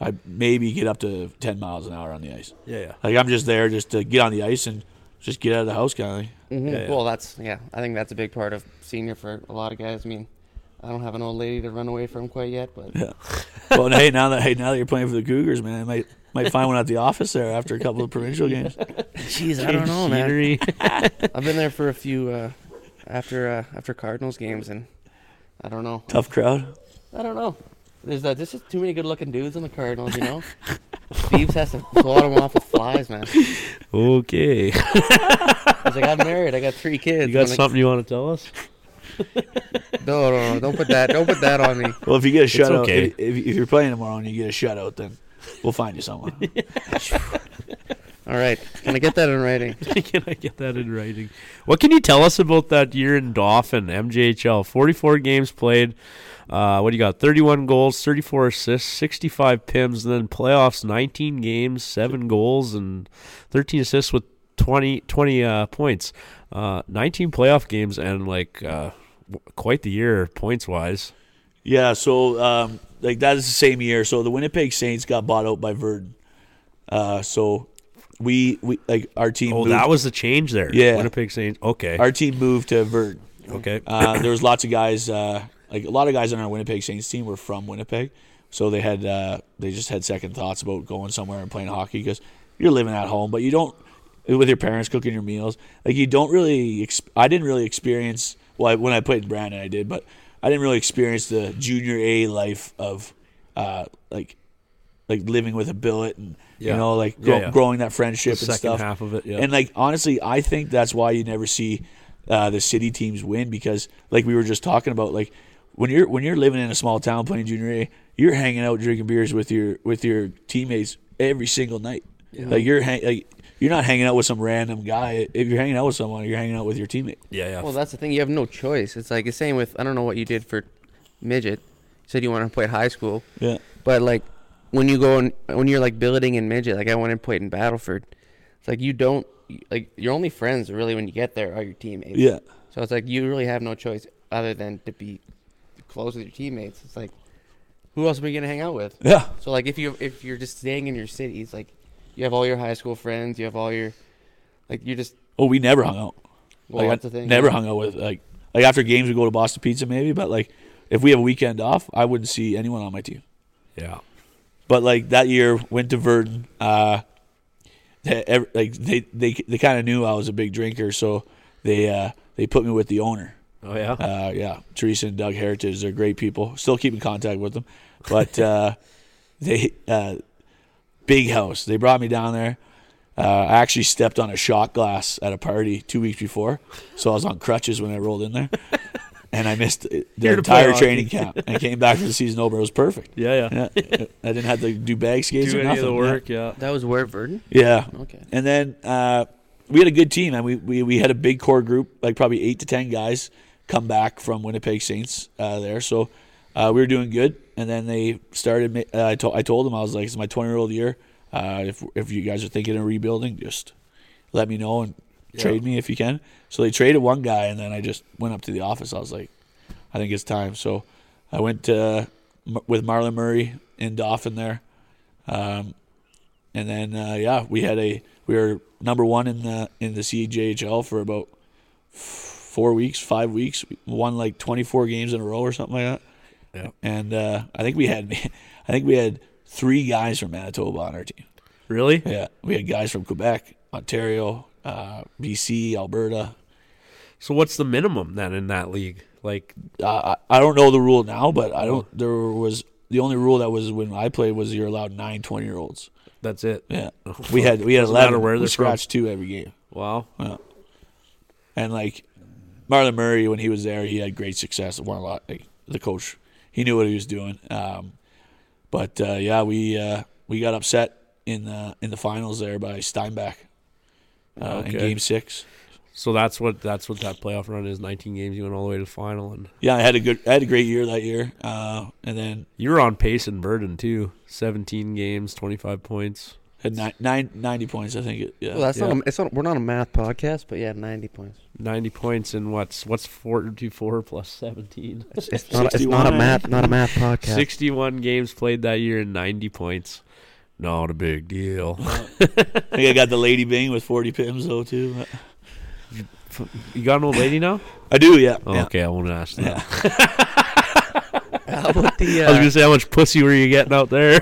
Speaker 6: I maybe get up to 10 miles an hour on the ice.
Speaker 4: yeah, yeah.
Speaker 6: Like, I'm just there just to get on the ice and just get out of the house, kind of thing.
Speaker 2: Mhm.
Speaker 4: Yeah, yeah.
Speaker 2: Well, that's yeah. I think that's a big part of senior for a lot of guys. I mean, I don't have an old lady to run away from quite yet, but
Speaker 6: well, hey, now that hey, now that you're playing for the Cougars, man, I might might find one at the office there after a couple of provincial games.
Speaker 2: jeez, I don't know, man. I've been there for a few uh, after uh, after Cardinals games, and I don't know.
Speaker 6: Tough crowd.
Speaker 2: I don't know. There's that. There's just too many good-looking dudes on the Cardinals, you know. Thebes has to swat them off with flies, man.
Speaker 4: Okay, you
Speaker 2: He's like, I'm married. I got three kids.
Speaker 4: got
Speaker 2: I'm like,
Speaker 4: something you want to tell us?
Speaker 2: No, no, no, don't put that. Don't put that on me.
Speaker 6: Well, if you get a shutout,
Speaker 4: okay.
Speaker 6: if, if, if you're playing tomorrow and you get a shutout, then we'll find you someone.
Speaker 2: All right, can I get that in writing?
Speaker 4: can I get that in writing? What can you tell us about that year in Dauphin MJHL? Forty-four games played. Uh, what do you got? Thirty-one goals, thirty-four assists, sixty-five pims, and then playoffs. Nineteen games, seven goals, and thirteen assists with 20, 20 uh, points. Uh, Nineteen playoff games and like uh, w- quite the year points-wise.
Speaker 6: Yeah, so um, like that is the same year. So the Winnipeg Saints got bought out by Verdun. Uh, so we we like our team.
Speaker 4: Oh,
Speaker 6: moved,
Speaker 4: that was the change there.
Speaker 6: Yeah.
Speaker 4: Winnipeg Saints. Okay,
Speaker 6: our team moved to Verdun.
Speaker 4: okay.
Speaker 6: Uh, there was lots of guys, uh, like a lot of guys on our Winnipeg Saints team were from Winnipeg, so they had uh, they just had second thoughts about going somewhere and playing hockey because you're living at home, but you don't with your parents cooking your meals. Like you don't really. Ex- I didn't really experience. Well, I, when I played in Brandon, I did, but I didn't really experience the junior A life of uh, like like living with a billet and
Speaker 4: Yeah.
Speaker 6: you know like
Speaker 4: Yeah,
Speaker 6: grow,
Speaker 4: yeah.
Speaker 6: growing that friendship
Speaker 4: The
Speaker 6: and
Speaker 4: second
Speaker 6: stuff.
Speaker 4: half of it, yeah.
Speaker 6: And like honestly, I think that's why you never see uh, the city teams win because like we were just talking about, like when you're when you're living in a small town playing junior A, you're hanging out drinking beers with your with your teammates every single night. Like you're hang, like you're not hanging out with some random guy. If you're hanging out with someone, you're hanging out with your teammate.
Speaker 4: yeah, yeah.
Speaker 2: Well, that's the thing. You have no choice. It's like the same with I don't know what you did for midget. You said you want to play at high school,
Speaker 6: Yeah.
Speaker 2: but like when you go and when you're like billeting in midget, like I went and played in Battleford. It's like you don't like your only friends really when you get there are your teammates.
Speaker 6: Yeah.
Speaker 2: So it's like you really have no choice other than to be close with your teammates. It's like who else are we gonna hang out with?
Speaker 6: Yeah.
Speaker 2: So like if you if you're just staying in your city, it's like you have all your high school friends, you have all your like you just
Speaker 6: Oh, we never hung out.
Speaker 2: Well,
Speaker 6: like
Speaker 2: that's the thing.
Speaker 6: never hung out with like like after games we go to Boston Pizza maybe, but like if we have a weekend off, I wouldn't see anyone on my team.
Speaker 4: Yeah.
Speaker 6: But like that year, went to Verdon. Uh, they, ev- like they they they kind of knew I was a big drinker, so they uh, they put me with the owner.
Speaker 4: Oh yeah.
Speaker 6: Uh, yeah, Teresa and Doug Heritage. They're great people. Still keep in contact with them, but uh, they uh, big house. They brought me down there. Uh, I actually stepped on a shot glass at a party two weeks before, so I was on crutches when I rolled in there, and I missed the entire training camp. And I came back for the season over. It was perfect.
Speaker 4: Yeah, yeah.
Speaker 6: Yeah, I didn't have to do bag skates
Speaker 4: Do
Speaker 6: or
Speaker 4: any
Speaker 6: nothing.
Speaker 4: of the
Speaker 6: yeah.
Speaker 4: work, yeah.
Speaker 2: That was where Verdon.
Speaker 6: Yeah.
Speaker 2: Okay.
Speaker 6: And then uh, we had a good team, and we, we, we had a big core group, like probably eight to ten guys, come back from Winnipeg Saints uh, there. So uh, we were doing good. And then they started. ma- Uh, I told I told them I was like, it's my twenty year old year. Uh, if if you guys are thinking of rebuilding, just let me know and trade me if you can. So they traded one guy, and then I just went up to the office. I was like, I think it's time. So I went uh, m- with Marlon Murray and Dauphin there. Um, and then uh, yeah, we had a we were number one in the in the CJHL for about f- four weeks, five weeks. We won like twenty four games in a row or something like that.
Speaker 4: Yeah.
Speaker 6: And uh, I think we had I think we had three guys from Manitoba on our team.
Speaker 4: Really?
Speaker 6: Yeah, we had guys from Quebec, Ontario, uh, BC, Alberta.
Speaker 4: So what's the minimum then in that league? Like
Speaker 6: Uh, I I don't know the rule now, but I don't. There was the only rule that was when I played was you're allowed nine 20 year olds.
Speaker 4: that's it.
Speaker 6: Yeah, we had we had
Speaker 4: Doesn't matter
Speaker 6: eleven.
Speaker 4: where
Speaker 6: we
Speaker 4: they're from.
Speaker 6: scratched two every game.
Speaker 4: Wow.
Speaker 6: And like Marlon Murray, when he was there, he had great success. Won a lot. Like, the coach, he knew what he was doing. Um, but uh, yeah, we uh, we got upset in the in the finals there by Steinbach uh, in
Speaker 4: Okay.
Speaker 6: Game Six.
Speaker 4: So that's what that's what that playoff run is. Nineteen games, you went all the way to the final, and
Speaker 6: Yeah, I had a good, I had a great year that year. Uh, and then
Speaker 4: you were on pace and burden too. Seventeen games, twenty five points.
Speaker 6: had nine, nine, 90 points, I think. It, yeah,
Speaker 2: Well, that's
Speaker 4: Yeah.
Speaker 2: not. A, it's not. We're not a math podcast, but yeah, ninety points.
Speaker 4: Ninety points in what's what's forty four plus seventeen.
Speaker 2: It's not. It's not a math. Not a math podcast.
Speaker 4: Sixty one games played that year and ninety points. Not a big deal.
Speaker 6: I think I got the Lady Bing with forty pims oh, though too.
Speaker 4: You got an old lady now?
Speaker 6: I do, yeah.
Speaker 4: Oh,
Speaker 6: yeah.
Speaker 4: Okay, I won't ask that.
Speaker 2: How about the?
Speaker 4: I was
Speaker 2: Uh,
Speaker 4: gonna say how much pussy were you getting out there?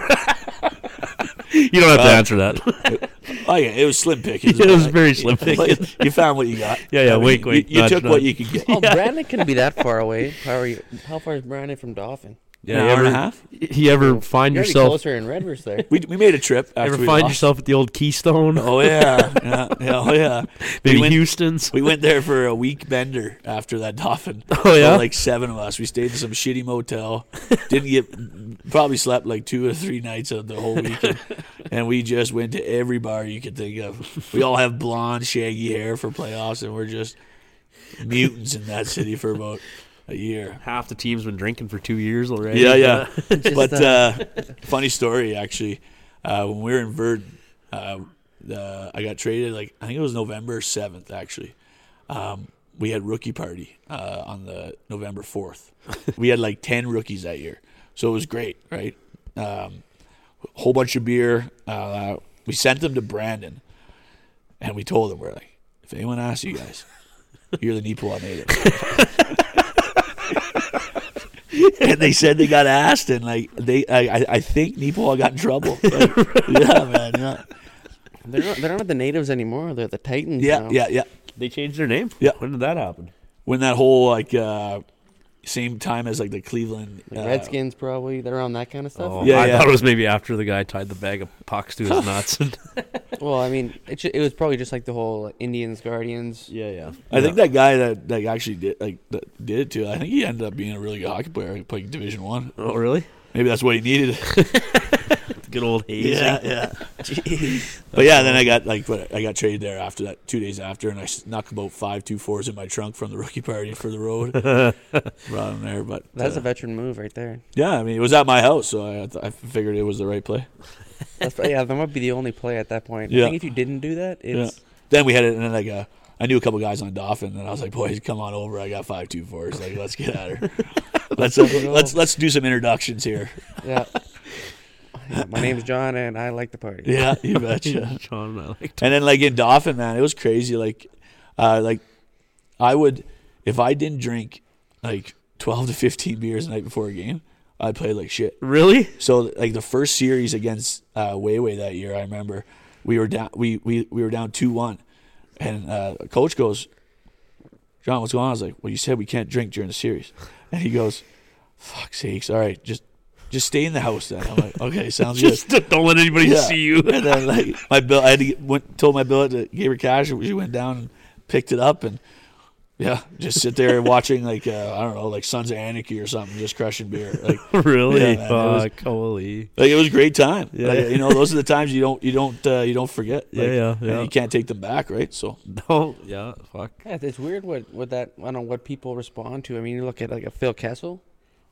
Speaker 4: you don't have to
Speaker 6: Uh,
Speaker 4: answer that.
Speaker 6: Oh yeah, it was slim
Speaker 4: it
Speaker 6: pickings. but,
Speaker 4: was
Speaker 6: like,
Speaker 4: very slim pickings.
Speaker 6: but you found what you got.
Speaker 4: Yeah, yeah, wink,
Speaker 6: you-
Speaker 4: wink,
Speaker 6: You,
Speaker 4: nudge,
Speaker 6: took
Speaker 4: nudge.
Speaker 6: what you could get.
Speaker 2: oh, Brandon couldn't be that far away. How are you? How far is Brandon from Dolphin?
Speaker 4: Yeah,
Speaker 6: An
Speaker 4: you
Speaker 6: hour and a
Speaker 4: ever-
Speaker 6: half?
Speaker 4: You ever find
Speaker 2: You're already
Speaker 4: yourself
Speaker 2: closer in Red Rivers there.
Speaker 6: We, we made a trip. After
Speaker 4: ever
Speaker 6: we
Speaker 4: find
Speaker 6: lost.
Speaker 4: yourself at the old Keystone?
Speaker 6: Oh yeah, yeah, yeah, oh yeah.
Speaker 4: Maybe
Speaker 6: we, went,
Speaker 4: Houston's.
Speaker 6: we went there for a week bender after that dolphin.
Speaker 4: Oh, yeah?
Speaker 6: So, like seven of us. We stayed in some shitty motel. Didn't get probably slept like two or three nights of the whole weekend, and we just went to every bar you could think of. We all have blonde, shaggy hair for playoffs, and we're just mutants in that city for about a year.
Speaker 4: Half the team's been drinking for two years already.
Speaker 6: Yeah, yeah. but
Speaker 2: uh,
Speaker 6: uh, funny story, actually. Uh, when we were in Verdun, uh, the, I got traded. Like I think it was November seventh. Actually, um, we had rookie party uh, on the November fourth. we had like ten rookies that year, so it was great, right? Um, whole bunch of beer. Uh, we sent them to Brandon, and we told him we're like, if anyone asks you guys, you're the Neepawa native. and they said they got asked, and like they, I, I- I think Nepal got in trouble. Like, yeah, man. Yeah,
Speaker 2: they're not. They're not the natives anymore. They're the Titans.
Speaker 6: yeah,
Speaker 2: now.
Speaker 6: yeah, yeah.
Speaker 4: They changed their name.
Speaker 6: Yeah.
Speaker 4: When did that happen?
Speaker 6: When that whole like uh, same time as like the Cleveland
Speaker 2: The
Speaker 6: uh,
Speaker 2: Redskins probably. They're on that kind of stuff.
Speaker 4: Oh,
Speaker 6: Yeah,
Speaker 4: I
Speaker 6: yeah.
Speaker 4: thought it was maybe after the guy tied the bag of pucks to his nuts.
Speaker 2: Well, I mean, it, ju- it was probably just like the whole Indians, Guardians.
Speaker 4: yeah, yeah.
Speaker 6: I think that guy that like actually did like that did it too. I think he ended up being a really good hockey player, like, playing Division One.
Speaker 4: Oh, really?
Speaker 6: Maybe that's what he needed.
Speaker 4: Good old hazing.
Speaker 6: yeah, yeah. But yeah, then I got like what I got traded there after that, two days after, and I snuck about five two fours in my trunk from the rookie party for the road. Brought him there, but
Speaker 2: That's
Speaker 6: uh,
Speaker 2: a veteran move right there.
Speaker 6: Yeah, I mean, it was at my house, so I, I figured it was the right play.
Speaker 2: That's, yeah, that might be the only play at that point.
Speaker 6: Yeah.
Speaker 2: I think if you didn't do that, it's
Speaker 6: Then we had it, and then like uh, I knew a couple guys on Dolphin, and I was like, "Boys, come on over. I got five two fours. Like, let's get at her. let's uh, let's let's do some introductions here."
Speaker 2: yeah. Yeah, My name's John, and I like the party.
Speaker 6: Yeah, you betcha.
Speaker 4: John and I like
Speaker 6: and then like in Dolphin, man, it was crazy. Like, uh, like I would, if I didn't drink like 12 to 15 beers the night before a game, I played like shit.
Speaker 4: Really?
Speaker 6: So like the first series against uh, Wayway that year, I remember we were down we we, we were down two one, and uh, coach goes, John, what's going on? I was like, Well, you said we can't drink during the series, and he goes, Fuck sakes, all right, just just stay in the house then. I'm like, Okay, sounds good.
Speaker 4: Just don't let anybody
Speaker 6: Yeah.
Speaker 4: see you.
Speaker 6: and then like my bill, I had to get, went, told my bill to gave her cash. She went down and picked it up and. Yeah, just sit there watching like uh, I don't know, like Sons of Anarchy or something, just crushing beer. Like
Speaker 4: really?
Speaker 6: Yeah, man, it was-
Speaker 4: Fuck, holy.
Speaker 6: like it was a great time.
Speaker 4: Yeah.
Speaker 6: Like, you know, those are the times you don't you don't uh, you don't forget. Like,
Speaker 4: Yeah, yeah,
Speaker 6: and
Speaker 4: yeah.
Speaker 6: You can't take them back, right? So
Speaker 4: No, yeah, fuck.
Speaker 2: Yeah, it's weird what, what that I don't know what people respond to. I mean, you look at like a Phil Kessel,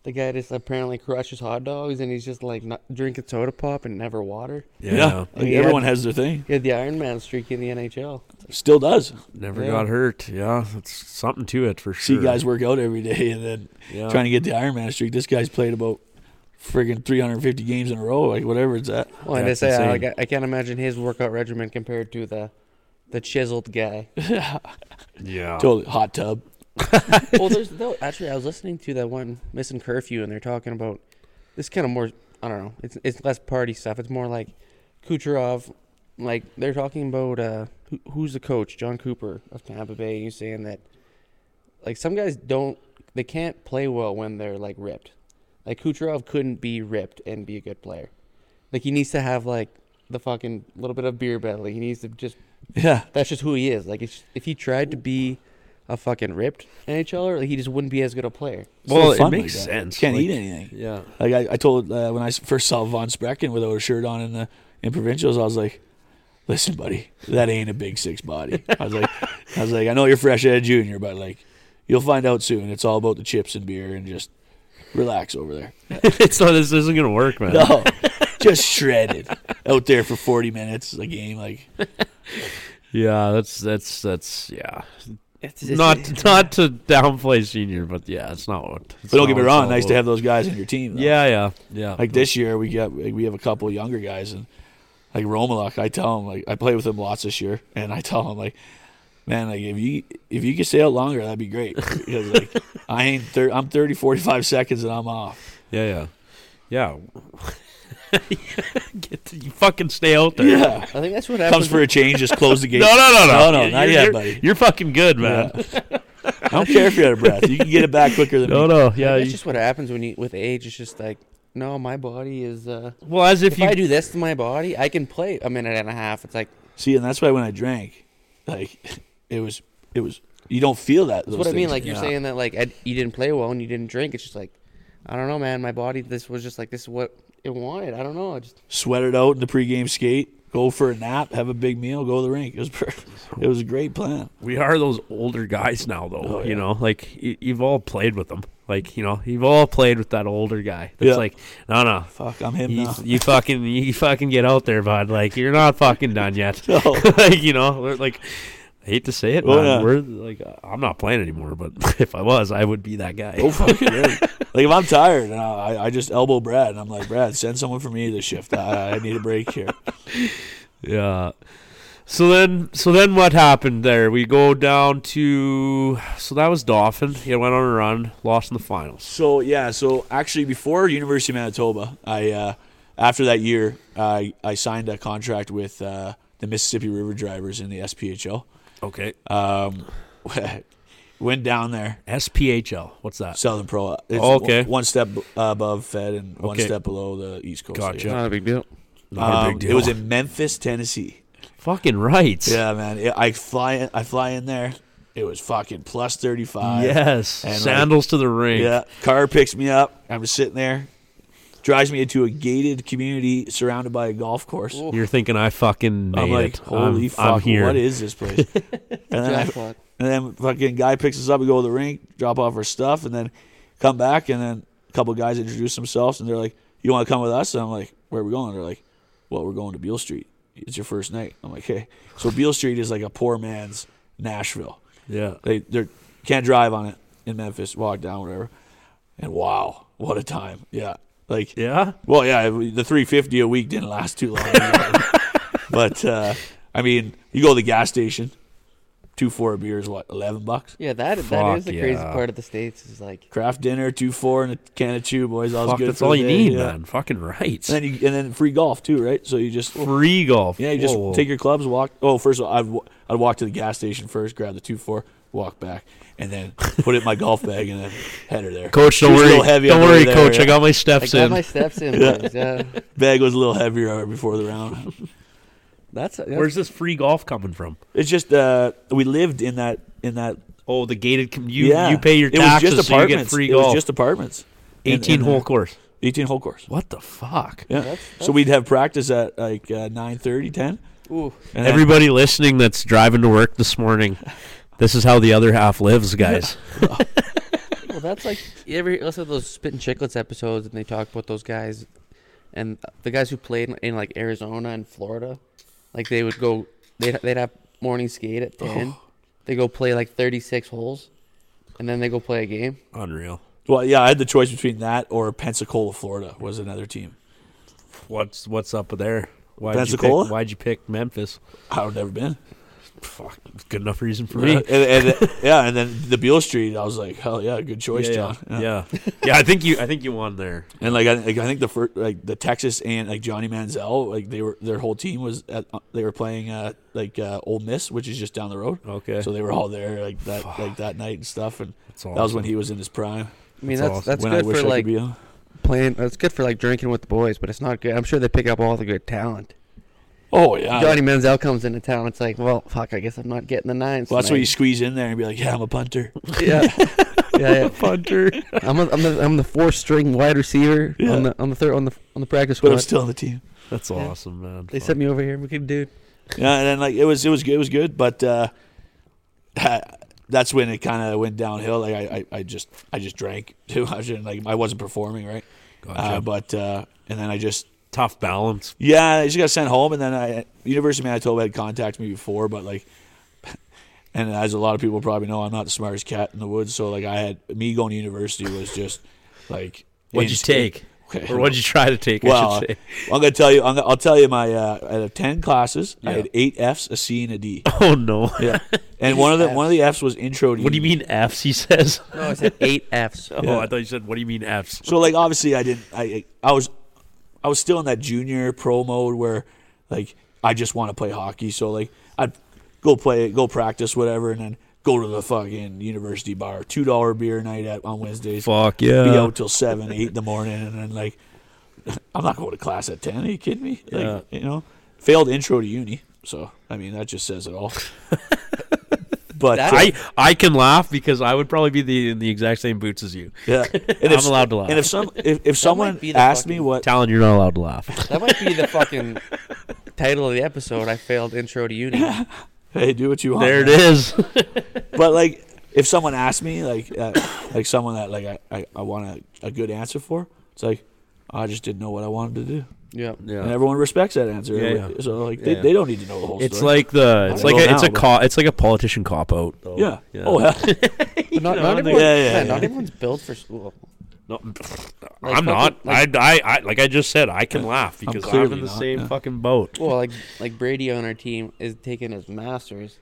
Speaker 2: the guy just apparently crushes hot dogs and he's just like not drinking soda pop and never water.
Speaker 6: yeah, like
Speaker 2: Yeah.
Speaker 6: everyone has their thing.
Speaker 2: He had the Iron Man streak in the NHL.
Speaker 6: Still does.
Speaker 4: Never
Speaker 2: Yeah.
Speaker 4: got hurt. Yeah, it's something to it for
Speaker 6: See
Speaker 4: sure.
Speaker 6: guys work out every day and then
Speaker 4: yeah.
Speaker 6: trying to get the Iron Man streak. This guy's played about friggin' 350 games in a row, like whatever it's at.
Speaker 2: Well, and I
Speaker 4: That's
Speaker 2: say I,
Speaker 4: insane.
Speaker 2: like, I can't imagine his workout regimen compared to the the chiseled guy.
Speaker 4: yeah.
Speaker 6: Totally hot tub.
Speaker 2: well, there's no, actually I was listening to that one missing curfew, and they're talking about this kind of more. I don't know. It's it's less party stuff. It's more like Kucherov. Like they're talking about uh, who, who's the coach, John Cooper of Tampa Bay. He's saying that like some guys don't they can't play well when they're like ripped. Like Kucherov couldn't be ripped and be a good player. Like he needs to have like the fucking little bit of beer belly. He needs to just
Speaker 6: Yeah,
Speaker 2: that's just who he is. Like if, if he tried to be a fucking ripped NHLer, er, like, he just wouldn't be as good a player.
Speaker 6: It's
Speaker 4: Well,
Speaker 6: no
Speaker 4: it
Speaker 6: fun
Speaker 4: makes
Speaker 6: like that.
Speaker 4: sense,
Speaker 6: Can't
Speaker 4: like-
Speaker 6: eat anything.
Speaker 4: Yeah.
Speaker 6: Like I, I told uh, when I s- first saw Von Sprecken without a shirt on in the in provincials, I was like, "Listen, buddy, that ain't a big six body." I was like, "I was like, I know you're fresh out of junior, but like, you'll find out soon. It's all about the chips and beer and just relax over there."
Speaker 4: it's not. This isn't gonna work, man.
Speaker 6: No, just shredded out there for 40 minutes a game. Like,
Speaker 4: Yeah, that's that's that's yeah.
Speaker 2: It's,
Speaker 4: Not not to downplay senior, but yeah, it's not what. It's
Speaker 6: but don't
Speaker 4: not
Speaker 6: get me
Speaker 4: what it's
Speaker 6: wrong,
Speaker 4: all
Speaker 6: nice to
Speaker 4: about.
Speaker 6: have those guys on your team. though.
Speaker 4: Yeah, yeah, yeah.
Speaker 6: Like this year, we got like, we have a couple younger guys, and like Romaluk, I tell him like I play with him lots this year, and I tell him like, man, like if you if you could stay out longer, that'd be great. Because like I ain't thir- I'm 30, 45 seconds and I'm off.
Speaker 4: yeah, yeah, yeah. get to, you fucking stay out there.
Speaker 6: Yeah,
Speaker 2: I think that's what
Speaker 6: comes
Speaker 2: happens.
Speaker 6: for a change, just close the gate.
Speaker 4: No, no, no, no,
Speaker 6: No, no, not
Speaker 4: You're-
Speaker 6: yet,
Speaker 4: you're-
Speaker 6: buddy.
Speaker 4: You're fucking good, man.
Speaker 6: I don't care if you're out of breath. You can get it back quicker than
Speaker 4: No,
Speaker 6: me.
Speaker 4: no, yeah.
Speaker 2: that's
Speaker 4: you-
Speaker 2: just what happens when you with age. It's just like no, my body is. uh
Speaker 4: well, as if,
Speaker 2: If
Speaker 4: you
Speaker 2: I do this to my body, I can play a minute and a half. It's like
Speaker 6: See, and that's why when I drank, like it was it was you don't feel that.
Speaker 2: that's
Speaker 6: those
Speaker 2: what I mean.
Speaker 6: things.
Speaker 2: Like you're saying that like I, you didn't play well and you didn't drink. It's just like I don't know, man. My body. This was just like this is what it wanted. I don't know. I just
Speaker 6: sweat it out in the pregame skate, go for a nap, have a big meal, go to the rink. It was per- it was a great plan.
Speaker 4: we are those older guys now, though.
Speaker 6: Oh, yeah.
Speaker 4: You know, like y- you've all played with them. Like you know, you've all played with that older guy. That's
Speaker 6: Yeah.
Speaker 4: like, no, no,
Speaker 6: Fuck, I'm him
Speaker 4: you,
Speaker 6: now.
Speaker 4: you fucking you fucking get out there, bud. Like you're not fucking done yet.
Speaker 6: No.
Speaker 4: like you know, we're, like I hate to say it,
Speaker 6: Oh,
Speaker 4: man.
Speaker 6: yeah.
Speaker 4: We're like I'm not playing anymore, but if I was, I would be that guy.
Speaker 6: Go fuck it. Like if I'm tired, and I, I just elbow Brad, and I'm like, Brad, send someone for me this shift. I, I need a break here.
Speaker 4: Yeah. So then, so then, what happened there? We go down to so that was Dolphin. He went on a run, lost in the finals.
Speaker 6: So yeah, so actually before University of Manitoba, I uh, after that year, I I signed a contract with uh, the Mississippi River Drivers in the SPHL.
Speaker 4: Okay.
Speaker 6: Um, went down there,
Speaker 4: SPHL. What's that?
Speaker 6: Southern Pro. It's
Speaker 4: Oh, okay.
Speaker 6: One, one step above Fed and one
Speaker 4: Okay.
Speaker 6: step below the East Coast.
Speaker 4: Gotcha.
Speaker 6: League.
Speaker 4: Not
Speaker 2: a big deal.
Speaker 6: Um, It was in Memphis, Tennessee.
Speaker 4: fucking right.
Speaker 6: Yeah, man. It, I fly. In, I fly in there. It was fucking plus thirty five.
Speaker 4: Yes.
Speaker 6: And, like,
Speaker 4: Sandals to the ring.
Speaker 6: Yeah. Car picks me up. I'm just sitting there. Drives me into a gated community surrounded by a golf course.
Speaker 4: You're thinking I fucking made
Speaker 6: I'm like,
Speaker 4: it.
Speaker 6: holy
Speaker 4: I'm,
Speaker 6: fuck!
Speaker 4: I'm here.
Speaker 6: What is this place? and then I,
Speaker 2: Jackpot.
Speaker 6: And then fucking guy picks us up. We go to the rink, drop off our stuff, and then come back. And then a couple guys introduce themselves, and they're like, "You want to come with us?" And I'm like, "Where are we going?" They're like, "Well, we're going to Beale Street. It's your first night." I'm like, "Hey." So Beale Street is like a poor man's Nashville.
Speaker 4: Yeah.
Speaker 6: They they can't drive on it in Memphis. Walk down whatever. And wow, what a time! Yeah, like
Speaker 4: Yeah.
Speaker 6: well, yeah, the 350 a week didn't last too long. but uh, I mean, you go to the gas station, two four a beer is what eleven bucks.
Speaker 2: Yeah, that that is
Speaker 4: Fuck
Speaker 2: the crazy
Speaker 4: yeah.
Speaker 2: part of the states is like
Speaker 6: Craft dinner, two four, and a can of chew, boys. That was
Speaker 4: Fuck,
Speaker 6: good.
Speaker 4: that's
Speaker 6: for
Speaker 4: all
Speaker 6: the
Speaker 4: you
Speaker 6: day,
Speaker 4: need,
Speaker 6: yeah.
Speaker 4: man. Fucking right.
Speaker 6: And then you, and then free golf too, right? So you just
Speaker 4: Free golf.
Speaker 6: yeah, you just
Speaker 4: Whoa.
Speaker 6: take your clubs, walk. Oh, first of all, I'd wa- I'd walk to the gas station first, grab the two four, walk back, and then put it in my golf bag, and then head her there.
Speaker 4: Coach,
Speaker 6: She
Speaker 4: don't
Speaker 6: was a
Speaker 4: worry.
Speaker 6: little heavy
Speaker 4: don't
Speaker 6: on the way
Speaker 4: worry,
Speaker 6: there,
Speaker 4: coach.
Speaker 6: yeah.
Speaker 4: I got my
Speaker 2: I
Speaker 4: steps
Speaker 2: got
Speaker 4: in.
Speaker 2: my steps in. boys, yeah.
Speaker 6: Bag was a little heavier before the round.
Speaker 2: That's, that's
Speaker 4: Where's this free golf coming from?
Speaker 6: It's just uh, we lived in that in that.
Speaker 4: Oh, the gated. Com- you
Speaker 6: yeah,
Speaker 4: you pay your
Speaker 6: it was
Speaker 4: taxes,
Speaker 6: just
Speaker 4: so you
Speaker 6: apartments.
Speaker 4: get free
Speaker 6: it
Speaker 4: golf.
Speaker 6: was just apartments. in- in
Speaker 4: Eighteen hole
Speaker 6: there.
Speaker 4: course.
Speaker 6: eighteen hole course.
Speaker 4: What the fuck?
Speaker 6: Yeah. so we'd have practice at like uh, 9 10.
Speaker 2: ooh,
Speaker 6: And then-
Speaker 4: Everybody listening that's driving to work this morning, this is how the other half lives, guys.
Speaker 2: well, that's like you ever listen to those Spit and Chicklets episodes and they talk about those guys and the guys who played in, in like Arizona and Florida, like they would go they'd they'd have morning skate at ten,
Speaker 6: Oh.
Speaker 2: they go play like thirty six holes, and then they go play a game.
Speaker 4: Unreal.
Speaker 6: well, yeah, I had the choice between that or Pensacola, Florida was another team.
Speaker 4: What's what's up there? Why'd you pick-
Speaker 6: Pensacola?
Speaker 4: why'd you pick Memphis?
Speaker 6: I've never been.
Speaker 4: Fuck, good enough reason for
Speaker 6: Yeah,
Speaker 4: me.
Speaker 6: and, and- yeah, and then the Beale Street, I was like, hell yeah, good choice,
Speaker 4: Yeah,
Speaker 6: John.
Speaker 4: yeah, yeah. Yeah, I think you. I think you won there.
Speaker 6: And like I, like I think the first, like the Texas and like Johnny Manziel, like they were their whole team was at, they were playing uh like uh Ole Miss, which is just down the road.
Speaker 4: Okay.
Speaker 6: So they were all there like that like that night and stuff, and that was
Speaker 4: awesome.
Speaker 6: when he was in his prime.
Speaker 2: I mean
Speaker 4: That's
Speaker 2: that's that's,
Speaker 6: when I
Speaker 2: good
Speaker 6: wish
Speaker 2: for
Speaker 6: I
Speaker 2: like
Speaker 6: could be on.
Speaker 2: playing. That's good for like drinking with the boys, but it's not good. I'm sure they pick up all the good talent.
Speaker 6: Oh yeah,
Speaker 2: Johnny Manziel comes into town. It's like, well, fuck. I guess I'm not getting the nines.
Speaker 6: Well, that's what you
Speaker 2: tonight.
Speaker 6: squeeze in there and be like, yeah, I'm a punter.
Speaker 2: yeah, yeah, yeah. punter. I'm a, I'm the I'm the four string wide receiver
Speaker 6: Yeah.
Speaker 2: on the on the third on the on the practice
Speaker 6: but
Speaker 2: squad.
Speaker 6: I'm still on the team.
Speaker 4: That's awesome, man.
Speaker 2: they
Speaker 4: Fuck.
Speaker 2: sent me over here. We could dude.
Speaker 6: Yeah, and then like it was, it was good, it was good. But uh, that's when it kind of went downhill. Like I, I, I just, I just drank too much, and like I wasn't performing right. Uh,
Speaker 4: Gotcha.
Speaker 6: but uh, and then I just,
Speaker 4: tough balance.
Speaker 6: yeah, I just got sent home, and then I, University of Manitoba had contacted me before, but like. And as a lot of people probably know, I'm not the smartest cat in the woods. So like, I had me going to university was just like
Speaker 4: What'd you
Speaker 6: insane.
Speaker 4: take?
Speaker 6: Okay.
Speaker 4: Or what'd you try to take? I
Speaker 6: Well,
Speaker 4: should say.
Speaker 6: I'm gonna tell you. I'm gonna, I'll tell you my. Uh, I had ten classes. I had eight Fs, a C, and a D.
Speaker 4: Oh no.
Speaker 6: Yeah, and one of the one of the Fs was intro. To
Speaker 4: What do you mean F's? He says.
Speaker 2: No, I said eight Fs.
Speaker 4: Oh, I thought you said. What do you mean F's?
Speaker 6: So like, obviously, I didn't. I I was I was still in that junior pro mode where like I just want to play hockey. So like I'd go play, go practice, whatever, and then go to the fucking university bar, two dollar beer night at on Wednesdays.
Speaker 4: Fuck
Speaker 6: Be
Speaker 4: yeah.
Speaker 6: out till seven, eight in the morning, and then like I'm not going to class at ten. Are you kidding me? Like you know, failed intro to uni. So I mean, that just says it all. but uh,
Speaker 4: I I can laugh because I would probably be the in the exact same boots as you.
Speaker 6: yeah, and
Speaker 4: I'm allowed to laugh.
Speaker 6: And if some if, if someone
Speaker 2: be the
Speaker 6: asked me
Speaker 2: fucking
Speaker 6: what
Speaker 4: Talon, you're not allowed to laugh.
Speaker 2: That might be the fucking title of the episode. I failed intro to uni.
Speaker 6: hey, do what you want.
Speaker 4: there it
Speaker 6: man.
Speaker 4: is.
Speaker 6: But like, if someone asked me, like, uh, like someone that like I, I, I want a, a good answer for, it's like, "Oh, I just didn't know what I wanted to do,
Speaker 2: Yeah.
Speaker 6: and everyone respects that answer.
Speaker 4: Yeah, yeah.
Speaker 6: So like,
Speaker 4: Yeah,
Speaker 6: they,
Speaker 4: yeah.
Speaker 6: they don't need to know the whole
Speaker 4: It's
Speaker 6: story.
Speaker 4: like the it's
Speaker 6: Well,
Speaker 4: like a,
Speaker 6: now,
Speaker 4: it's a
Speaker 6: but-
Speaker 4: co- it's like a politician cop out. Though.
Speaker 6: yeah. Oh hell.
Speaker 2: But not, not
Speaker 4: know, like-
Speaker 2: everyone,
Speaker 6: Yeah, yeah,
Speaker 2: man,
Speaker 6: yeah.
Speaker 2: not everyone's built for school.
Speaker 4: No,
Speaker 2: Like fucking-
Speaker 4: I'm not.
Speaker 2: like-
Speaker 4: I, I I like I just said. I can laugh because I'm,
Speaker 6: clearly
Speaker 4: in the
Speaker 6: not,
Speaker 4: same
Speaker 6: yeah.
Speaker 4: fucking boat.
Speaker 2: Well, like like Brady on our team is taking his masters,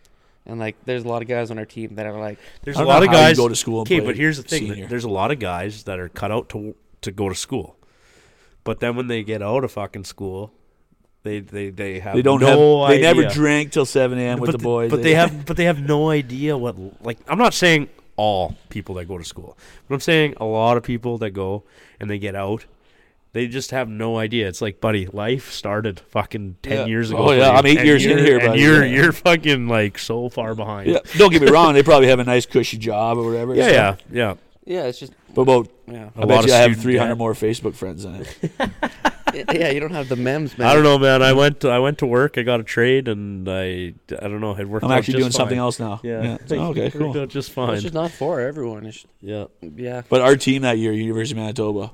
Speaker 2: and like there's a lot of guys on our team that are like,
Speaker 4: There's
Speaker 6: I
Speaker 4: a
Speaker 6: don't know
Speaker 4: lot of
Speaker 6: how you
Speaker 4: guys
Speaker 6: go to school and
Speaker 4: Okay,
Speaker 6: play
Speaker 4: but here's the thing: that
Speaker 6: senior.
Speaker 4: there's a lot of guys that are cut out to to go to school, but then when they get out of fucking school, they they they have
Speaker 6: They don't
Speaker 4: no
Speaker 6: have. They
Speaker 4: idea.
Speaker 6: never drank till seven a.m. with
Speaker 4: but
Speaker 6: the boys.
Speaker 4: But they have but they have no idea what like I'm not saying all people that go to school. But I'm saying a lot of people that go and they get out, they just have no idea. It's like, buddy, life started fucking ten
Speaker 6: Yeah.
Speaker 4: years ago.
Speaker 6: Oh, yeah,
Speaker 4: buddy,
Speaker 6: I'm eight
Speaker 4: and
Speaker 6: years in
Speaker 4: you're-
Speaker 6: here,
Speaker 4: and
Speaker 6: buddy.
Speaker 4: you're
Speaker 6: Yeah.
Speaker 4: you're fucking like so far behind.
Speaker 6: Yeah. Don't get me wrong. They probably have a nice cushy job or whatever.
Speaker 4: yeah,
Speaker 6: so-
Speaker 4: yeah. yeah.
Speaker 2: yeah, it's just
Speaker 6: But about
Speaker 2: yeah,
Speaker 4: A
Speaker 6: I
Speaker 4: lot
Speaker 6: bet
Speaker 4: of
Speaker 6: you I have
Speaker 4: student
Speaker 6: three hundred
Speaker 4: debt.
Speaker 6: more Facebook friends than it.
Speaker 2: yeah. You don't have the memes, man.
Speaker 4: I don't know, man. I went to, I went to work. I got a trade, and I I don't know. It worked.
Speaker 6: I'm
Speaker 4: out
Speaker 6: actually
Speaker 4: just
Speaker 6: doing something
Speaker 4: fine.
Speaker 6: else now.
Speaker 4: Yeah.
Speaker 6: So, okay.
Speaker 4: It worked
Speaker 6: Cool.
Speaker 4: out just
Speaker 2: It's
Speaker 4: fine.
Speaker 2: just not for everyone. It's,
Speaker 4: Yeah.
Speaker 2: yeah.
Speaker 6: But our team that year, University of Manitoba.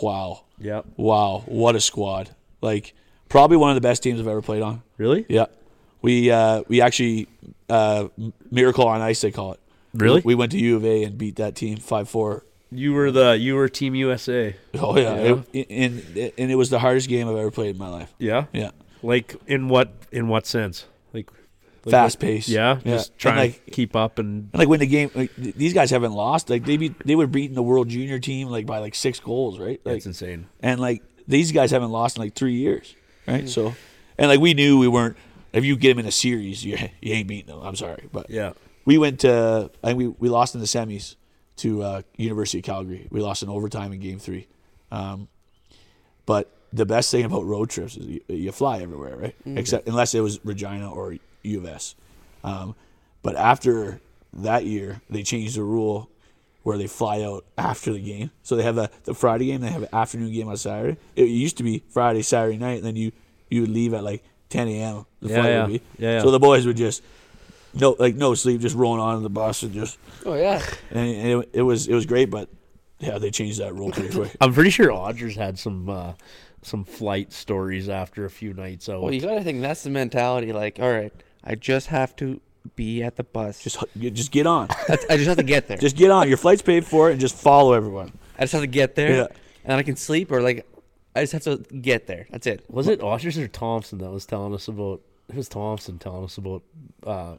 Speaker 6: Wow.
Speaker 4: Yeah.
Speaker 6: Wow, what a squad! Like probably one of the best teams I've ever played on.
Speaker 4: Really?
Speaker 6: Yeah, we uh, we actually uh, miracle on ice they call it.
Speaker 4: Really?
Speaker 6: we went to U of A and beat that team five four.
Speaker 4: You were the you were Team USA.
Speaker 6: Oh yeah, It- and and it was the hardest game I've ever played in my life.
Speaker 4: Yeah.
Speaker 6: Yeah,
Speaker 4: Like in what in what sense? Like
Speaker 6: fast pace.
Speaker 4: Yeah, just
Speaker 6: And,
Speaker 4: trying
Speaker 6: like,
Speaker 4: to keep up and
Speaker 6: and like when the game, like th- these guys haven't lost. Like they beat, they were beating the world junior team like by like six goals, right? Like,
Speaker 4: it's insane.
Speaker 6: and like these guys haven't lost in like three years, right? So, and like we knew we weren't. If you get them in a series, you you ain't beating them. I'm sorry, but
Speaker 4: Yeah.
Speaker 6: we went to I think we, we lost in the semis to uh, University of Calgary. We lost in overtime in Game Three, um, but the best thing about road trips is you, you fly everywhere, right?
Speaker 4: Mm-hmm.
Speaker 6: Except unless it was Regina or U of S. Um, but after that year, they changed the rule where they fly out after the game. So they have a the Friday game, they have an afternoon game on Saturday. It used to be Friday, Saturday night, and then you you would leave at like 10 a.m. The
Speaker 4: Yeah,
Speaker 6: flight
Speaker 4: yeah.
Speaker 6: would be.
Speaker 4: Yeah, yeah.
Speaker 6: So the boys would just no like no sleep, just rolling on the bus and just
Speaker 2: Oh yeah.
Speaker 6: and it, it was it was great, but yeah, they changed that rule pretty quick.
Speaker 4: I'm pretty sure Odgers had some uh, some flight stories after a few nights out.
Speaker 2: Well, you gotta think that's the mentality. Like, all right, I just have to be at the bus. Just
Speaker 6: Just you just get on,
Speaker 2: I just have to get there.
Speaker 6: just get on. Your flight's paid for, and just follow everyone.
Speaker 2: I just have to get there,
Speaker 6: Yeah.
Speaker 2: and I can sleep or like, I just have to get there. That's it.
Speaker 4: was it Odgers or Thompson that was telling us about? It was Thompson telling us about uh,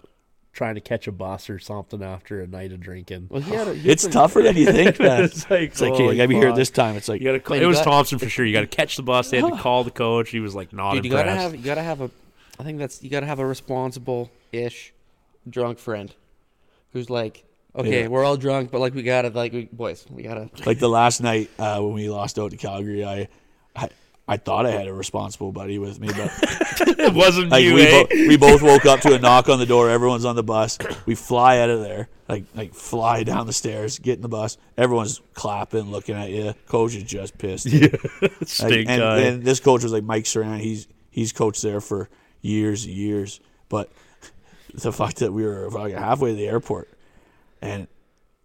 Speaker 4: trying to catch a bus or something after a night of drinking.
Speaker 2: Well, he had a, he
Speaker 6: It's tougher than you think, man. it's
Speaker 4: It's like,
Speaker 6: like, okay, I
Speaker 4: holy
Speaker 6: gotta be here
Speaker 4: fuck.
Speaker 6: this time. It's like
Speaker 4: You gotta call,
Speaker 2: Man,
Speaker 4: it
Speaker 2: you
Speaker 4: was
Speaker 2: got-
Speaker 4: Thompson for sure. You got to catch the bus. They had to call the coach. He was like not
Speaker 2: dude, you
Speaker 4: impressed.
Speaker 2: gotta have you gotta have a. I think that's you gotta have a responsible ish, drunk friend, who's like, okay,
Speaker 6: Yeah.
Speaker 2: we're all drunk, but like we gotta like we, boys, we gotta.
Speaker 6: like the last night uh, when we lost out to Calgary, I, I I thought I had a responsible buddy with me, but
Speaker 4: it wasn't
Speaker 6: like
Speaker 4: you.
Speaker 6: we,
Speaker 4: eh?
Speaker 6: bo- we both woke up to a knock on the door. Everyone's on the bus. We fly out of there, like like fly down the stairs, get in the bus. Everyone's clapping, looking at you. Coach is just pissed. Like,
Speaker 4: Stink
Speaker 6: Uh, and,
Speaker 4: eye.
Speaker 6: and this coach was like Mike Saran. He's he's coached there for years and years. But the fact that we were like halfway to the airport, and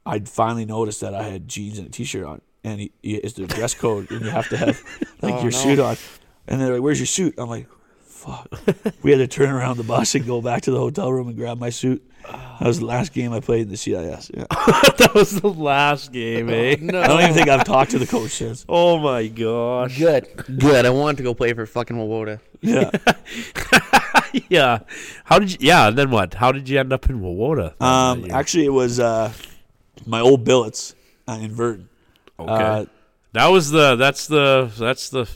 Speaker 6: I finally noticed that I had jeans and a t-shirt on, and he, he- it's the dress code, and you have to have like your suit on. And they're like, "Where's your suit?" I'm like, "Fuck." we had to turn around the bus and go back to the hotel room and grab my suit. That was the last game I played in the CIS. Yeah.
Speaker 4: that was the last game, eh?
Speaker 6: I don't even think I've talked to the coach since.
Speaker 4: Oh my gosh.
Speaker 2: Good, good. I want to go play for fucking Woboda.
Speaker 6: Yeah.
Speaker 4: Yeah. How did you? Yeah. Then what? How did you end up in Wawota?
Speaker 6: Um, actually, it was uh, my old billets uh, in Verdon.
Speaker 4: Okay.
Speaker 6: Uh,
Speaker 4: that was the. That's the. That's the.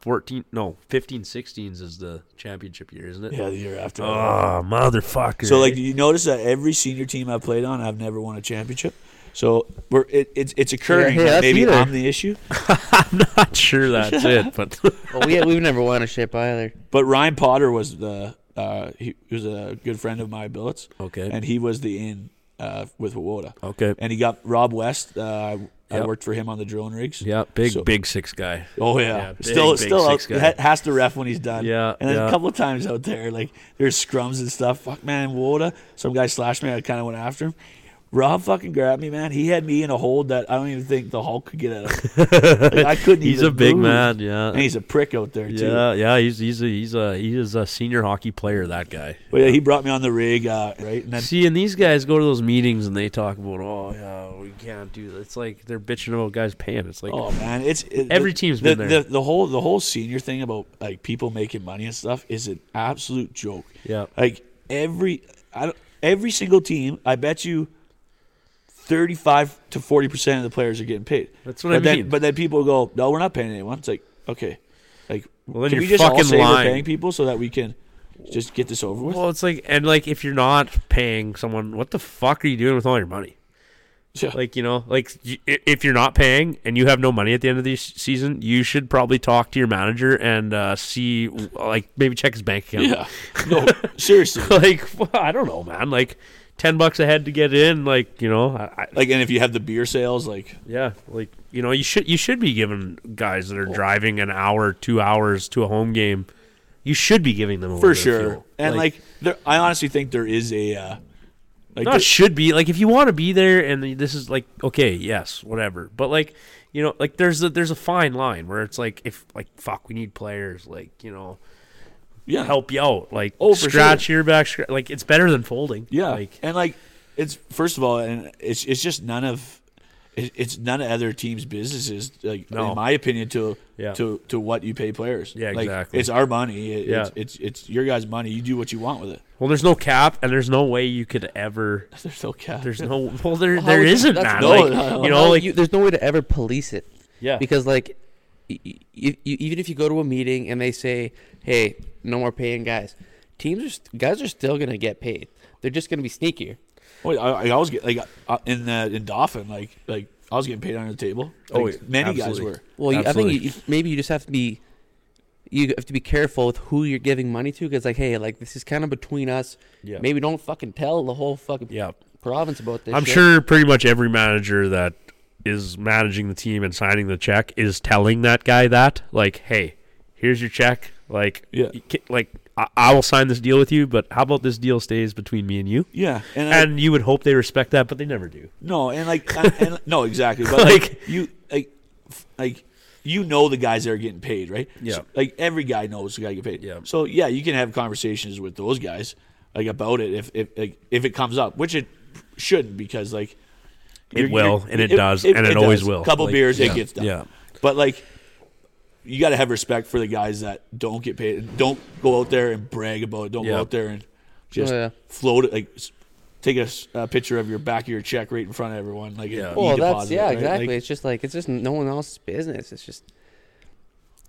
Speaker 4: 14 no 15 16s is the championship year isn't it
Speaker 6: yeah, the year after.
Speaker 4: oh motherfucker
Speaker 6: so, like, you notice that every senior team I've played on, I've never won a championship. So we're it, it's it's occurring.
Speaker 2: hey,
Speaker 6: that
Speaker 2: us
Speaker 6: maybe
Speaker 2: neither.
Speaker 6: I'm the issue.
Speaker 4: not sure that's it but
Speaker 2: Well, we we've never won a ship either.
Speaker 6: But Ryan Potter was the uh, he was a good friend of my billets.
Speaker 4: Okay.
Speaker 6: and he was the in uh, with Woda.
Speaker 4: okay
Speaker 6: and he got Rob West. Uh, I
Speaker 4: Yep.
Speaker 6: worked for him on the drone rigs.
Speaker 4: yeah big
Speaker 6: So-
Speaker 4: big six guy
Speaker 6: Oh yeah,
Speaker 4: Yeah, big,
Speaker 6: still
Speaker 4: big
Speaker 6: still out,
Speaker 4: six guy.
Speaker 6: ha- has to ref when he's done.
Speaker 4: Yeah,
Speaker 6: and then
Speaker 4: yeah.
Speaker 6: a couple of times out there, like there's scrums and stuff. Fuck man, Woda, some guy slashed me. I kind of went after him. Rob fucking grabbed me, man. He had me in a hold that I don't even think the Hulk could get out of. Like, I couldn't.
Speaker 4: he's
Speaker 6: even
Speaker 4: a big
Speaker 6: move.
Speaker 4: man yeah
Speaker 6: and he's a prick out there too.
Speaker 4: Yeah, yeah, he's he's a he's a he is a senior hockey player. That guy.
Speaker 6: But yeah, he brought me on the rig, uh, right? And then
Speaker 4: See, and these guys go to those meetings and they talk about, oh, yeah, we can't do that. It's like they're bitching about guys paying. It's like,
Speaker 6: Oh man, it's it,
Speaker 4: Every
Speaker 6: the,
Speaker 4: team's
Speaker 6: the,
Speaker 4: been there.
Speaker 6: The, the whole the whole senior thing about like people making money and stuff is an absolute joke.
Speaker 4: Yeah.
Speaker 6: like every I don't, every single team, I bet you thirty five to forty percent of the players are getting paid.
Speaker 4: That's what
Speaker 6: but
Speaker 4: I
Speaker 6: then,
Speaker 4: mean.
Speaker 6: But then people go, no, we're not paying anyone. It's like okay, like
Speaker 4: Well, then
Speaker 6: can
Speaker 4: you're
Speaker 6: we just all
Speaker 4: fucking
Speaker 6: say
Speaker 4: lying.
Speaker 6: we're paying people so that we can just get this over with?
Speaker 4: well, it's like, and like, if you're not paying someone, what the fuck are you doing with all your money?
Speaker 6: Yeah.
Speaker 4: Like, you know, like y- i- if you're not paying and you have no money at the end of the s- season, you should probably talk to your manager and uh, see, like, maybe check his bank account.
Speaker 6: yeah, no, seriously.
Speaker 4: like, I don't know, man. Like, 10 bucks a head to get in, like, you know, I, I,
Speaker 6: Like, and if you have the beer sales, like
Speaker 4: Yeah, like you know, you should you should be giving guys that are driving an hour, two hours to a home game. You should be giving them a little
Speaker 6: for
Speaker 4: bit of
Speaker 6: sure.
Speaker 4: fuel.
Speaker 6: And like, there, I honestly think there is a uh, like
Speaker 4: no,
Speaker 6: there-
Speaker 4: it should be like if you want to be there, and this is like okay, yes, whatever. But like you know, like there's a there's a fine line where it's like if like fuck, we need players, like you know,
Speaker 6: yeah,
Speaker 4: help you out, like
Speaker 6: Oh, for
Speaker 4: scratch your back, scratch, like it's better than folding.
Speaker 6: Yeah,
Speaker 4: like
Speaker 6: and like it's first of all, and it's it's just none of it, it's none of other teams' businesses. Like
Speaker 3: No.
Speaker 6: in my opinion, to
Speaker 3: Yeah.
Speaker 6: to to what you pay players.
Speaker 3: Yeah,
Speaker 6: Like,
Speaker 3: exactly.
Speaker 6: It's our money. It,
Speaker 3: Yeah.
Speaker 6: it's, it's it's your guys' money. You do what you want with it.
Speaker 3: Well, there's no cap, and there's no way you could ever.
Speaker 6: There's no cap.
Speaker 3: There's no. Well, there
Speaker 2: how
Speaker 3: there
Speaker 2: would you-
Speaker 3: isn't
Speaker 2: that's-
Speaker 3: that.
Speaker 6: No,
Speaker 3: like,
Speaker 6: no, no.
Speaker 3: you know,
Speaker 2: Well,
Speaker 3: like
Speaker 2: you, there's no way to ever police it
Speaker 3: yeah,
Speaker 2: because like y- y- y- y- even if you go to a meeting and they say hey no more paying guys teams are st- guys are still gonna get paid they're just gonna be sneakier
Speaker 6: Wait, I, I always get like uh, in uh, in Dauphin, like like I was getting paid under the table.
Speaker 3: Oh,
Speaker 6: Like,
Speaker 3: yeah,
Speaker 6: many
Speaker 3: absolutely.
Speaker 6: guys were.
Speaker 2: well you, i think
Speaker 3: Absolutely.
Speaker 2: you, you, maybe you just have to be you have to be careful with who you're giving money to because like hey like this is kind of between us
Speaker 3: Yeah.
Speaker 2: maybe don't fucking tell the whole fucking
Speaker 3: yeah.
Speaker 2: province about this
Speaker 4: I'm
Speaker 2: shit.
Speaker 4: sure pretty much every manager that is managing the team and signing the check is telling that guy that, like, hey, here's your check. Like,
Speaker 6: Yeah.
Speaker 4: you ca- like I, I will sign this deal with you, but how about this deal stays between me and you?
Speaker 6: Yeah, and, I-
Speaker 4: And you would hope they respect that, but they never do.
Speaker 6: no, and like and, and- no, exactly. But like, you like f- like you know the guys that are getting paid, right?
Speaker 3: Yeah.
Speaker 6: So, like every guy knows the guy get paid.
Speaker 3: Yeah.
Speaker 6: So yeah, you can have conversations with those guys like about it if if like, if it comes up, which it shouldn't because like
Speaker 4: It
Speaker 6: you're-
Speaker 4: will,
Speaker 6: you're-
Speaker 4: and it does, and it always will.
Speaker 6: Couple
Speaker 4: Like,
Speaker 6: beers,
Speaker 3: yeah,
Speaker 6: it gets done.
Speaker 3: yeah.
Speaker 6: But like, you got to have respect for the guys that don't get paid. and Don't go out there and brag about it. Don't
Speaker 3: Yeah.
Speaker 6: go out there and just
Speaker 2: Oh, yeah.
Speaker 6: float it. Like, s- take a s- a picture of your back of your check right in front of everyone. Like,
Speaker 3: Yeah.
Speaker 6: yeah.
Speaker 2: well that's yeah exactly it's just like it's just no one else's business it's just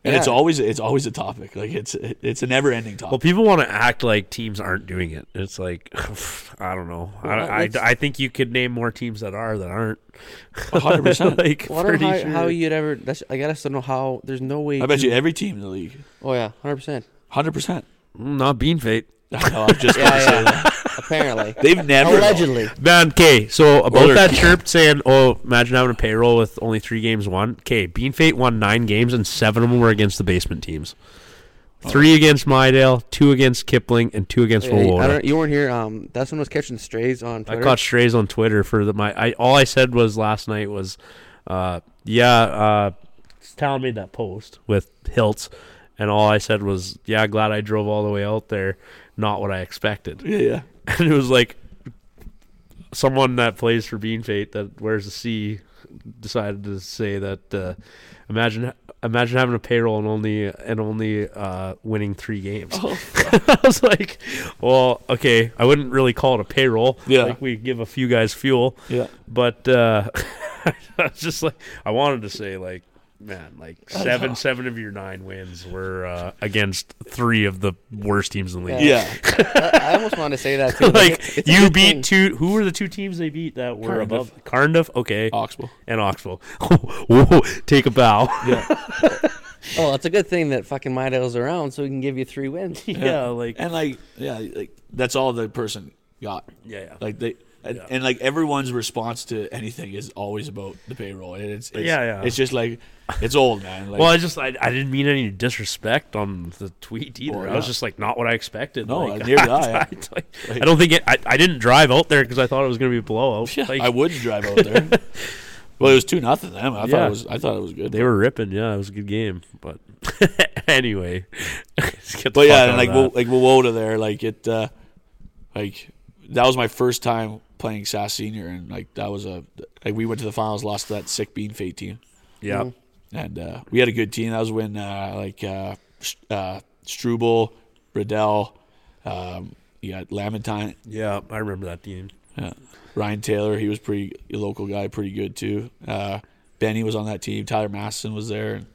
Speaker 6: and it's
Speaker 2: yeah.
Speaker 6: always it's always a topic. Like it's it's a never ending
Speaker 4: Well,
Speaker 6: topic.
Speaker 4: people want to act like teams aren't doing it. It's like, I don't know.
Speaker 2: Well,
Speaker 4: I, I,
Speaker 2: that's-
Speaker 4: I think you could name more teams that are that aren't.
Speaker 6: One hundred percent.
Speaker 4: like,
Speaker 2: well, I don't
Speaker 4: pretty
Speaker 2: know how,
Speaker 4: sure.
Speaker 2: how you'd ever. That's, I gotta still know how. There's no way.
Speaker 6: I bet you every team in the league.
Speaker 2: Oh yeah, hundred percent.
Speaker 6: Hundred percent.
Speaker 4: Mm, Not bean fate.
Speaker 6: I know. I'm just gonna
Speaker 2: Yeah,
Speaker 6: say
Speaker 2: yeah.
Speaker 6: that.
Speaker 2: Apparently,
Speaker 6: They've never
Speaker 2: allegedly.
Speaker 4: Man, okay, so about
Speaker 6: Or-
Speaker 4: that chirp saying, oh, imagine having a payroll with only three games won. Okay, Bean Fate won nine games, and seven of them were against the basement teams. Three against Mydale, two against Kipling, and two against
Speaker 2: Oh. Hey, I
Speaker 4: Wawona.
Speaker 2: don't, you weren't here. Um, that's when I was catching strays on
Speaker 4: I
Speaker 2: Twitter.
Speaker 4: caught strays on Twitter for the, my. I all I said was last night was, uh, yeah, uh, Tal made that post with Hiltz, and all I said was, yeah, glad I drove all the way out there. Not what I expected.
Speaker 6: Yeah, yeah.
Speaker 4: and it was like someone that plays for Bean Fate that wears a C decided to say that uh, imagine imagine having a payroll and only and only uh, winning three games.
Speaker 6: Oh.
Speaker 4: I was like, well, okay, I wouldn't really call it a payroll.
Speaker 6: Yeah.
Speaker 4: like we give a few guys fuel,
Speaker 6: Yeah.
Speaker 4: but uh, I was just like I wanted to say like. Man, like seven, seven of your nine wins were uh, against three of the worst teams in the league
Speaker 6: Yeah.
Speaker 2: I, I almost wanted to say that too.
Speaker 4: like
Speaker 2: it's a
Speaker 4: you
Speaker 2: good
Speaker 4: beat
Speaker 2: thing.
Speaker 4: two. Who were the two teams they beat that were
Speaker 6: Cardiff. Oh.
Speaker 4: above Cardiff? Okay,
Speaker 6: Oxbow.
Speaker 4: and Oxford. Whoa, take a bow.
Speaker 2: Oh, it's a good thing that fucking Mydale's around, so we can give you three wins.
Speaker 4: yeah, like
Speaker 6: and like yeah like that's all the person got
Speaker 4: Yeah, yeah.
Speaker 6: like they and, and like everyone's response to anything is always about the payroll and it's, it's
Speaker 4: Yeah, yeah.
Speaker 6: it's just like it's old man like
Speaker 4: well, I just I, I didn't mean any disrespect on the tweet either.
Speaker 6: Well,
Speaker 4: I was
Speaker 6: yeah.
Speaker 4: just like not what I expected.
Speaker 6: No,
Speaker 4: like,
Speaker 6: neither did I.
Speaker 4: like, I don't think it, I I didn't drive out there because I thought it was gonna be a blowout.
Speaker 6: yeah,
Speaker 4: Like,
Speaker 6: i wouldn't drive out there well it was two nothing to them i thought
Speaker 4: Yeah.
Speaker 6: it was i thought it was good
Speaker 4: they were ripping. Yeah, it was a good game. But anyway, let's get the
Speaker 6: but
Speaker 4: fuck
Speaker 6: yeah
Speaker 4: out
Speaker 6: and
Speaker 4: of
Speaker 6: like
Speaker 4: that.
Speaker 6: Wo- like Wota there like it uh like that was my first time playing Sass Senior and like that was a like we went to the finals lost to that sick bean fate team
Speaker 4: yeah,
Speaker 6: and uh, we had a good team. That was when uh, like uh, Sh- uh, Struble, Riddell, um, you got Lamentine,
Speaker 4: yeah, I remember that team.
Speaker 6: uh, Ryan Taylor. He was pretty a local guy, pretty good too. Uh, Benny was on that team. Tyler Maston was there, and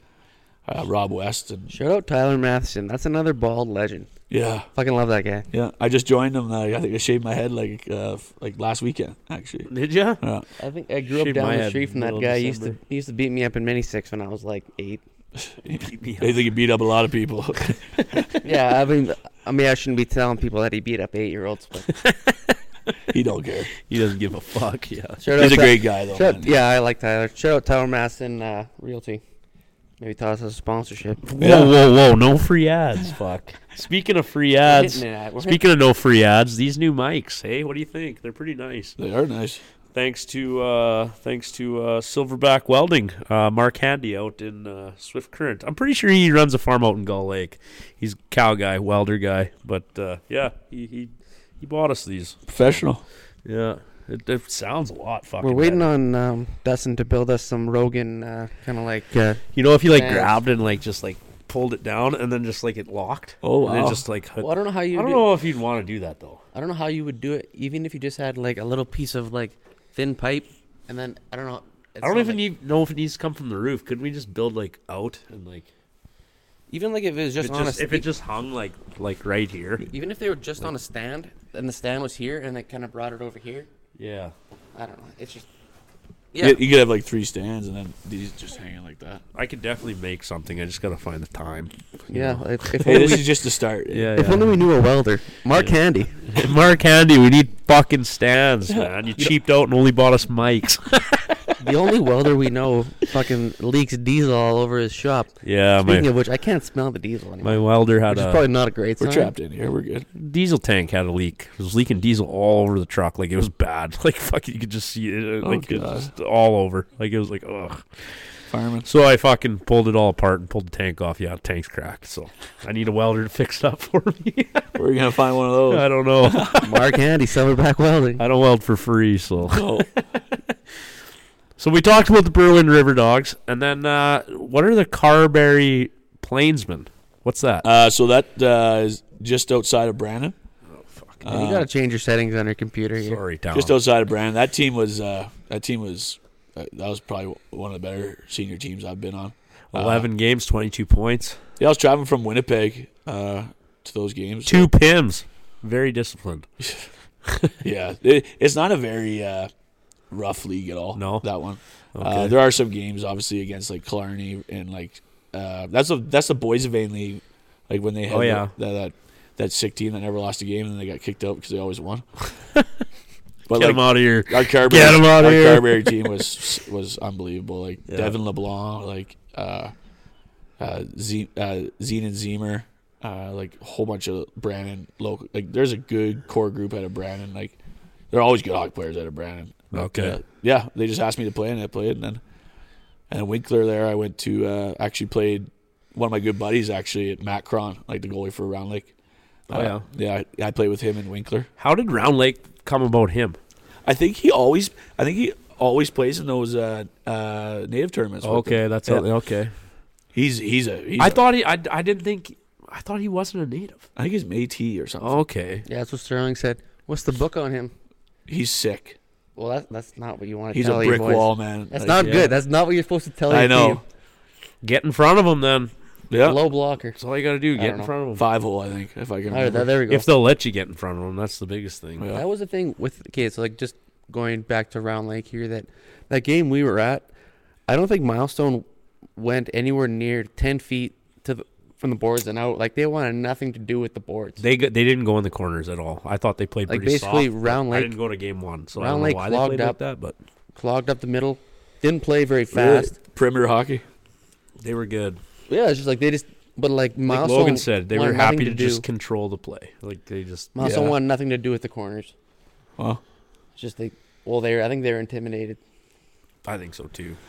Speaker 6: uh, Rob West, and
Speaker 2: Shout out Tyler Matheson. That's another bald legend.
Speaker 6: yeah,
Speaker 2: Fucking love that guy.
Speaker 6: yeah. I just joined them. Like, I think I shaved my head like uh, f- like last weekend actually.
Speaker 4: Did ya?
Speaker 6: Yeah.
Speaker 2: I think I grew
Speaker 4: Shaved
Speaker 2: up
Speaker 4: my
Speaker 2: down the
Speaker 4: head
Speaker 2: street from that
Speaker 4: middle of
Speaker 2: guy. He used to
Speaker 4: December.
Speaker 2: he used to beat me up in mini six when I was like eight.
Speaker 6: They think he beat up a lot of people.
Speaker 2: yeah, I mean, I mean, I shouldn't be telling people that he beat up eight year olds. But
Speaker 6: he don't care.
Speaker 4: He doesn't give a fuck. Yeah.
Speaker 2: shout out
Speaker 6: He's a
Speaker 2: Ty-
Speaker 6: great guy though.
Speaker 2: Shout
Speaker 6: man.
Speaker 2: out, yeah, I like Tyler. Shout out Tyler Masson uh, Realty. Maybe taught us a sponsorship.
Speaker 6: Yeah.
Speaker 4: Whoa, whoa, whoa! No free ads. Fuck. Speaking of free ads,
Speaker 2: hitting it at- we're
Speaker 4: speaking of no free ads, these new mics. Hey, what do you think? They're pretty nice.
Speaker 6: They are nice.
Speaker 4: Thanks to uh, thanks to uh, Silverback Welding, uh, Mark Handy out in uh, Swift Current. I'm pretty sure he runs a farm out in Gull Lake. He's a cow guy, welder guy, but uh, yeah, he, he he bought us these.
Speaker 6: Professional.
Speaker 4: Yeah, It, it sounds a lot fucking.
Speaker 2: We're waiting
Speaker 4: better.
Speaker 2: on um, Dustin to build us some Rogan, uh, kind of like uh,
Speaker 4: You know, if you like
Speaker 2: Yeah.
Speaker 4: grabbed and like just like pulled it down and then just like it locked.
Speaker 6: Oh,
Speaker 4: And
Speaker 6: wow.
Speaker 4: it just like hooked.
Speaker 2: Well, I don't know how you.
Speaker 4: I don't
Speaker 2: do-
Speaker 4: know if you'd want to do that though.
Speaker 2: I don't know how you would do it, even if you just had like a little piece of like thin pipe, and then I don't know. it's
Speaker 4: I don't
Speaker 2: not
Speaker 4: even
Speaker 2: like-
Speaker 4: need, know if it needs to come from the roof. Couldn't we just build like out and like
Speaker 2: even like if it was
Speaker 4: if
Speaker 2: just
Speaker 4: it
Speaker 2: on a
Speaker 4: just, if it
Speaker 2: stick-
Speaker 4: just hung like like right here?
Speaker 2: even if they were just on a stand and the stand was here and they kind of brought it over here.
Speaker 4: Yeah.
Speaker 2: I don't know. It's just
Speaker 6: You-
Speaker 2: yeah.
Speaker 6: You could have like three stands and then these just hanging like that.
Speaker 4: I could definitely make something. I just gotta find the time.
Speaker 2: Yeah, if, if,
Speaker 6: Hey,
Speaker 2: only,
Speaker 6: this
Speaker 2: we,
Speaker 6: is just the start.
Speaker 2: if only we knew a welder, Mark Handy.
Speaker 4: Mark Handy, we need fucking stands, man. You cheaped out and only bought us mics.
Speaker 2: The only welder we know fucking leaks diesel all over his shop.
Speaker 4: Yeah,
Speaker 2: Speaking
Speaker 4: my
Speaker 2: of which, I can't smell the diesel anymore,
Speaker 4: my welder had
Speaker 2: which is
Speaker 4: a
Speaker 2: probably not a great
Speaker 6: We're
Speaker 2: sign.
Speaker 6: trapped in here. We're good.
Speaker 4: diesel tank had a leak. It was leaking diesel all over the truck. Like it was bad. Like fucking, you could just see it. uh,
Speaker 6: Oh,
Speaker 4: Like it
Speaker 6: God.
Speaker 4: was just all over. Like it was like ugh.
Speaker 6: Fireman.
Speaker 4: So I fucking pulled it all apart and pulled the tank off. Yeah, the tank's cracked. So I need a welder to fix it up for me.
Speaker 6: We're gonna find one of those.
Speaker 4: I don't know.
Speaker 2: Mark Handy, Silverback Welding.
Speaker 4: I don't weld for free. So.
Speaker 6: Oh.
Speaker 4: So we talked about the Berlin River Dogs, and then uh, what are the Carberry Plainsmen? What's that?
Speaker 6: Uh, so that uh, is just outside of Brandon. Uh-huh.
Speaker 2: Man, you gotta change your settings on your computer here.
Speaker 4: Sorry, Tom.
Speaker 6: Just uh, outside of Brandon. That team was. Uh, that team was. Uh, that was probably one of the better senior teams I've been on. Uh,
Speaker 4: Eleven games, twenty-two points,
Speaker 6: Yeah, I was traveling from Winnipeg uh, to those games.
Speaker 4: two pims. Very disciplined.
Speaker 6: Yeah, it, it's not a very uh, rough league at all.
Speaker 4: No?
Speaker 6: that one. Uh,
Speaker 4: Okay.
Speaker 6: there are some games, obviously, against like Killarney and like uh, that's a that's the Boys of Vane league. Like when they had
Speaker 4: Oh, yeah.
Speaker 6: that, that that sick team that never lost a game and then they got kicked out because they always won. but
Speaker 4: Get
Speaker 6: like
Speaker 4: them out of here.
Speaker 6: our Carberry,
Speaker 4: Get 'em outta
Speaker 6: our
Speaker 4: here.
Speaker 6: Carberry team was was unbelievable. Like Devin LeBlanc, like uh, uh, Z, uh, Zine and Zemer, uh, like a whole bunch of Brandon local. Like there's a good core group out of Brandon. Like they're always good hockey players out of Brandon. But,
Speaker 4: Okay.
Speaker 6: uh, yeah, they just asked me to play and I played, and then and then Winkler there. I went to uh, actually played one of my good buddies actually at Matt Cron, like the goalie for Round Lake. Uh,
Speaker 4: Oh, yeah.
Speaker 6: yeah. I, I played with him and Winkler.
Speaker 4: How did Round Lake come about him?
Speaker 6: I think he always. I think he always plays in those uh, uh, native tournaments. with them.
Speaker 4: Okay, that's
Speaker 6: Yeah.
Speaker 4: okay.
Speaker 6: He's he's a. He's
Speaker 4: I
Speaker 6: a-
Speaker 4: thought he. I, I didn't think. I thought he wasn't a native.
Speaker 6: I think he's Métis or something.
Speaker 2: Oh.
Speaker 4: Okay.
Speaker 2: Yeah, that's what Sterling said. What's the book on him?
Speaker 6: He's sick.
Speaker 2: Well, that, that's not what you want to
Speaker 6: He's
Speaker 2: tell
Speaker 6: a
Speaker 2: your
Speaker 6: brick
Speaker 2: boys.
Speaker 6: wall man.
Speaker 2: That's
Speaker 6: Like,
Speaker 2: not
Speaker 4: yeah.
Speaker 2: good. That's not what you're supposed to tell your
Speaker 6: I know.
Speaker 2: team.
Speaker 4: Get in front of him then.
Speaker 6: Yeah.
Speaker 2: Low blocker.
Speaker 4: That's all you got to do. Get
Speaker 2: don't
Speaker 4: in
Speaker 2: know.
Speaker 4: front of him.
Speaker 6: Five hole. I think if I can.
Speaker 2: All right,
Speaker 6: remember.
Speaker 2: there, there we go.
Speaker 4: If they'll let you get in front of him, that's the biggest thing.
Speaker 6: Yeah.
Speaker 2: That was the thing with okay, so like just going back to Round Lake here that that game we were at, I don't think Milestone went anywhere near ten feet to the, from the boards and out. Like they wanted nothing to do with the boards.
Speaker 4: They go, they didn't go in the corners at all. I thought they played
Speaker 2: Like,
Speaker 4: pretty
Speaker 2: basically,
Speaker 4: soft, but
Speaker 2: Round
Speaker 4: I
Speaker 2: Lake-
Speaker 4: didn't go to game one, so I
Speaker 2: Round
Speaker 4: don't
Speaker 2: Lake
Speaker 4: know why they
Speaker 2: clogged
Speaker 4: played
Speaker 2: up.
Speaker 4: like that. But
Speaker 2: Clogged up the middle, didn't play very
Speaker 6: Really?
Speaker 2: fast.
Speaker 6: Perimeter hockey.
Speaker 4: they were good.
Speaker 2: Yeah, it's just like they just but like
Speaker 4: Like
Speaker 2: Milestone
Speaker 4: Logan said, they were
Speaker 2: wanted nothing
Speaker 4: happy to,
Speaker 2: do.
Speaker 4: just control the play. Like they just
Speaker 2: Milestone
Speaker 6: Yeah.
Speaker 2: wanted nothing to do with the corners.
Speaker 6: Wow.
Speaker 2: It's just they well they were, I think they were intimidated.
Speaker 4: I think so too.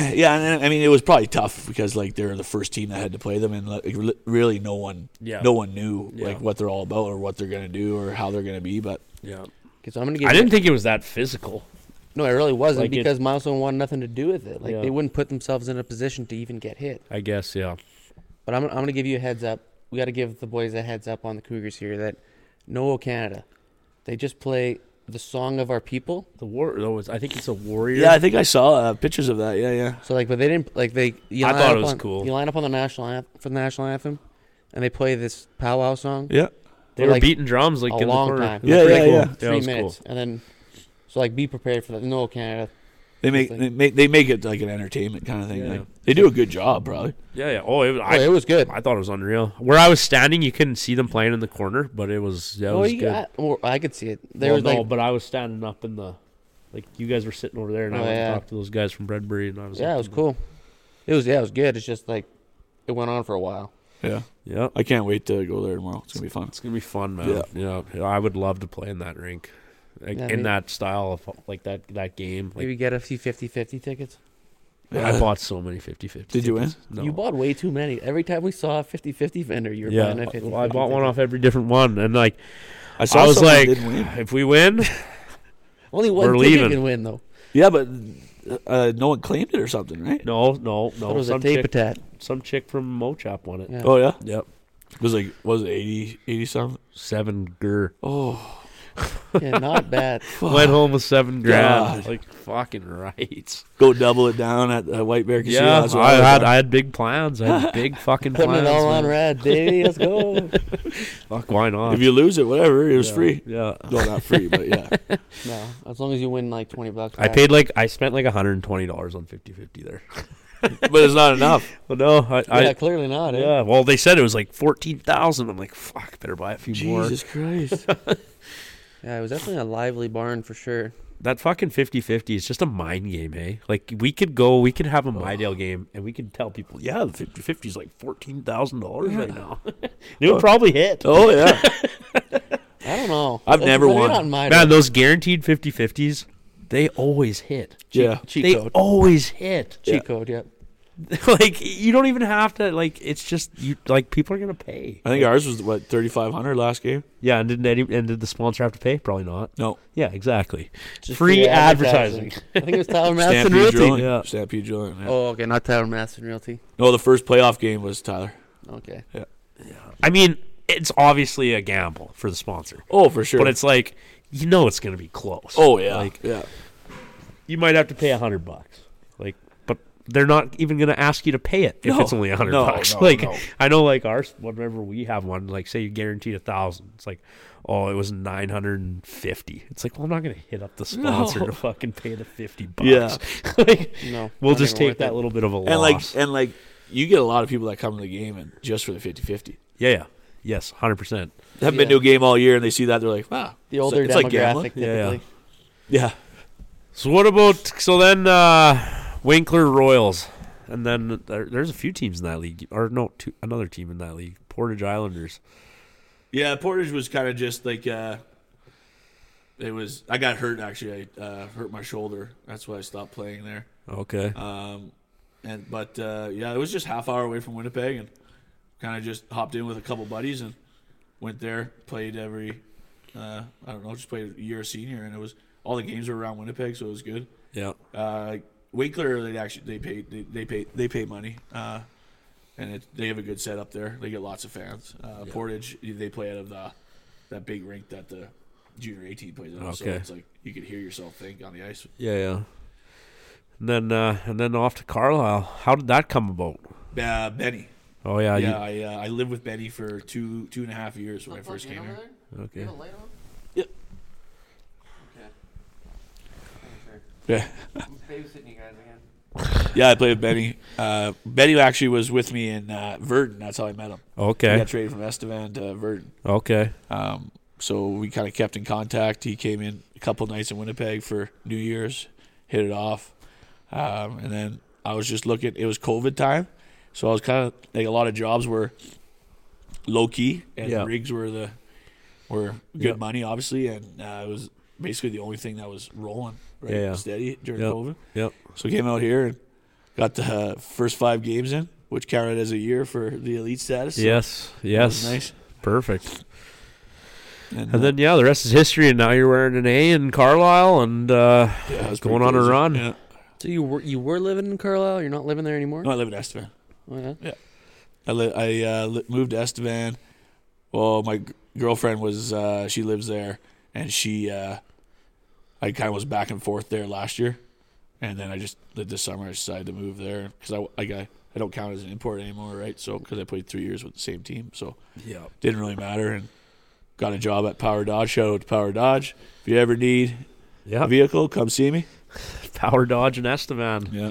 Speaker 6: Yeah, and then, I mean it was probably tough because like they were the first team that had to play them, and like, re- really no one,
Speaker 4: Yeah.
Speaker 6: no one knew
Speaker 4: Yeah.
Speaker 6: like what they're all about or what they're gonna do or how they're gonna be. But
Speaker 4: Yeah.
Speaker 2: Okay, so I'm gonna give
Speaker 4: I
Speaker 2: you-
Speaker 4: didn't think it was that physical.
Speaker 2: No, it really wasn't
Speaker 4: Like it-
Speaker 2: because Milestone wanted nothing to do with it. Like
Speaker 4: Yeah.
Speaker 2: they wouldn't put themselves in a position to even get hit.
Speaker 4: I guess, yeah.
Speaker 2: But I'm, I'm going to give you a heads up. We got to give the boys a heads up on the Cougars here that No O Canada, they just play the song of our people.
Speaker 4: The war though was I think it's a warrior.
Speaker 6: yeah, I think I saw uh, pictures of that. Yeah, yeah.
Speaker 2: So like, but they didn't like they. You
Speaker 4: I
Speaker 2: line
Speaker 4: thought
Speaker 2: up
Speaker 4: it was
Speaker 2: on-
Speaker 4: cool.
Speaker 2: You line up on the national anthem for the national anthem, and they play this powwow song.
Speaker 6: Yeah.
Speaker 4: they
Speaker 2: for,
Speaker 4: were
Speaker 2: like,
Speaker 4: beating drums like
Speaker 2: a
Speaker 4: in
Speaker 2: long
Speaker 4: the corner.
Speaker 2: time.
Speaker 4: It was
Speaker 6: Yeah,
Speaker 4: pretty
Speaker 6: yeah,
Speaker 4: cool.
Speaker 6: yeah.
Speaker 4: That
Speaker 2: Three
Speaker 4: was cool.
Speaker 2: minutes, and then so like be prepared for that. No O Canada.
Speaker 6: They make
Speaker 2: Thing.
Speaker 6: they make they make it like an entertainment kind of thing.
Speaker 4: Yeah.
Speaker 6: Like, they do a good job, probably.
Speaker 4: Yeah, yeah. Oh, it was,
Speaker 2: Oh, it
Speaker 4: I,
Speaker 2: was good.
Speaker 4: I thought it was unreal. Where I was standing, you couldn't see them playing in the corner, but it was that
Speaker 2: Oh,
Speaker 4: was
Speaker 2: you
Speaker 4: good.
Speaker 2: got- well, I could see it. There
Speaker 4: Well,
Speaker 2: was like,
Speaker 4: no, but I was standing up in the like you guys were sitting over there, and I
Speaker 2: Oh,
Speaker 4: went
Speaker 2: yeah.
Speaker 4: and talked to those guys from Bredbury, and I was
Speaker 2: yeah,
Speaker 4: like,
Speaker 2: it was cool. It was yeah, it was good. It's just like it went on for a while.
Speaker 6: Yeah,
Speaker 4: Yeah,
Speaker 6: I can't wait to go there tomorrow. It's gonna be fun.
Speaker 4: It's gonna be fun, man. Yeah, I would love to play in that rink, like,
Speaker 2: Yeah,
Speaker 4: in
Speaker 2: maybe-
Speaker 4: that style of like that that game. Like
Speaker 2: Maybe get a few 50-50 tickets.
Speaker 4: I bought so many 50-50.
Speaker 6: Did you
Speaker 4: tickets. No.
Speaker 2: You bought way too many. Every time we saw a 50-50 vendor, you were
Speaker 4: yeah,
Speaker 2: buying a 50
Speaker 4: well, I bought one off every different one, and like
Speaker 6: I saw
Speaker 4: I was
Speaker 6: something that
Speaker 4: like,
Speaker 6: didn't win.
Speaker 4: if we win,
Speaker 2: Only one
Speaker 4: We're
Speaker 2: ticket
Speaker 4: leaving.
Speaker 2: can win though.
Speaker 6: Yeah, but uh, no one claimed it or something, right?
Speaker 4: No, no, no.
Speaker 2: That was a
Speaker 4: some
Speaker 2: tape
Speaker 4: chick,
Speaker 2: attack.
Speaker 4: some chick from Mochop won it.
Speaker 2: Yeah.
Speaker 6: Oh yeah,
Speaker 4: Yep,
Speaker 6: it was like was it 80, 80 something?
Speaker 4: seven gur.
Speaker 6: Oh,
Speaker 2: Yeah, not bad.
Speaker 4: Went home with seven grand.
Speaker 6: God.
Speaker 4: Like fucking right.
Speaker 6: go double it down at uh, White Bear Casino.
Speaker 4: Yeah,
Speaker 6: that's what
Speaker 4: I had
Speaker 6: thought.
Speaker 4: I had big plans. I had big fucking
Speaker 2: Putting
Speaker 4: plans.
Speaker 2: it all on
Speaker 4: man.
Speaker 2: red, baby. Let's go.
Speaker 4: Fuck, why not?
Speaker 6: if you lose it, whatever, it was free.
Speaker 4: yeah.
Speaker 6: No, not free, but yeah.
Speaker 2: No, as long as you win like twenty bucks.
Speaker 4: I
Speaker 2: back.
Speaker 4: paid like I spent like hundred and twenty dollars on 50-50 there.
Speaker 6: but it's not enough.
Speaker 4: But no, I,
Speaker 2: Yeah,
Speaker 4: I
Speaker 2: clearly not. Eh?
Speaker 4: yeah. Well, they said it was like fourteen thousand. I'm like, fuck, better buy a few more.
Speaker 6: Jesus Christ.
Speaker 2: Yeah, it was definitely a lively barn for sure.
Speaker 4: That fucking 50-50 is just a mind game, hey? Like we could go, we could have a Mydale game, and we could tell people, yeah, the 50-50 is like fourteen thousand dollars right now. And it would probably hit.
Speaker 6: Oh yeah.
Speaker 2: I don't know.
Speaker 6: I've never
Speaker 2: maybe
Speaker 6: won.
Speaker 2: Not in my
Speaker 4: Man, those guaranteed 50-50s, they always hit.
Speaker 6: yeah.
Speaker 2: cheat
Speaker 4: they
Speaker 2: code.
Speaker 4: always hit.
Speaker 2: cheat code. Yep.
Speaker 4: like you don't even have to. Like it's just you. Like people are gonna pay.
Speaker 6: I think ours was what thirty five hundred last game.
Speaker 4: Yeah, and didn't any, and did the sponsor have to pay? Probably not.
Speaker 6: No.
Speaker 4: Yeah, exactly.
Speaker 2: Just
Speaker 4: Free advertising.
Speaker 2: I think it was Tyler Madison
Speaker 6: Stampede
Speaker 2: Realty.
Speaker 6: drilling.
Speaker 4: yeah.
Speaker 6: Stampede drilling. Yeah.
Speaker 2: Oh, okay, not Tyler Madison Realty.
Speaker 6: No, the first playoff game was Tyler.
Speaker 2: Okay.
Speaker 4: I mean, it's obviously a gamble for the sponsor,
Speaker 6: Oh, for sure.
Speaker 4: but it's like you know it's gonna be close.
Speaker 6: oh yeah,
Speaker 4: like
Speaker 6: yeah.
Speaker 4: you might have to pay a hundred bucks. Like, but they're not even gonna ask you to pay it if
Speaker 6: No,
Speaker 4: it's only a hundred
Speaker 6: no,
Speaker 4: bucks.
Speaker 6: no,
Speaker 4: like
Speaker 6: no.
Speaker 4: I know, like ours, whenever we have one, like say you guaranteed a thousand, it's like. Oh, it was nine hundred and fifty. It's like, well, I'm not gonna hit up the sponsor to fucking pay the fifty bucks.
Speaker 6: Yeah.
Speaker 4: like,
Speaker 2: No.
Speaker 4: We'll
Speaker 2: not
Speaker 4: just
Speaker 2: even
Speaker 4: take
Speaker 2: worth
Speaker 4: that
Speaker 2: it.
Speaker 4: little bit of a loss.
Speaker 6: And like and like you get a lot of people that come to the game and just for the 50-50.
Speaker 4: yeah, yeah, yes, hundred percent.
Speaker 6: They haven't been to
Speaker 2: Yeah.
Speaker 6: a game all year and they see that they're like, wow.
Speaker 2: The older
Speaker 6: it's
Speaker 2: demographic,
Speaker 6: like gambling.
Speaker 2: typically.
Speaker 4: Yeah, yeah.
Speaker 6: Yeah.
Speaker 4: So what about so then uh, Winkler Royals, and then there, there's a few teams in that league, or no, two, another team in that league, Portage Islanders.
Speaker 6: Yeah, Portage was kind of just like uh it was I got hurt actually. I uh, hurt my shoulder. That's why I stopped playing there.
Speaker 4: Okay,
Speaker 6: Um and but uh yeah, it was just half hour away from Winnipeg and kind of just hopped in with a couple buddies and went there, played every uh I don't know, just played a year senior and it was all the games were around Winnipeg, so it was good.
Speaker 4: yeah,
Speaker 6: Uh, Winkler, they actually they pay they, they pay they pay money, uh, and it, they have a good setup there. They get lots of fans. Uh, Portage, they play out of the that big rink that the junior A team plays in. So
Speaker 4: Okay.
Speaker 6: it's like you could hear yourself think on the ice.
Speaker 4: yeah, yeah. And then uh, and then off to Carlisle. How did that come about?
Speaker 6: Uh, Benny,
Speaker 4: Oh yeah,
Speaker 6: yeah, I uh, I lived with Benny for two two and a half years when I first came here.
Speaker 4: you, okay.
Speaker 6: Yep. Yeah. Yeah, I played with Benny. Uh, Benny actually was with me in uh, Verdon. That's how I met him. He
Speaker 4: Okay,
Speaker 6: got traded from Estevan to Verdon.
Speaker 4: okay,
Speaker 6: Um, so we kind of kept in contact. He came in a couple nights in Winnipeg for New Year's, hit it off, um, and then I was just looking. It was COVID time, so I was kind of like a lot of jobs were low key, and
Speaker 4: Yeah.
Speaker 6: rigs were the were good
Speaker 4: Yeah.
Speaker 6: money, obviously, and uh, it was basically the only thing that was rolling right
Speaker 4: Yeah, yeah.
Speaker 6: steady during
Speaker 4: Yep.
Speaker 6: COVID.
Speaker 4: yep.
Speaker 6: So came out here and got the uh, first five games in, which counted as a year for the elite status. so
Speaker 4: yes,
Speaker 6: that was
Speaker 4: yes,
Speaker 6: nice.
Speaker 4: perfect.
Speaker 6: And,
Speaker 4: And
Speaker 6: uh,
Speaker 4: then yeah, the rest is history. And now you're wearing an A in Carlisle, and uh,
Speaker 6: yeah, it was
Speaker 4: going
Speaker 6: pretty
Speaker 4: on a
Speaker 6: crazy.
Speaker 4: run.
Speaker 6: Yeah.
Speaker 2: So you were you were living in Carlisle. You're not living there anymore.
Speaker 6: No, I live in Estevan.
Speaker 2: Oh, yeah.
Speaker 6: I li- I uh, li- moved to Estevan. Well, my g- girlfriend was uh, she lives there, and she uh, I kind of was back and forth there last year, and then I just like, this summer I decided to move there because I like I, I don't count as an import anymore, right? So because I played three years with the same team, so
Speaker 4: yeah,
Speaker 6: didn't really matter, and got a job at Power Dodge. Shout out to Power Dodge. If you ever need
Speaker 4: yeah.
Speaker 6: a vehicle, come see me.
Speaker 4: Power Dodge and Estevan.
Speaker 6: Yeah,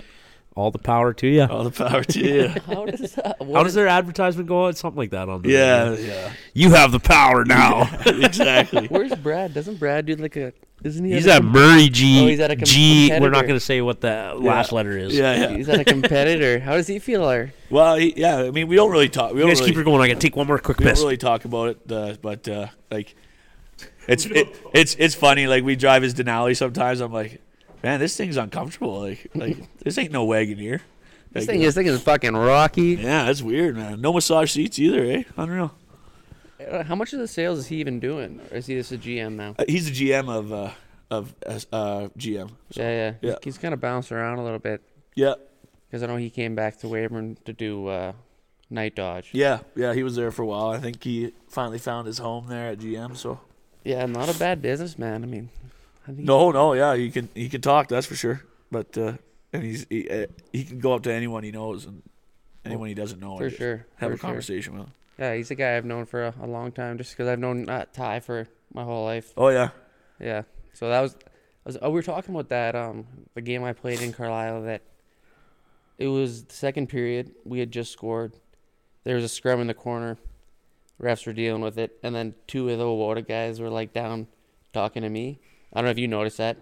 Speaker 4: All the power to you.
Speaker 6: all the power to you.
Speaker 2: How does that?
Speaker 4: How
Speaker 2: What
Speaker 4: does their advertisement go out? Something like that on the
Speaker 6: yeah, yeah,
Speaker 4: You have the power now.
Speaker 6: exactly.
Speaker 2: Where's Brad? Doesn't Brad do like a? Isn't he?
Speaker 4: he's
Speaker 2: at
Speaker 4: at Murray G.
Speaker 2: Oh, he's at a com-
Speaker 4: G. We're not
Speaker 2: competitor.
Speaker 4: going to say what the last letter is.
Speaker 6: Yeah,
Speaker 2: a,
Speaker 6: yeah.
Speaker 2: he's at a competitor. How does he feel? Or
Speaker 6: Well, he- yeah. I mean, we don't really talk. We
Speaker 4: You
Speaker 6: don't
Speaker 4: guys
Speaker 6: really,
Speaker 4: keep her going. I can take one more quick
Speaker 6: we don't
Speaker 4: piss.
Speaker 6: really talk about it, uh, but uh, like, it's it, it's it's funny. Like we drive his Denali sometimes. I'm like, man, this thing's uncomfortable. Like like this ain't no Wagoneer.
Speaker 2: this
Speaker 6: Like,
Speaker 2: thing, this thing is fucking rocky.
Speaker 6: yeah, that's weird, man. No massage seats either, eh? Unreal.
Speaker 2: Uh, How much of the sales is he even doing? Or is he just a GM now?
Speaker 6: Uh, He's the GM of uh, of S- uh, GM. So,
Speaker 2: Yeah, yeah.
Speaker 6: Yeah.
Speaker 2: He's kind of bounced around a little bit
Speaker 6: yeah,
Speaker 2: because I know he came back to Weyburn to do uh, night dodge.
Speaker 6: yeah, yeah. He was there for a while. I think he finally found his home there at GM. So
Speaker 2: Yeah, not a bad businessman. I mean, I think he-
Speaker 6: no, no, yeah, he can he can talk. That's for sure. But uh, and he's he, uh, he can go up to anyone he knows and anyone he doesn't know.
Speaker 2: for
Speaker 6: and just
Speaker 2: sure.
Speaker 6: Have
Speaker 2: for
Speaker 6: a
Speaker 2: sure.
Speaker 6: conversation with him.
Speaker 2: Yeah, he's a guy I've known for a, a long time, just because I've known uh, Ty for my whole life.
Speaker 6: Oh yeah,
Speaker 2: Yeah. So that was, I was oh, we were talking about that um the game I played in Carlisle that it was the second period we had just scored. There was a scrum in the corner. Refs were dealing with it, and then two of the Wada guys were like down talking to me. I don't know if you noticed that,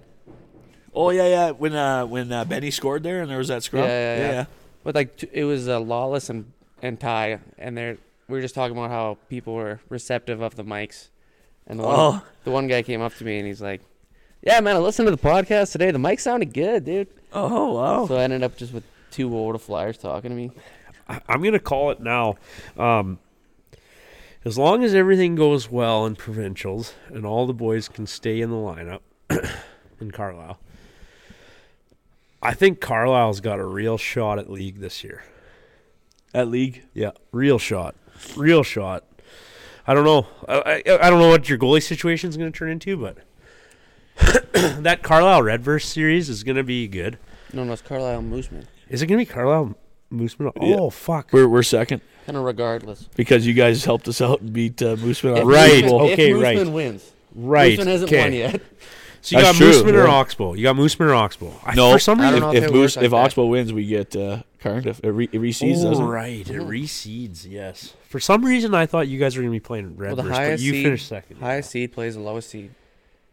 Speaker 6: oh yeah, yeah. When uh, when uh, Benny scored there and there was that scrum.
Speaker 2: Yeah, yeah, yeah. but like t- it was uh, Lawless and and Ty, and they're we were just talking about how people were receptive of the mics, and the one
Speaker 6: Oh.
Speaker 2: the one guy came up to me and he's like, "Yeah, man, I listened to the podcast today. The mic sounded good, dude."
Speaker 6: Oh wow.
Speaker 2: So I ended up just with two old flyers talking to me.
Speaker 4: I- I'm gonna call it now. Um, as long as everything goes well in provincials and all the boys can stay in the lineup in Carlisle, I think Carlisle's got a real shot at league this year.
Speaker 6: At league.
Speaker 4: Yeah, real shot, real shot. I don't know. I, I, I don't know what your goalie situation is going to turn into, but that Carlisle Redverse series is going to be good.
Speaker 2: No, no, it's Carlisle Mooseman.
Speaker 4: Is it going to be Carlisle Mooseman? Oh fuck!
Speaker 6: We're we're second
Speaker 2: Kind of regardless.
Speaker 6: because you guys helped us out and beat uh, Mooseman. on-
Speaker 4: Right,
Speaker 2: Mooseman-
Speaker 4: okay,
Speaker 2: if
Speaker 4: right.
Speaker 2: Mooseman wins.
Speaker 4: Right.
Speaker 2: Mooseman hasn't won
Speaker 4: Okay.
Speaker 2: yet.
Speaker 4: So you
Speaker 6: That's
Speaker 4: got
Speaker 6: true,
Speaker 4: Mooseman or
Speaker 6: yeah.
Speaker 4: Oxbow? You got Mooseman or Oxbow? I,
Speaker 6: No,
Speaker 4: for some
Speaker 2: I don't
Speaker 4: reason.
Speaker 2: know
Speaker 6: if
Speaker 2: if
Speaker 6: if,
Speaker 2: it
Speaker 6: Moose,
Speaker 2: works like
Speaker 6: if
Speaker 2: that.
Speaker 6: Oxbow wins, we get uh, Cardiff. It, re- it reseeds,
Speaker 4: Oh,
Speaker 6: doesn't it?
Speaker 4: right, it reseeds. Yes. For some reason, I thought you guys were going to be playing
Speaker 2: Well,
Speaker 4: Redverse,
Speaker 2: the
Speaker 4: but
Speaker 2: highest
Speaker 4: you
Speaker 2: seed,
Speaker 4: finished second.
Speaker 2: highest seed plays the lowest seed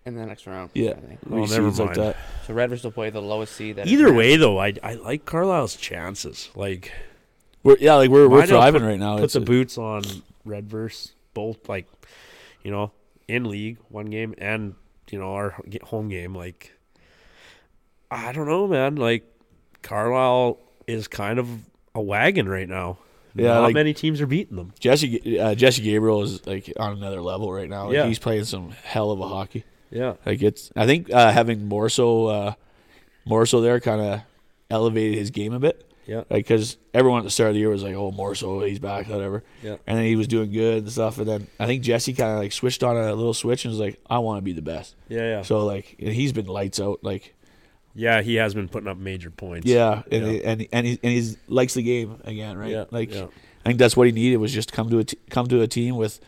Speaker 2: in the next round.
Speaker 6: Yeah.
Speaker 2: I think.
Speaker 4: Oh,
Speaker 6: Reseeds
Speaker 4: never
Speaker 6: like
Speaker 4: mind.
Speaker 6: that.
Speaker 2: So Redvers will play the lowest seed. That it
Speaker 4: Either
Speaker 2: can.
Speaker 4: way, though, I I like Carlisle's chances. Like.
Speaker 6: We're, yeah, like we're,
Speaker 4: Why
Speaker 6: we're
Speaker 4: not
Speaker 6: thriving right now.
Speaker 4: put
Speaker 6: It's
Speaker 4: the
Speaker 6: a-
Speaker 4: boots on Redverse, both like, you know, in league one game and you know our h- home game. Like, I don't know, man. Like, Carlisle is kind of a wagon right now.
Speaker 6: Yeah,
Speaker 4: not
Speaker 6: like-
Speaker 4: many teams are beating them.
Speaker 6: Jesse uh, Jesse Gabriel is like on another level right now. Like,
Speaker 4: Yeah.
Speaker 6: he's playing some hell of a hockey.
Speaker 4: Yeah,
Speaker 6: Like it's I think uh, having Morso uh, Morso there kind of elevated his game a bit.
Speaker 4: yeah,
Speaker 6: Like because everyone at the start of the year was like, oh Morso, he's back, whatever.
Speaker 4: Yeah.
Speaker 6: And then he was doing good and stuff. And then I think Jesse kind of like switched on a little switch and was like, I want to be the best.
Speaker 4: yeah, yeah.
Speaker 6: So like and he's been lights out. Like
Speaker 4: yeah, he has been putting up major points.
Speaker 6: yeah, and
Speaker 4: Yeah.
Speaker 6: and and he and he's likes the game again, right?
Speaker 4: Yeah,
Speaker 6: like
Speaker 4: yeah.
Speaker 6: I think that's what he needed was just come to a t- come to a team with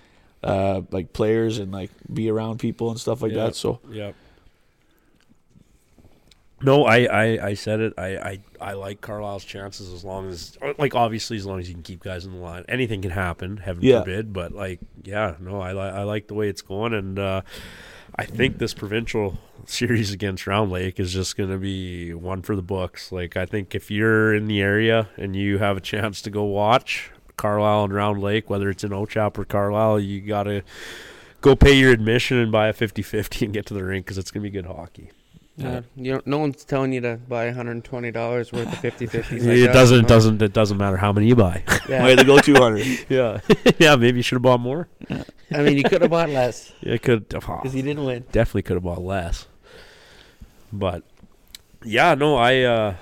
Speaker 6: uh like players and like be around people and stuff like
Speaker 4: Yeah.
Speaker 6: that. So
Speaker 4: Yeah. No, I, I, I said it. I, I, I like Carlisle's chances as long as, like, obviously, as long as you can keep guys in the line. Anything can happen, heaven
Speaker 6: Yeah.
Speaker 4: forbid. But, like, yeah, no, I, li- I like the way it's going. And uh, I think this provincial series against Round Lake is just going to be one for the books. Like, I think if you're in the area and you have a chance to go watch Carlisle and Round Lake, whether it's in Ochop or Carlisle, you got to go pay your admission and buy a 50-50 and get to the rink because it's going to be good hockey.
Speaker 2: Yeah. Uh, You don't, no one's telling you to buy $120 worth of 50 50s.
Speaker 4: it doesn't. It doesn't. It doesn't matter how many you buy.
Speaker 6: way to go two hundred.
Speaker 4: yeah. yeah. Maybe you should have bought more.
Speaker 2: I mean, you could have bought less
Speaker 4: It could.
Speaker 2: because you didn't win.
Speaker 4: definitely could have bought less. But yeah, no. I. uh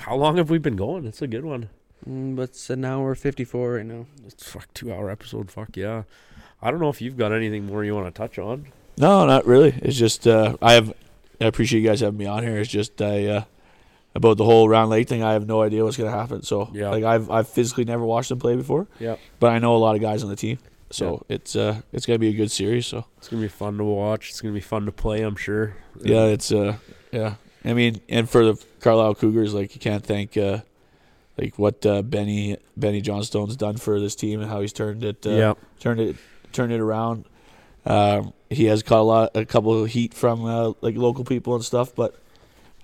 Speaker 4: How long have we been going? It's a good one.
Speaker 2: Mm, but it's an hour 54 right now.
Speaker 4: It's fuck two hour episode. Fuck yeah. I don't know if you've got anything more you want to touch on.
Speaker 6: No, not really. It's just uh, I have. I appreciate you guys having me on here. It's just I uh, about the whole round lake thing. I have no idea what's gonna happen. So
Speaker 4: Yeah.
Speaker 6: like I've I've physically never watched them play before.
Speaker 4: Yeah.
Speaker 6: But I know a lot of guys on the team. So it's uh it's gonna be a good series. So
Speaker 4: It's gonna be fun to watch. It's gonna be fun to play. I'm sure.
Speaker 6: yeah, it's uh yeah. I mean, and for the Carlisle Cougars, like you can't thank uh like what uh, Benny Benny Johnstone's done for this team and how he's turned it uh,
Speaker 4: yeah.
Speaker 6: turned it turned it around. Um, he has caught a lot, a couple of heat from uh, like local people and stuff, but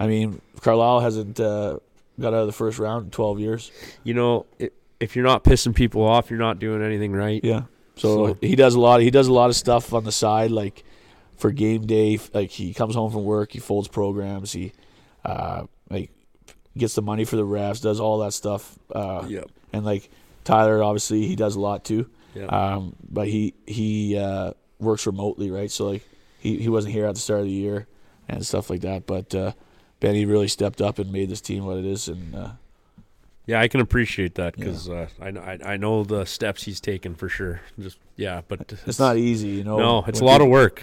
Speaker 6: I mean, Carlisle hasn't uh, got out of the first round in 12 years.
Speaker 4: You know, i if you're not pissing people off, you're not doing anything right.
Speaker 6: Yeah, so,
Speaker 4: So-
Speaker 6: he does a lot. He does a lot of stuff on the side, like for game day. f- Like he comes home from work, he folds programs, he uh, like gets the money for the refs, does all that stuff. Uh,
Speaker 4: Yep.
Speaker 6: and like Tyler, obviously he does a lot too.
Speaker 4: Yeah.
Speaker 6: Um, but he he uh, works remotely, right? So like he, he wasn't here at the start of the year. and stuff like that. But uh, Benny really stepped up and made this team what it is, and uh,
Speaker 4: Yeah, I can appreciate that
Speaker 6: Yeah.
Speaker 4: because uh, I, kn- I I know the steps he's taken for sure. Just yeah, but
Speaker 6: it's, not easy, you know.
Speaker 4: No, it's a
Speaker 6: when
Speaker 4: lot
Speaker 6: peop-
Speaker 4: of work.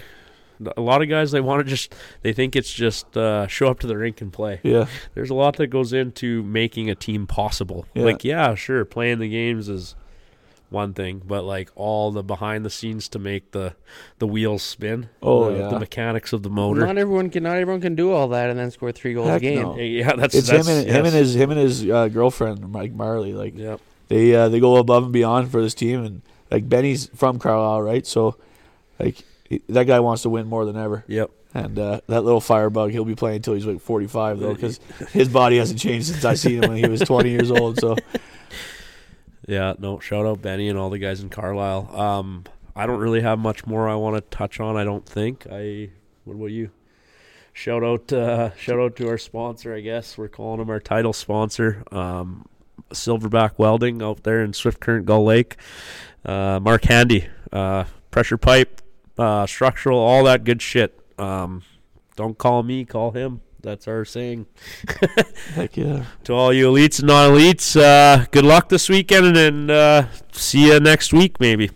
Speaker 4: A lot of guys they want to just they think it's just uh, show up to the rink and play.
Speaker 6: Yeah,
Speaker 4: There's a lot that goes into making a team possible.
Speaker 6: Yeah.
Speaker 4: Like yeah, sure, playing the games is one thing, but like all the behind the scenes to make the the wheels spin. uh,
Speaker 6: Oh,
Speaker 4: the,
Speaker 6: yeah.
Speaker 4: the mechanics of the motor.
Speaker 2: Not everyone can. Not everyone can do all that and then score three goals
Speaker 6: Heck
Speaker 2: a game.
Speaker 6: no.
Speaker 4: yeah, that's
Speaker 6: it's
Speaker 4: that's,
Speaker 6: him and
Speaker 4: yes.
Speaker 6: him and his him and his uh, girlfriend Mike Marley. Like
Speaker 4: Yep.
Speaker 6: they uh, they go above and beyond for this team, and like Benny's from Carlisle, right? So like he- that guy wants to win more than ever,
Speaker 4: Yep.
Speaker 6: and uh, that little firebug he'll be playing until he's like 45 though, because his body hasn't changed since I seen him when he was 20 years old. So
Speaker 4: Yeah, no, shout out Benny and all the guys in Carlisle. Um, I don't really have much more I want to touch on, I don't think. I what about you? Shout out uh, shout out to our sponsor, I guess. We're calling them our title sponsor. Um, Silverback Welding out there in Swift Current Gull Lake. Uh, Mark Handy, uh, pressure pipe, uh, structural, all that good shit. Um, don't call me, call him. That's our saying
Speaker 6: heck yeah,
Speaker 4: to all you elites and non-elites, uh, good luck this weekend, and uh, see you next week, maybe.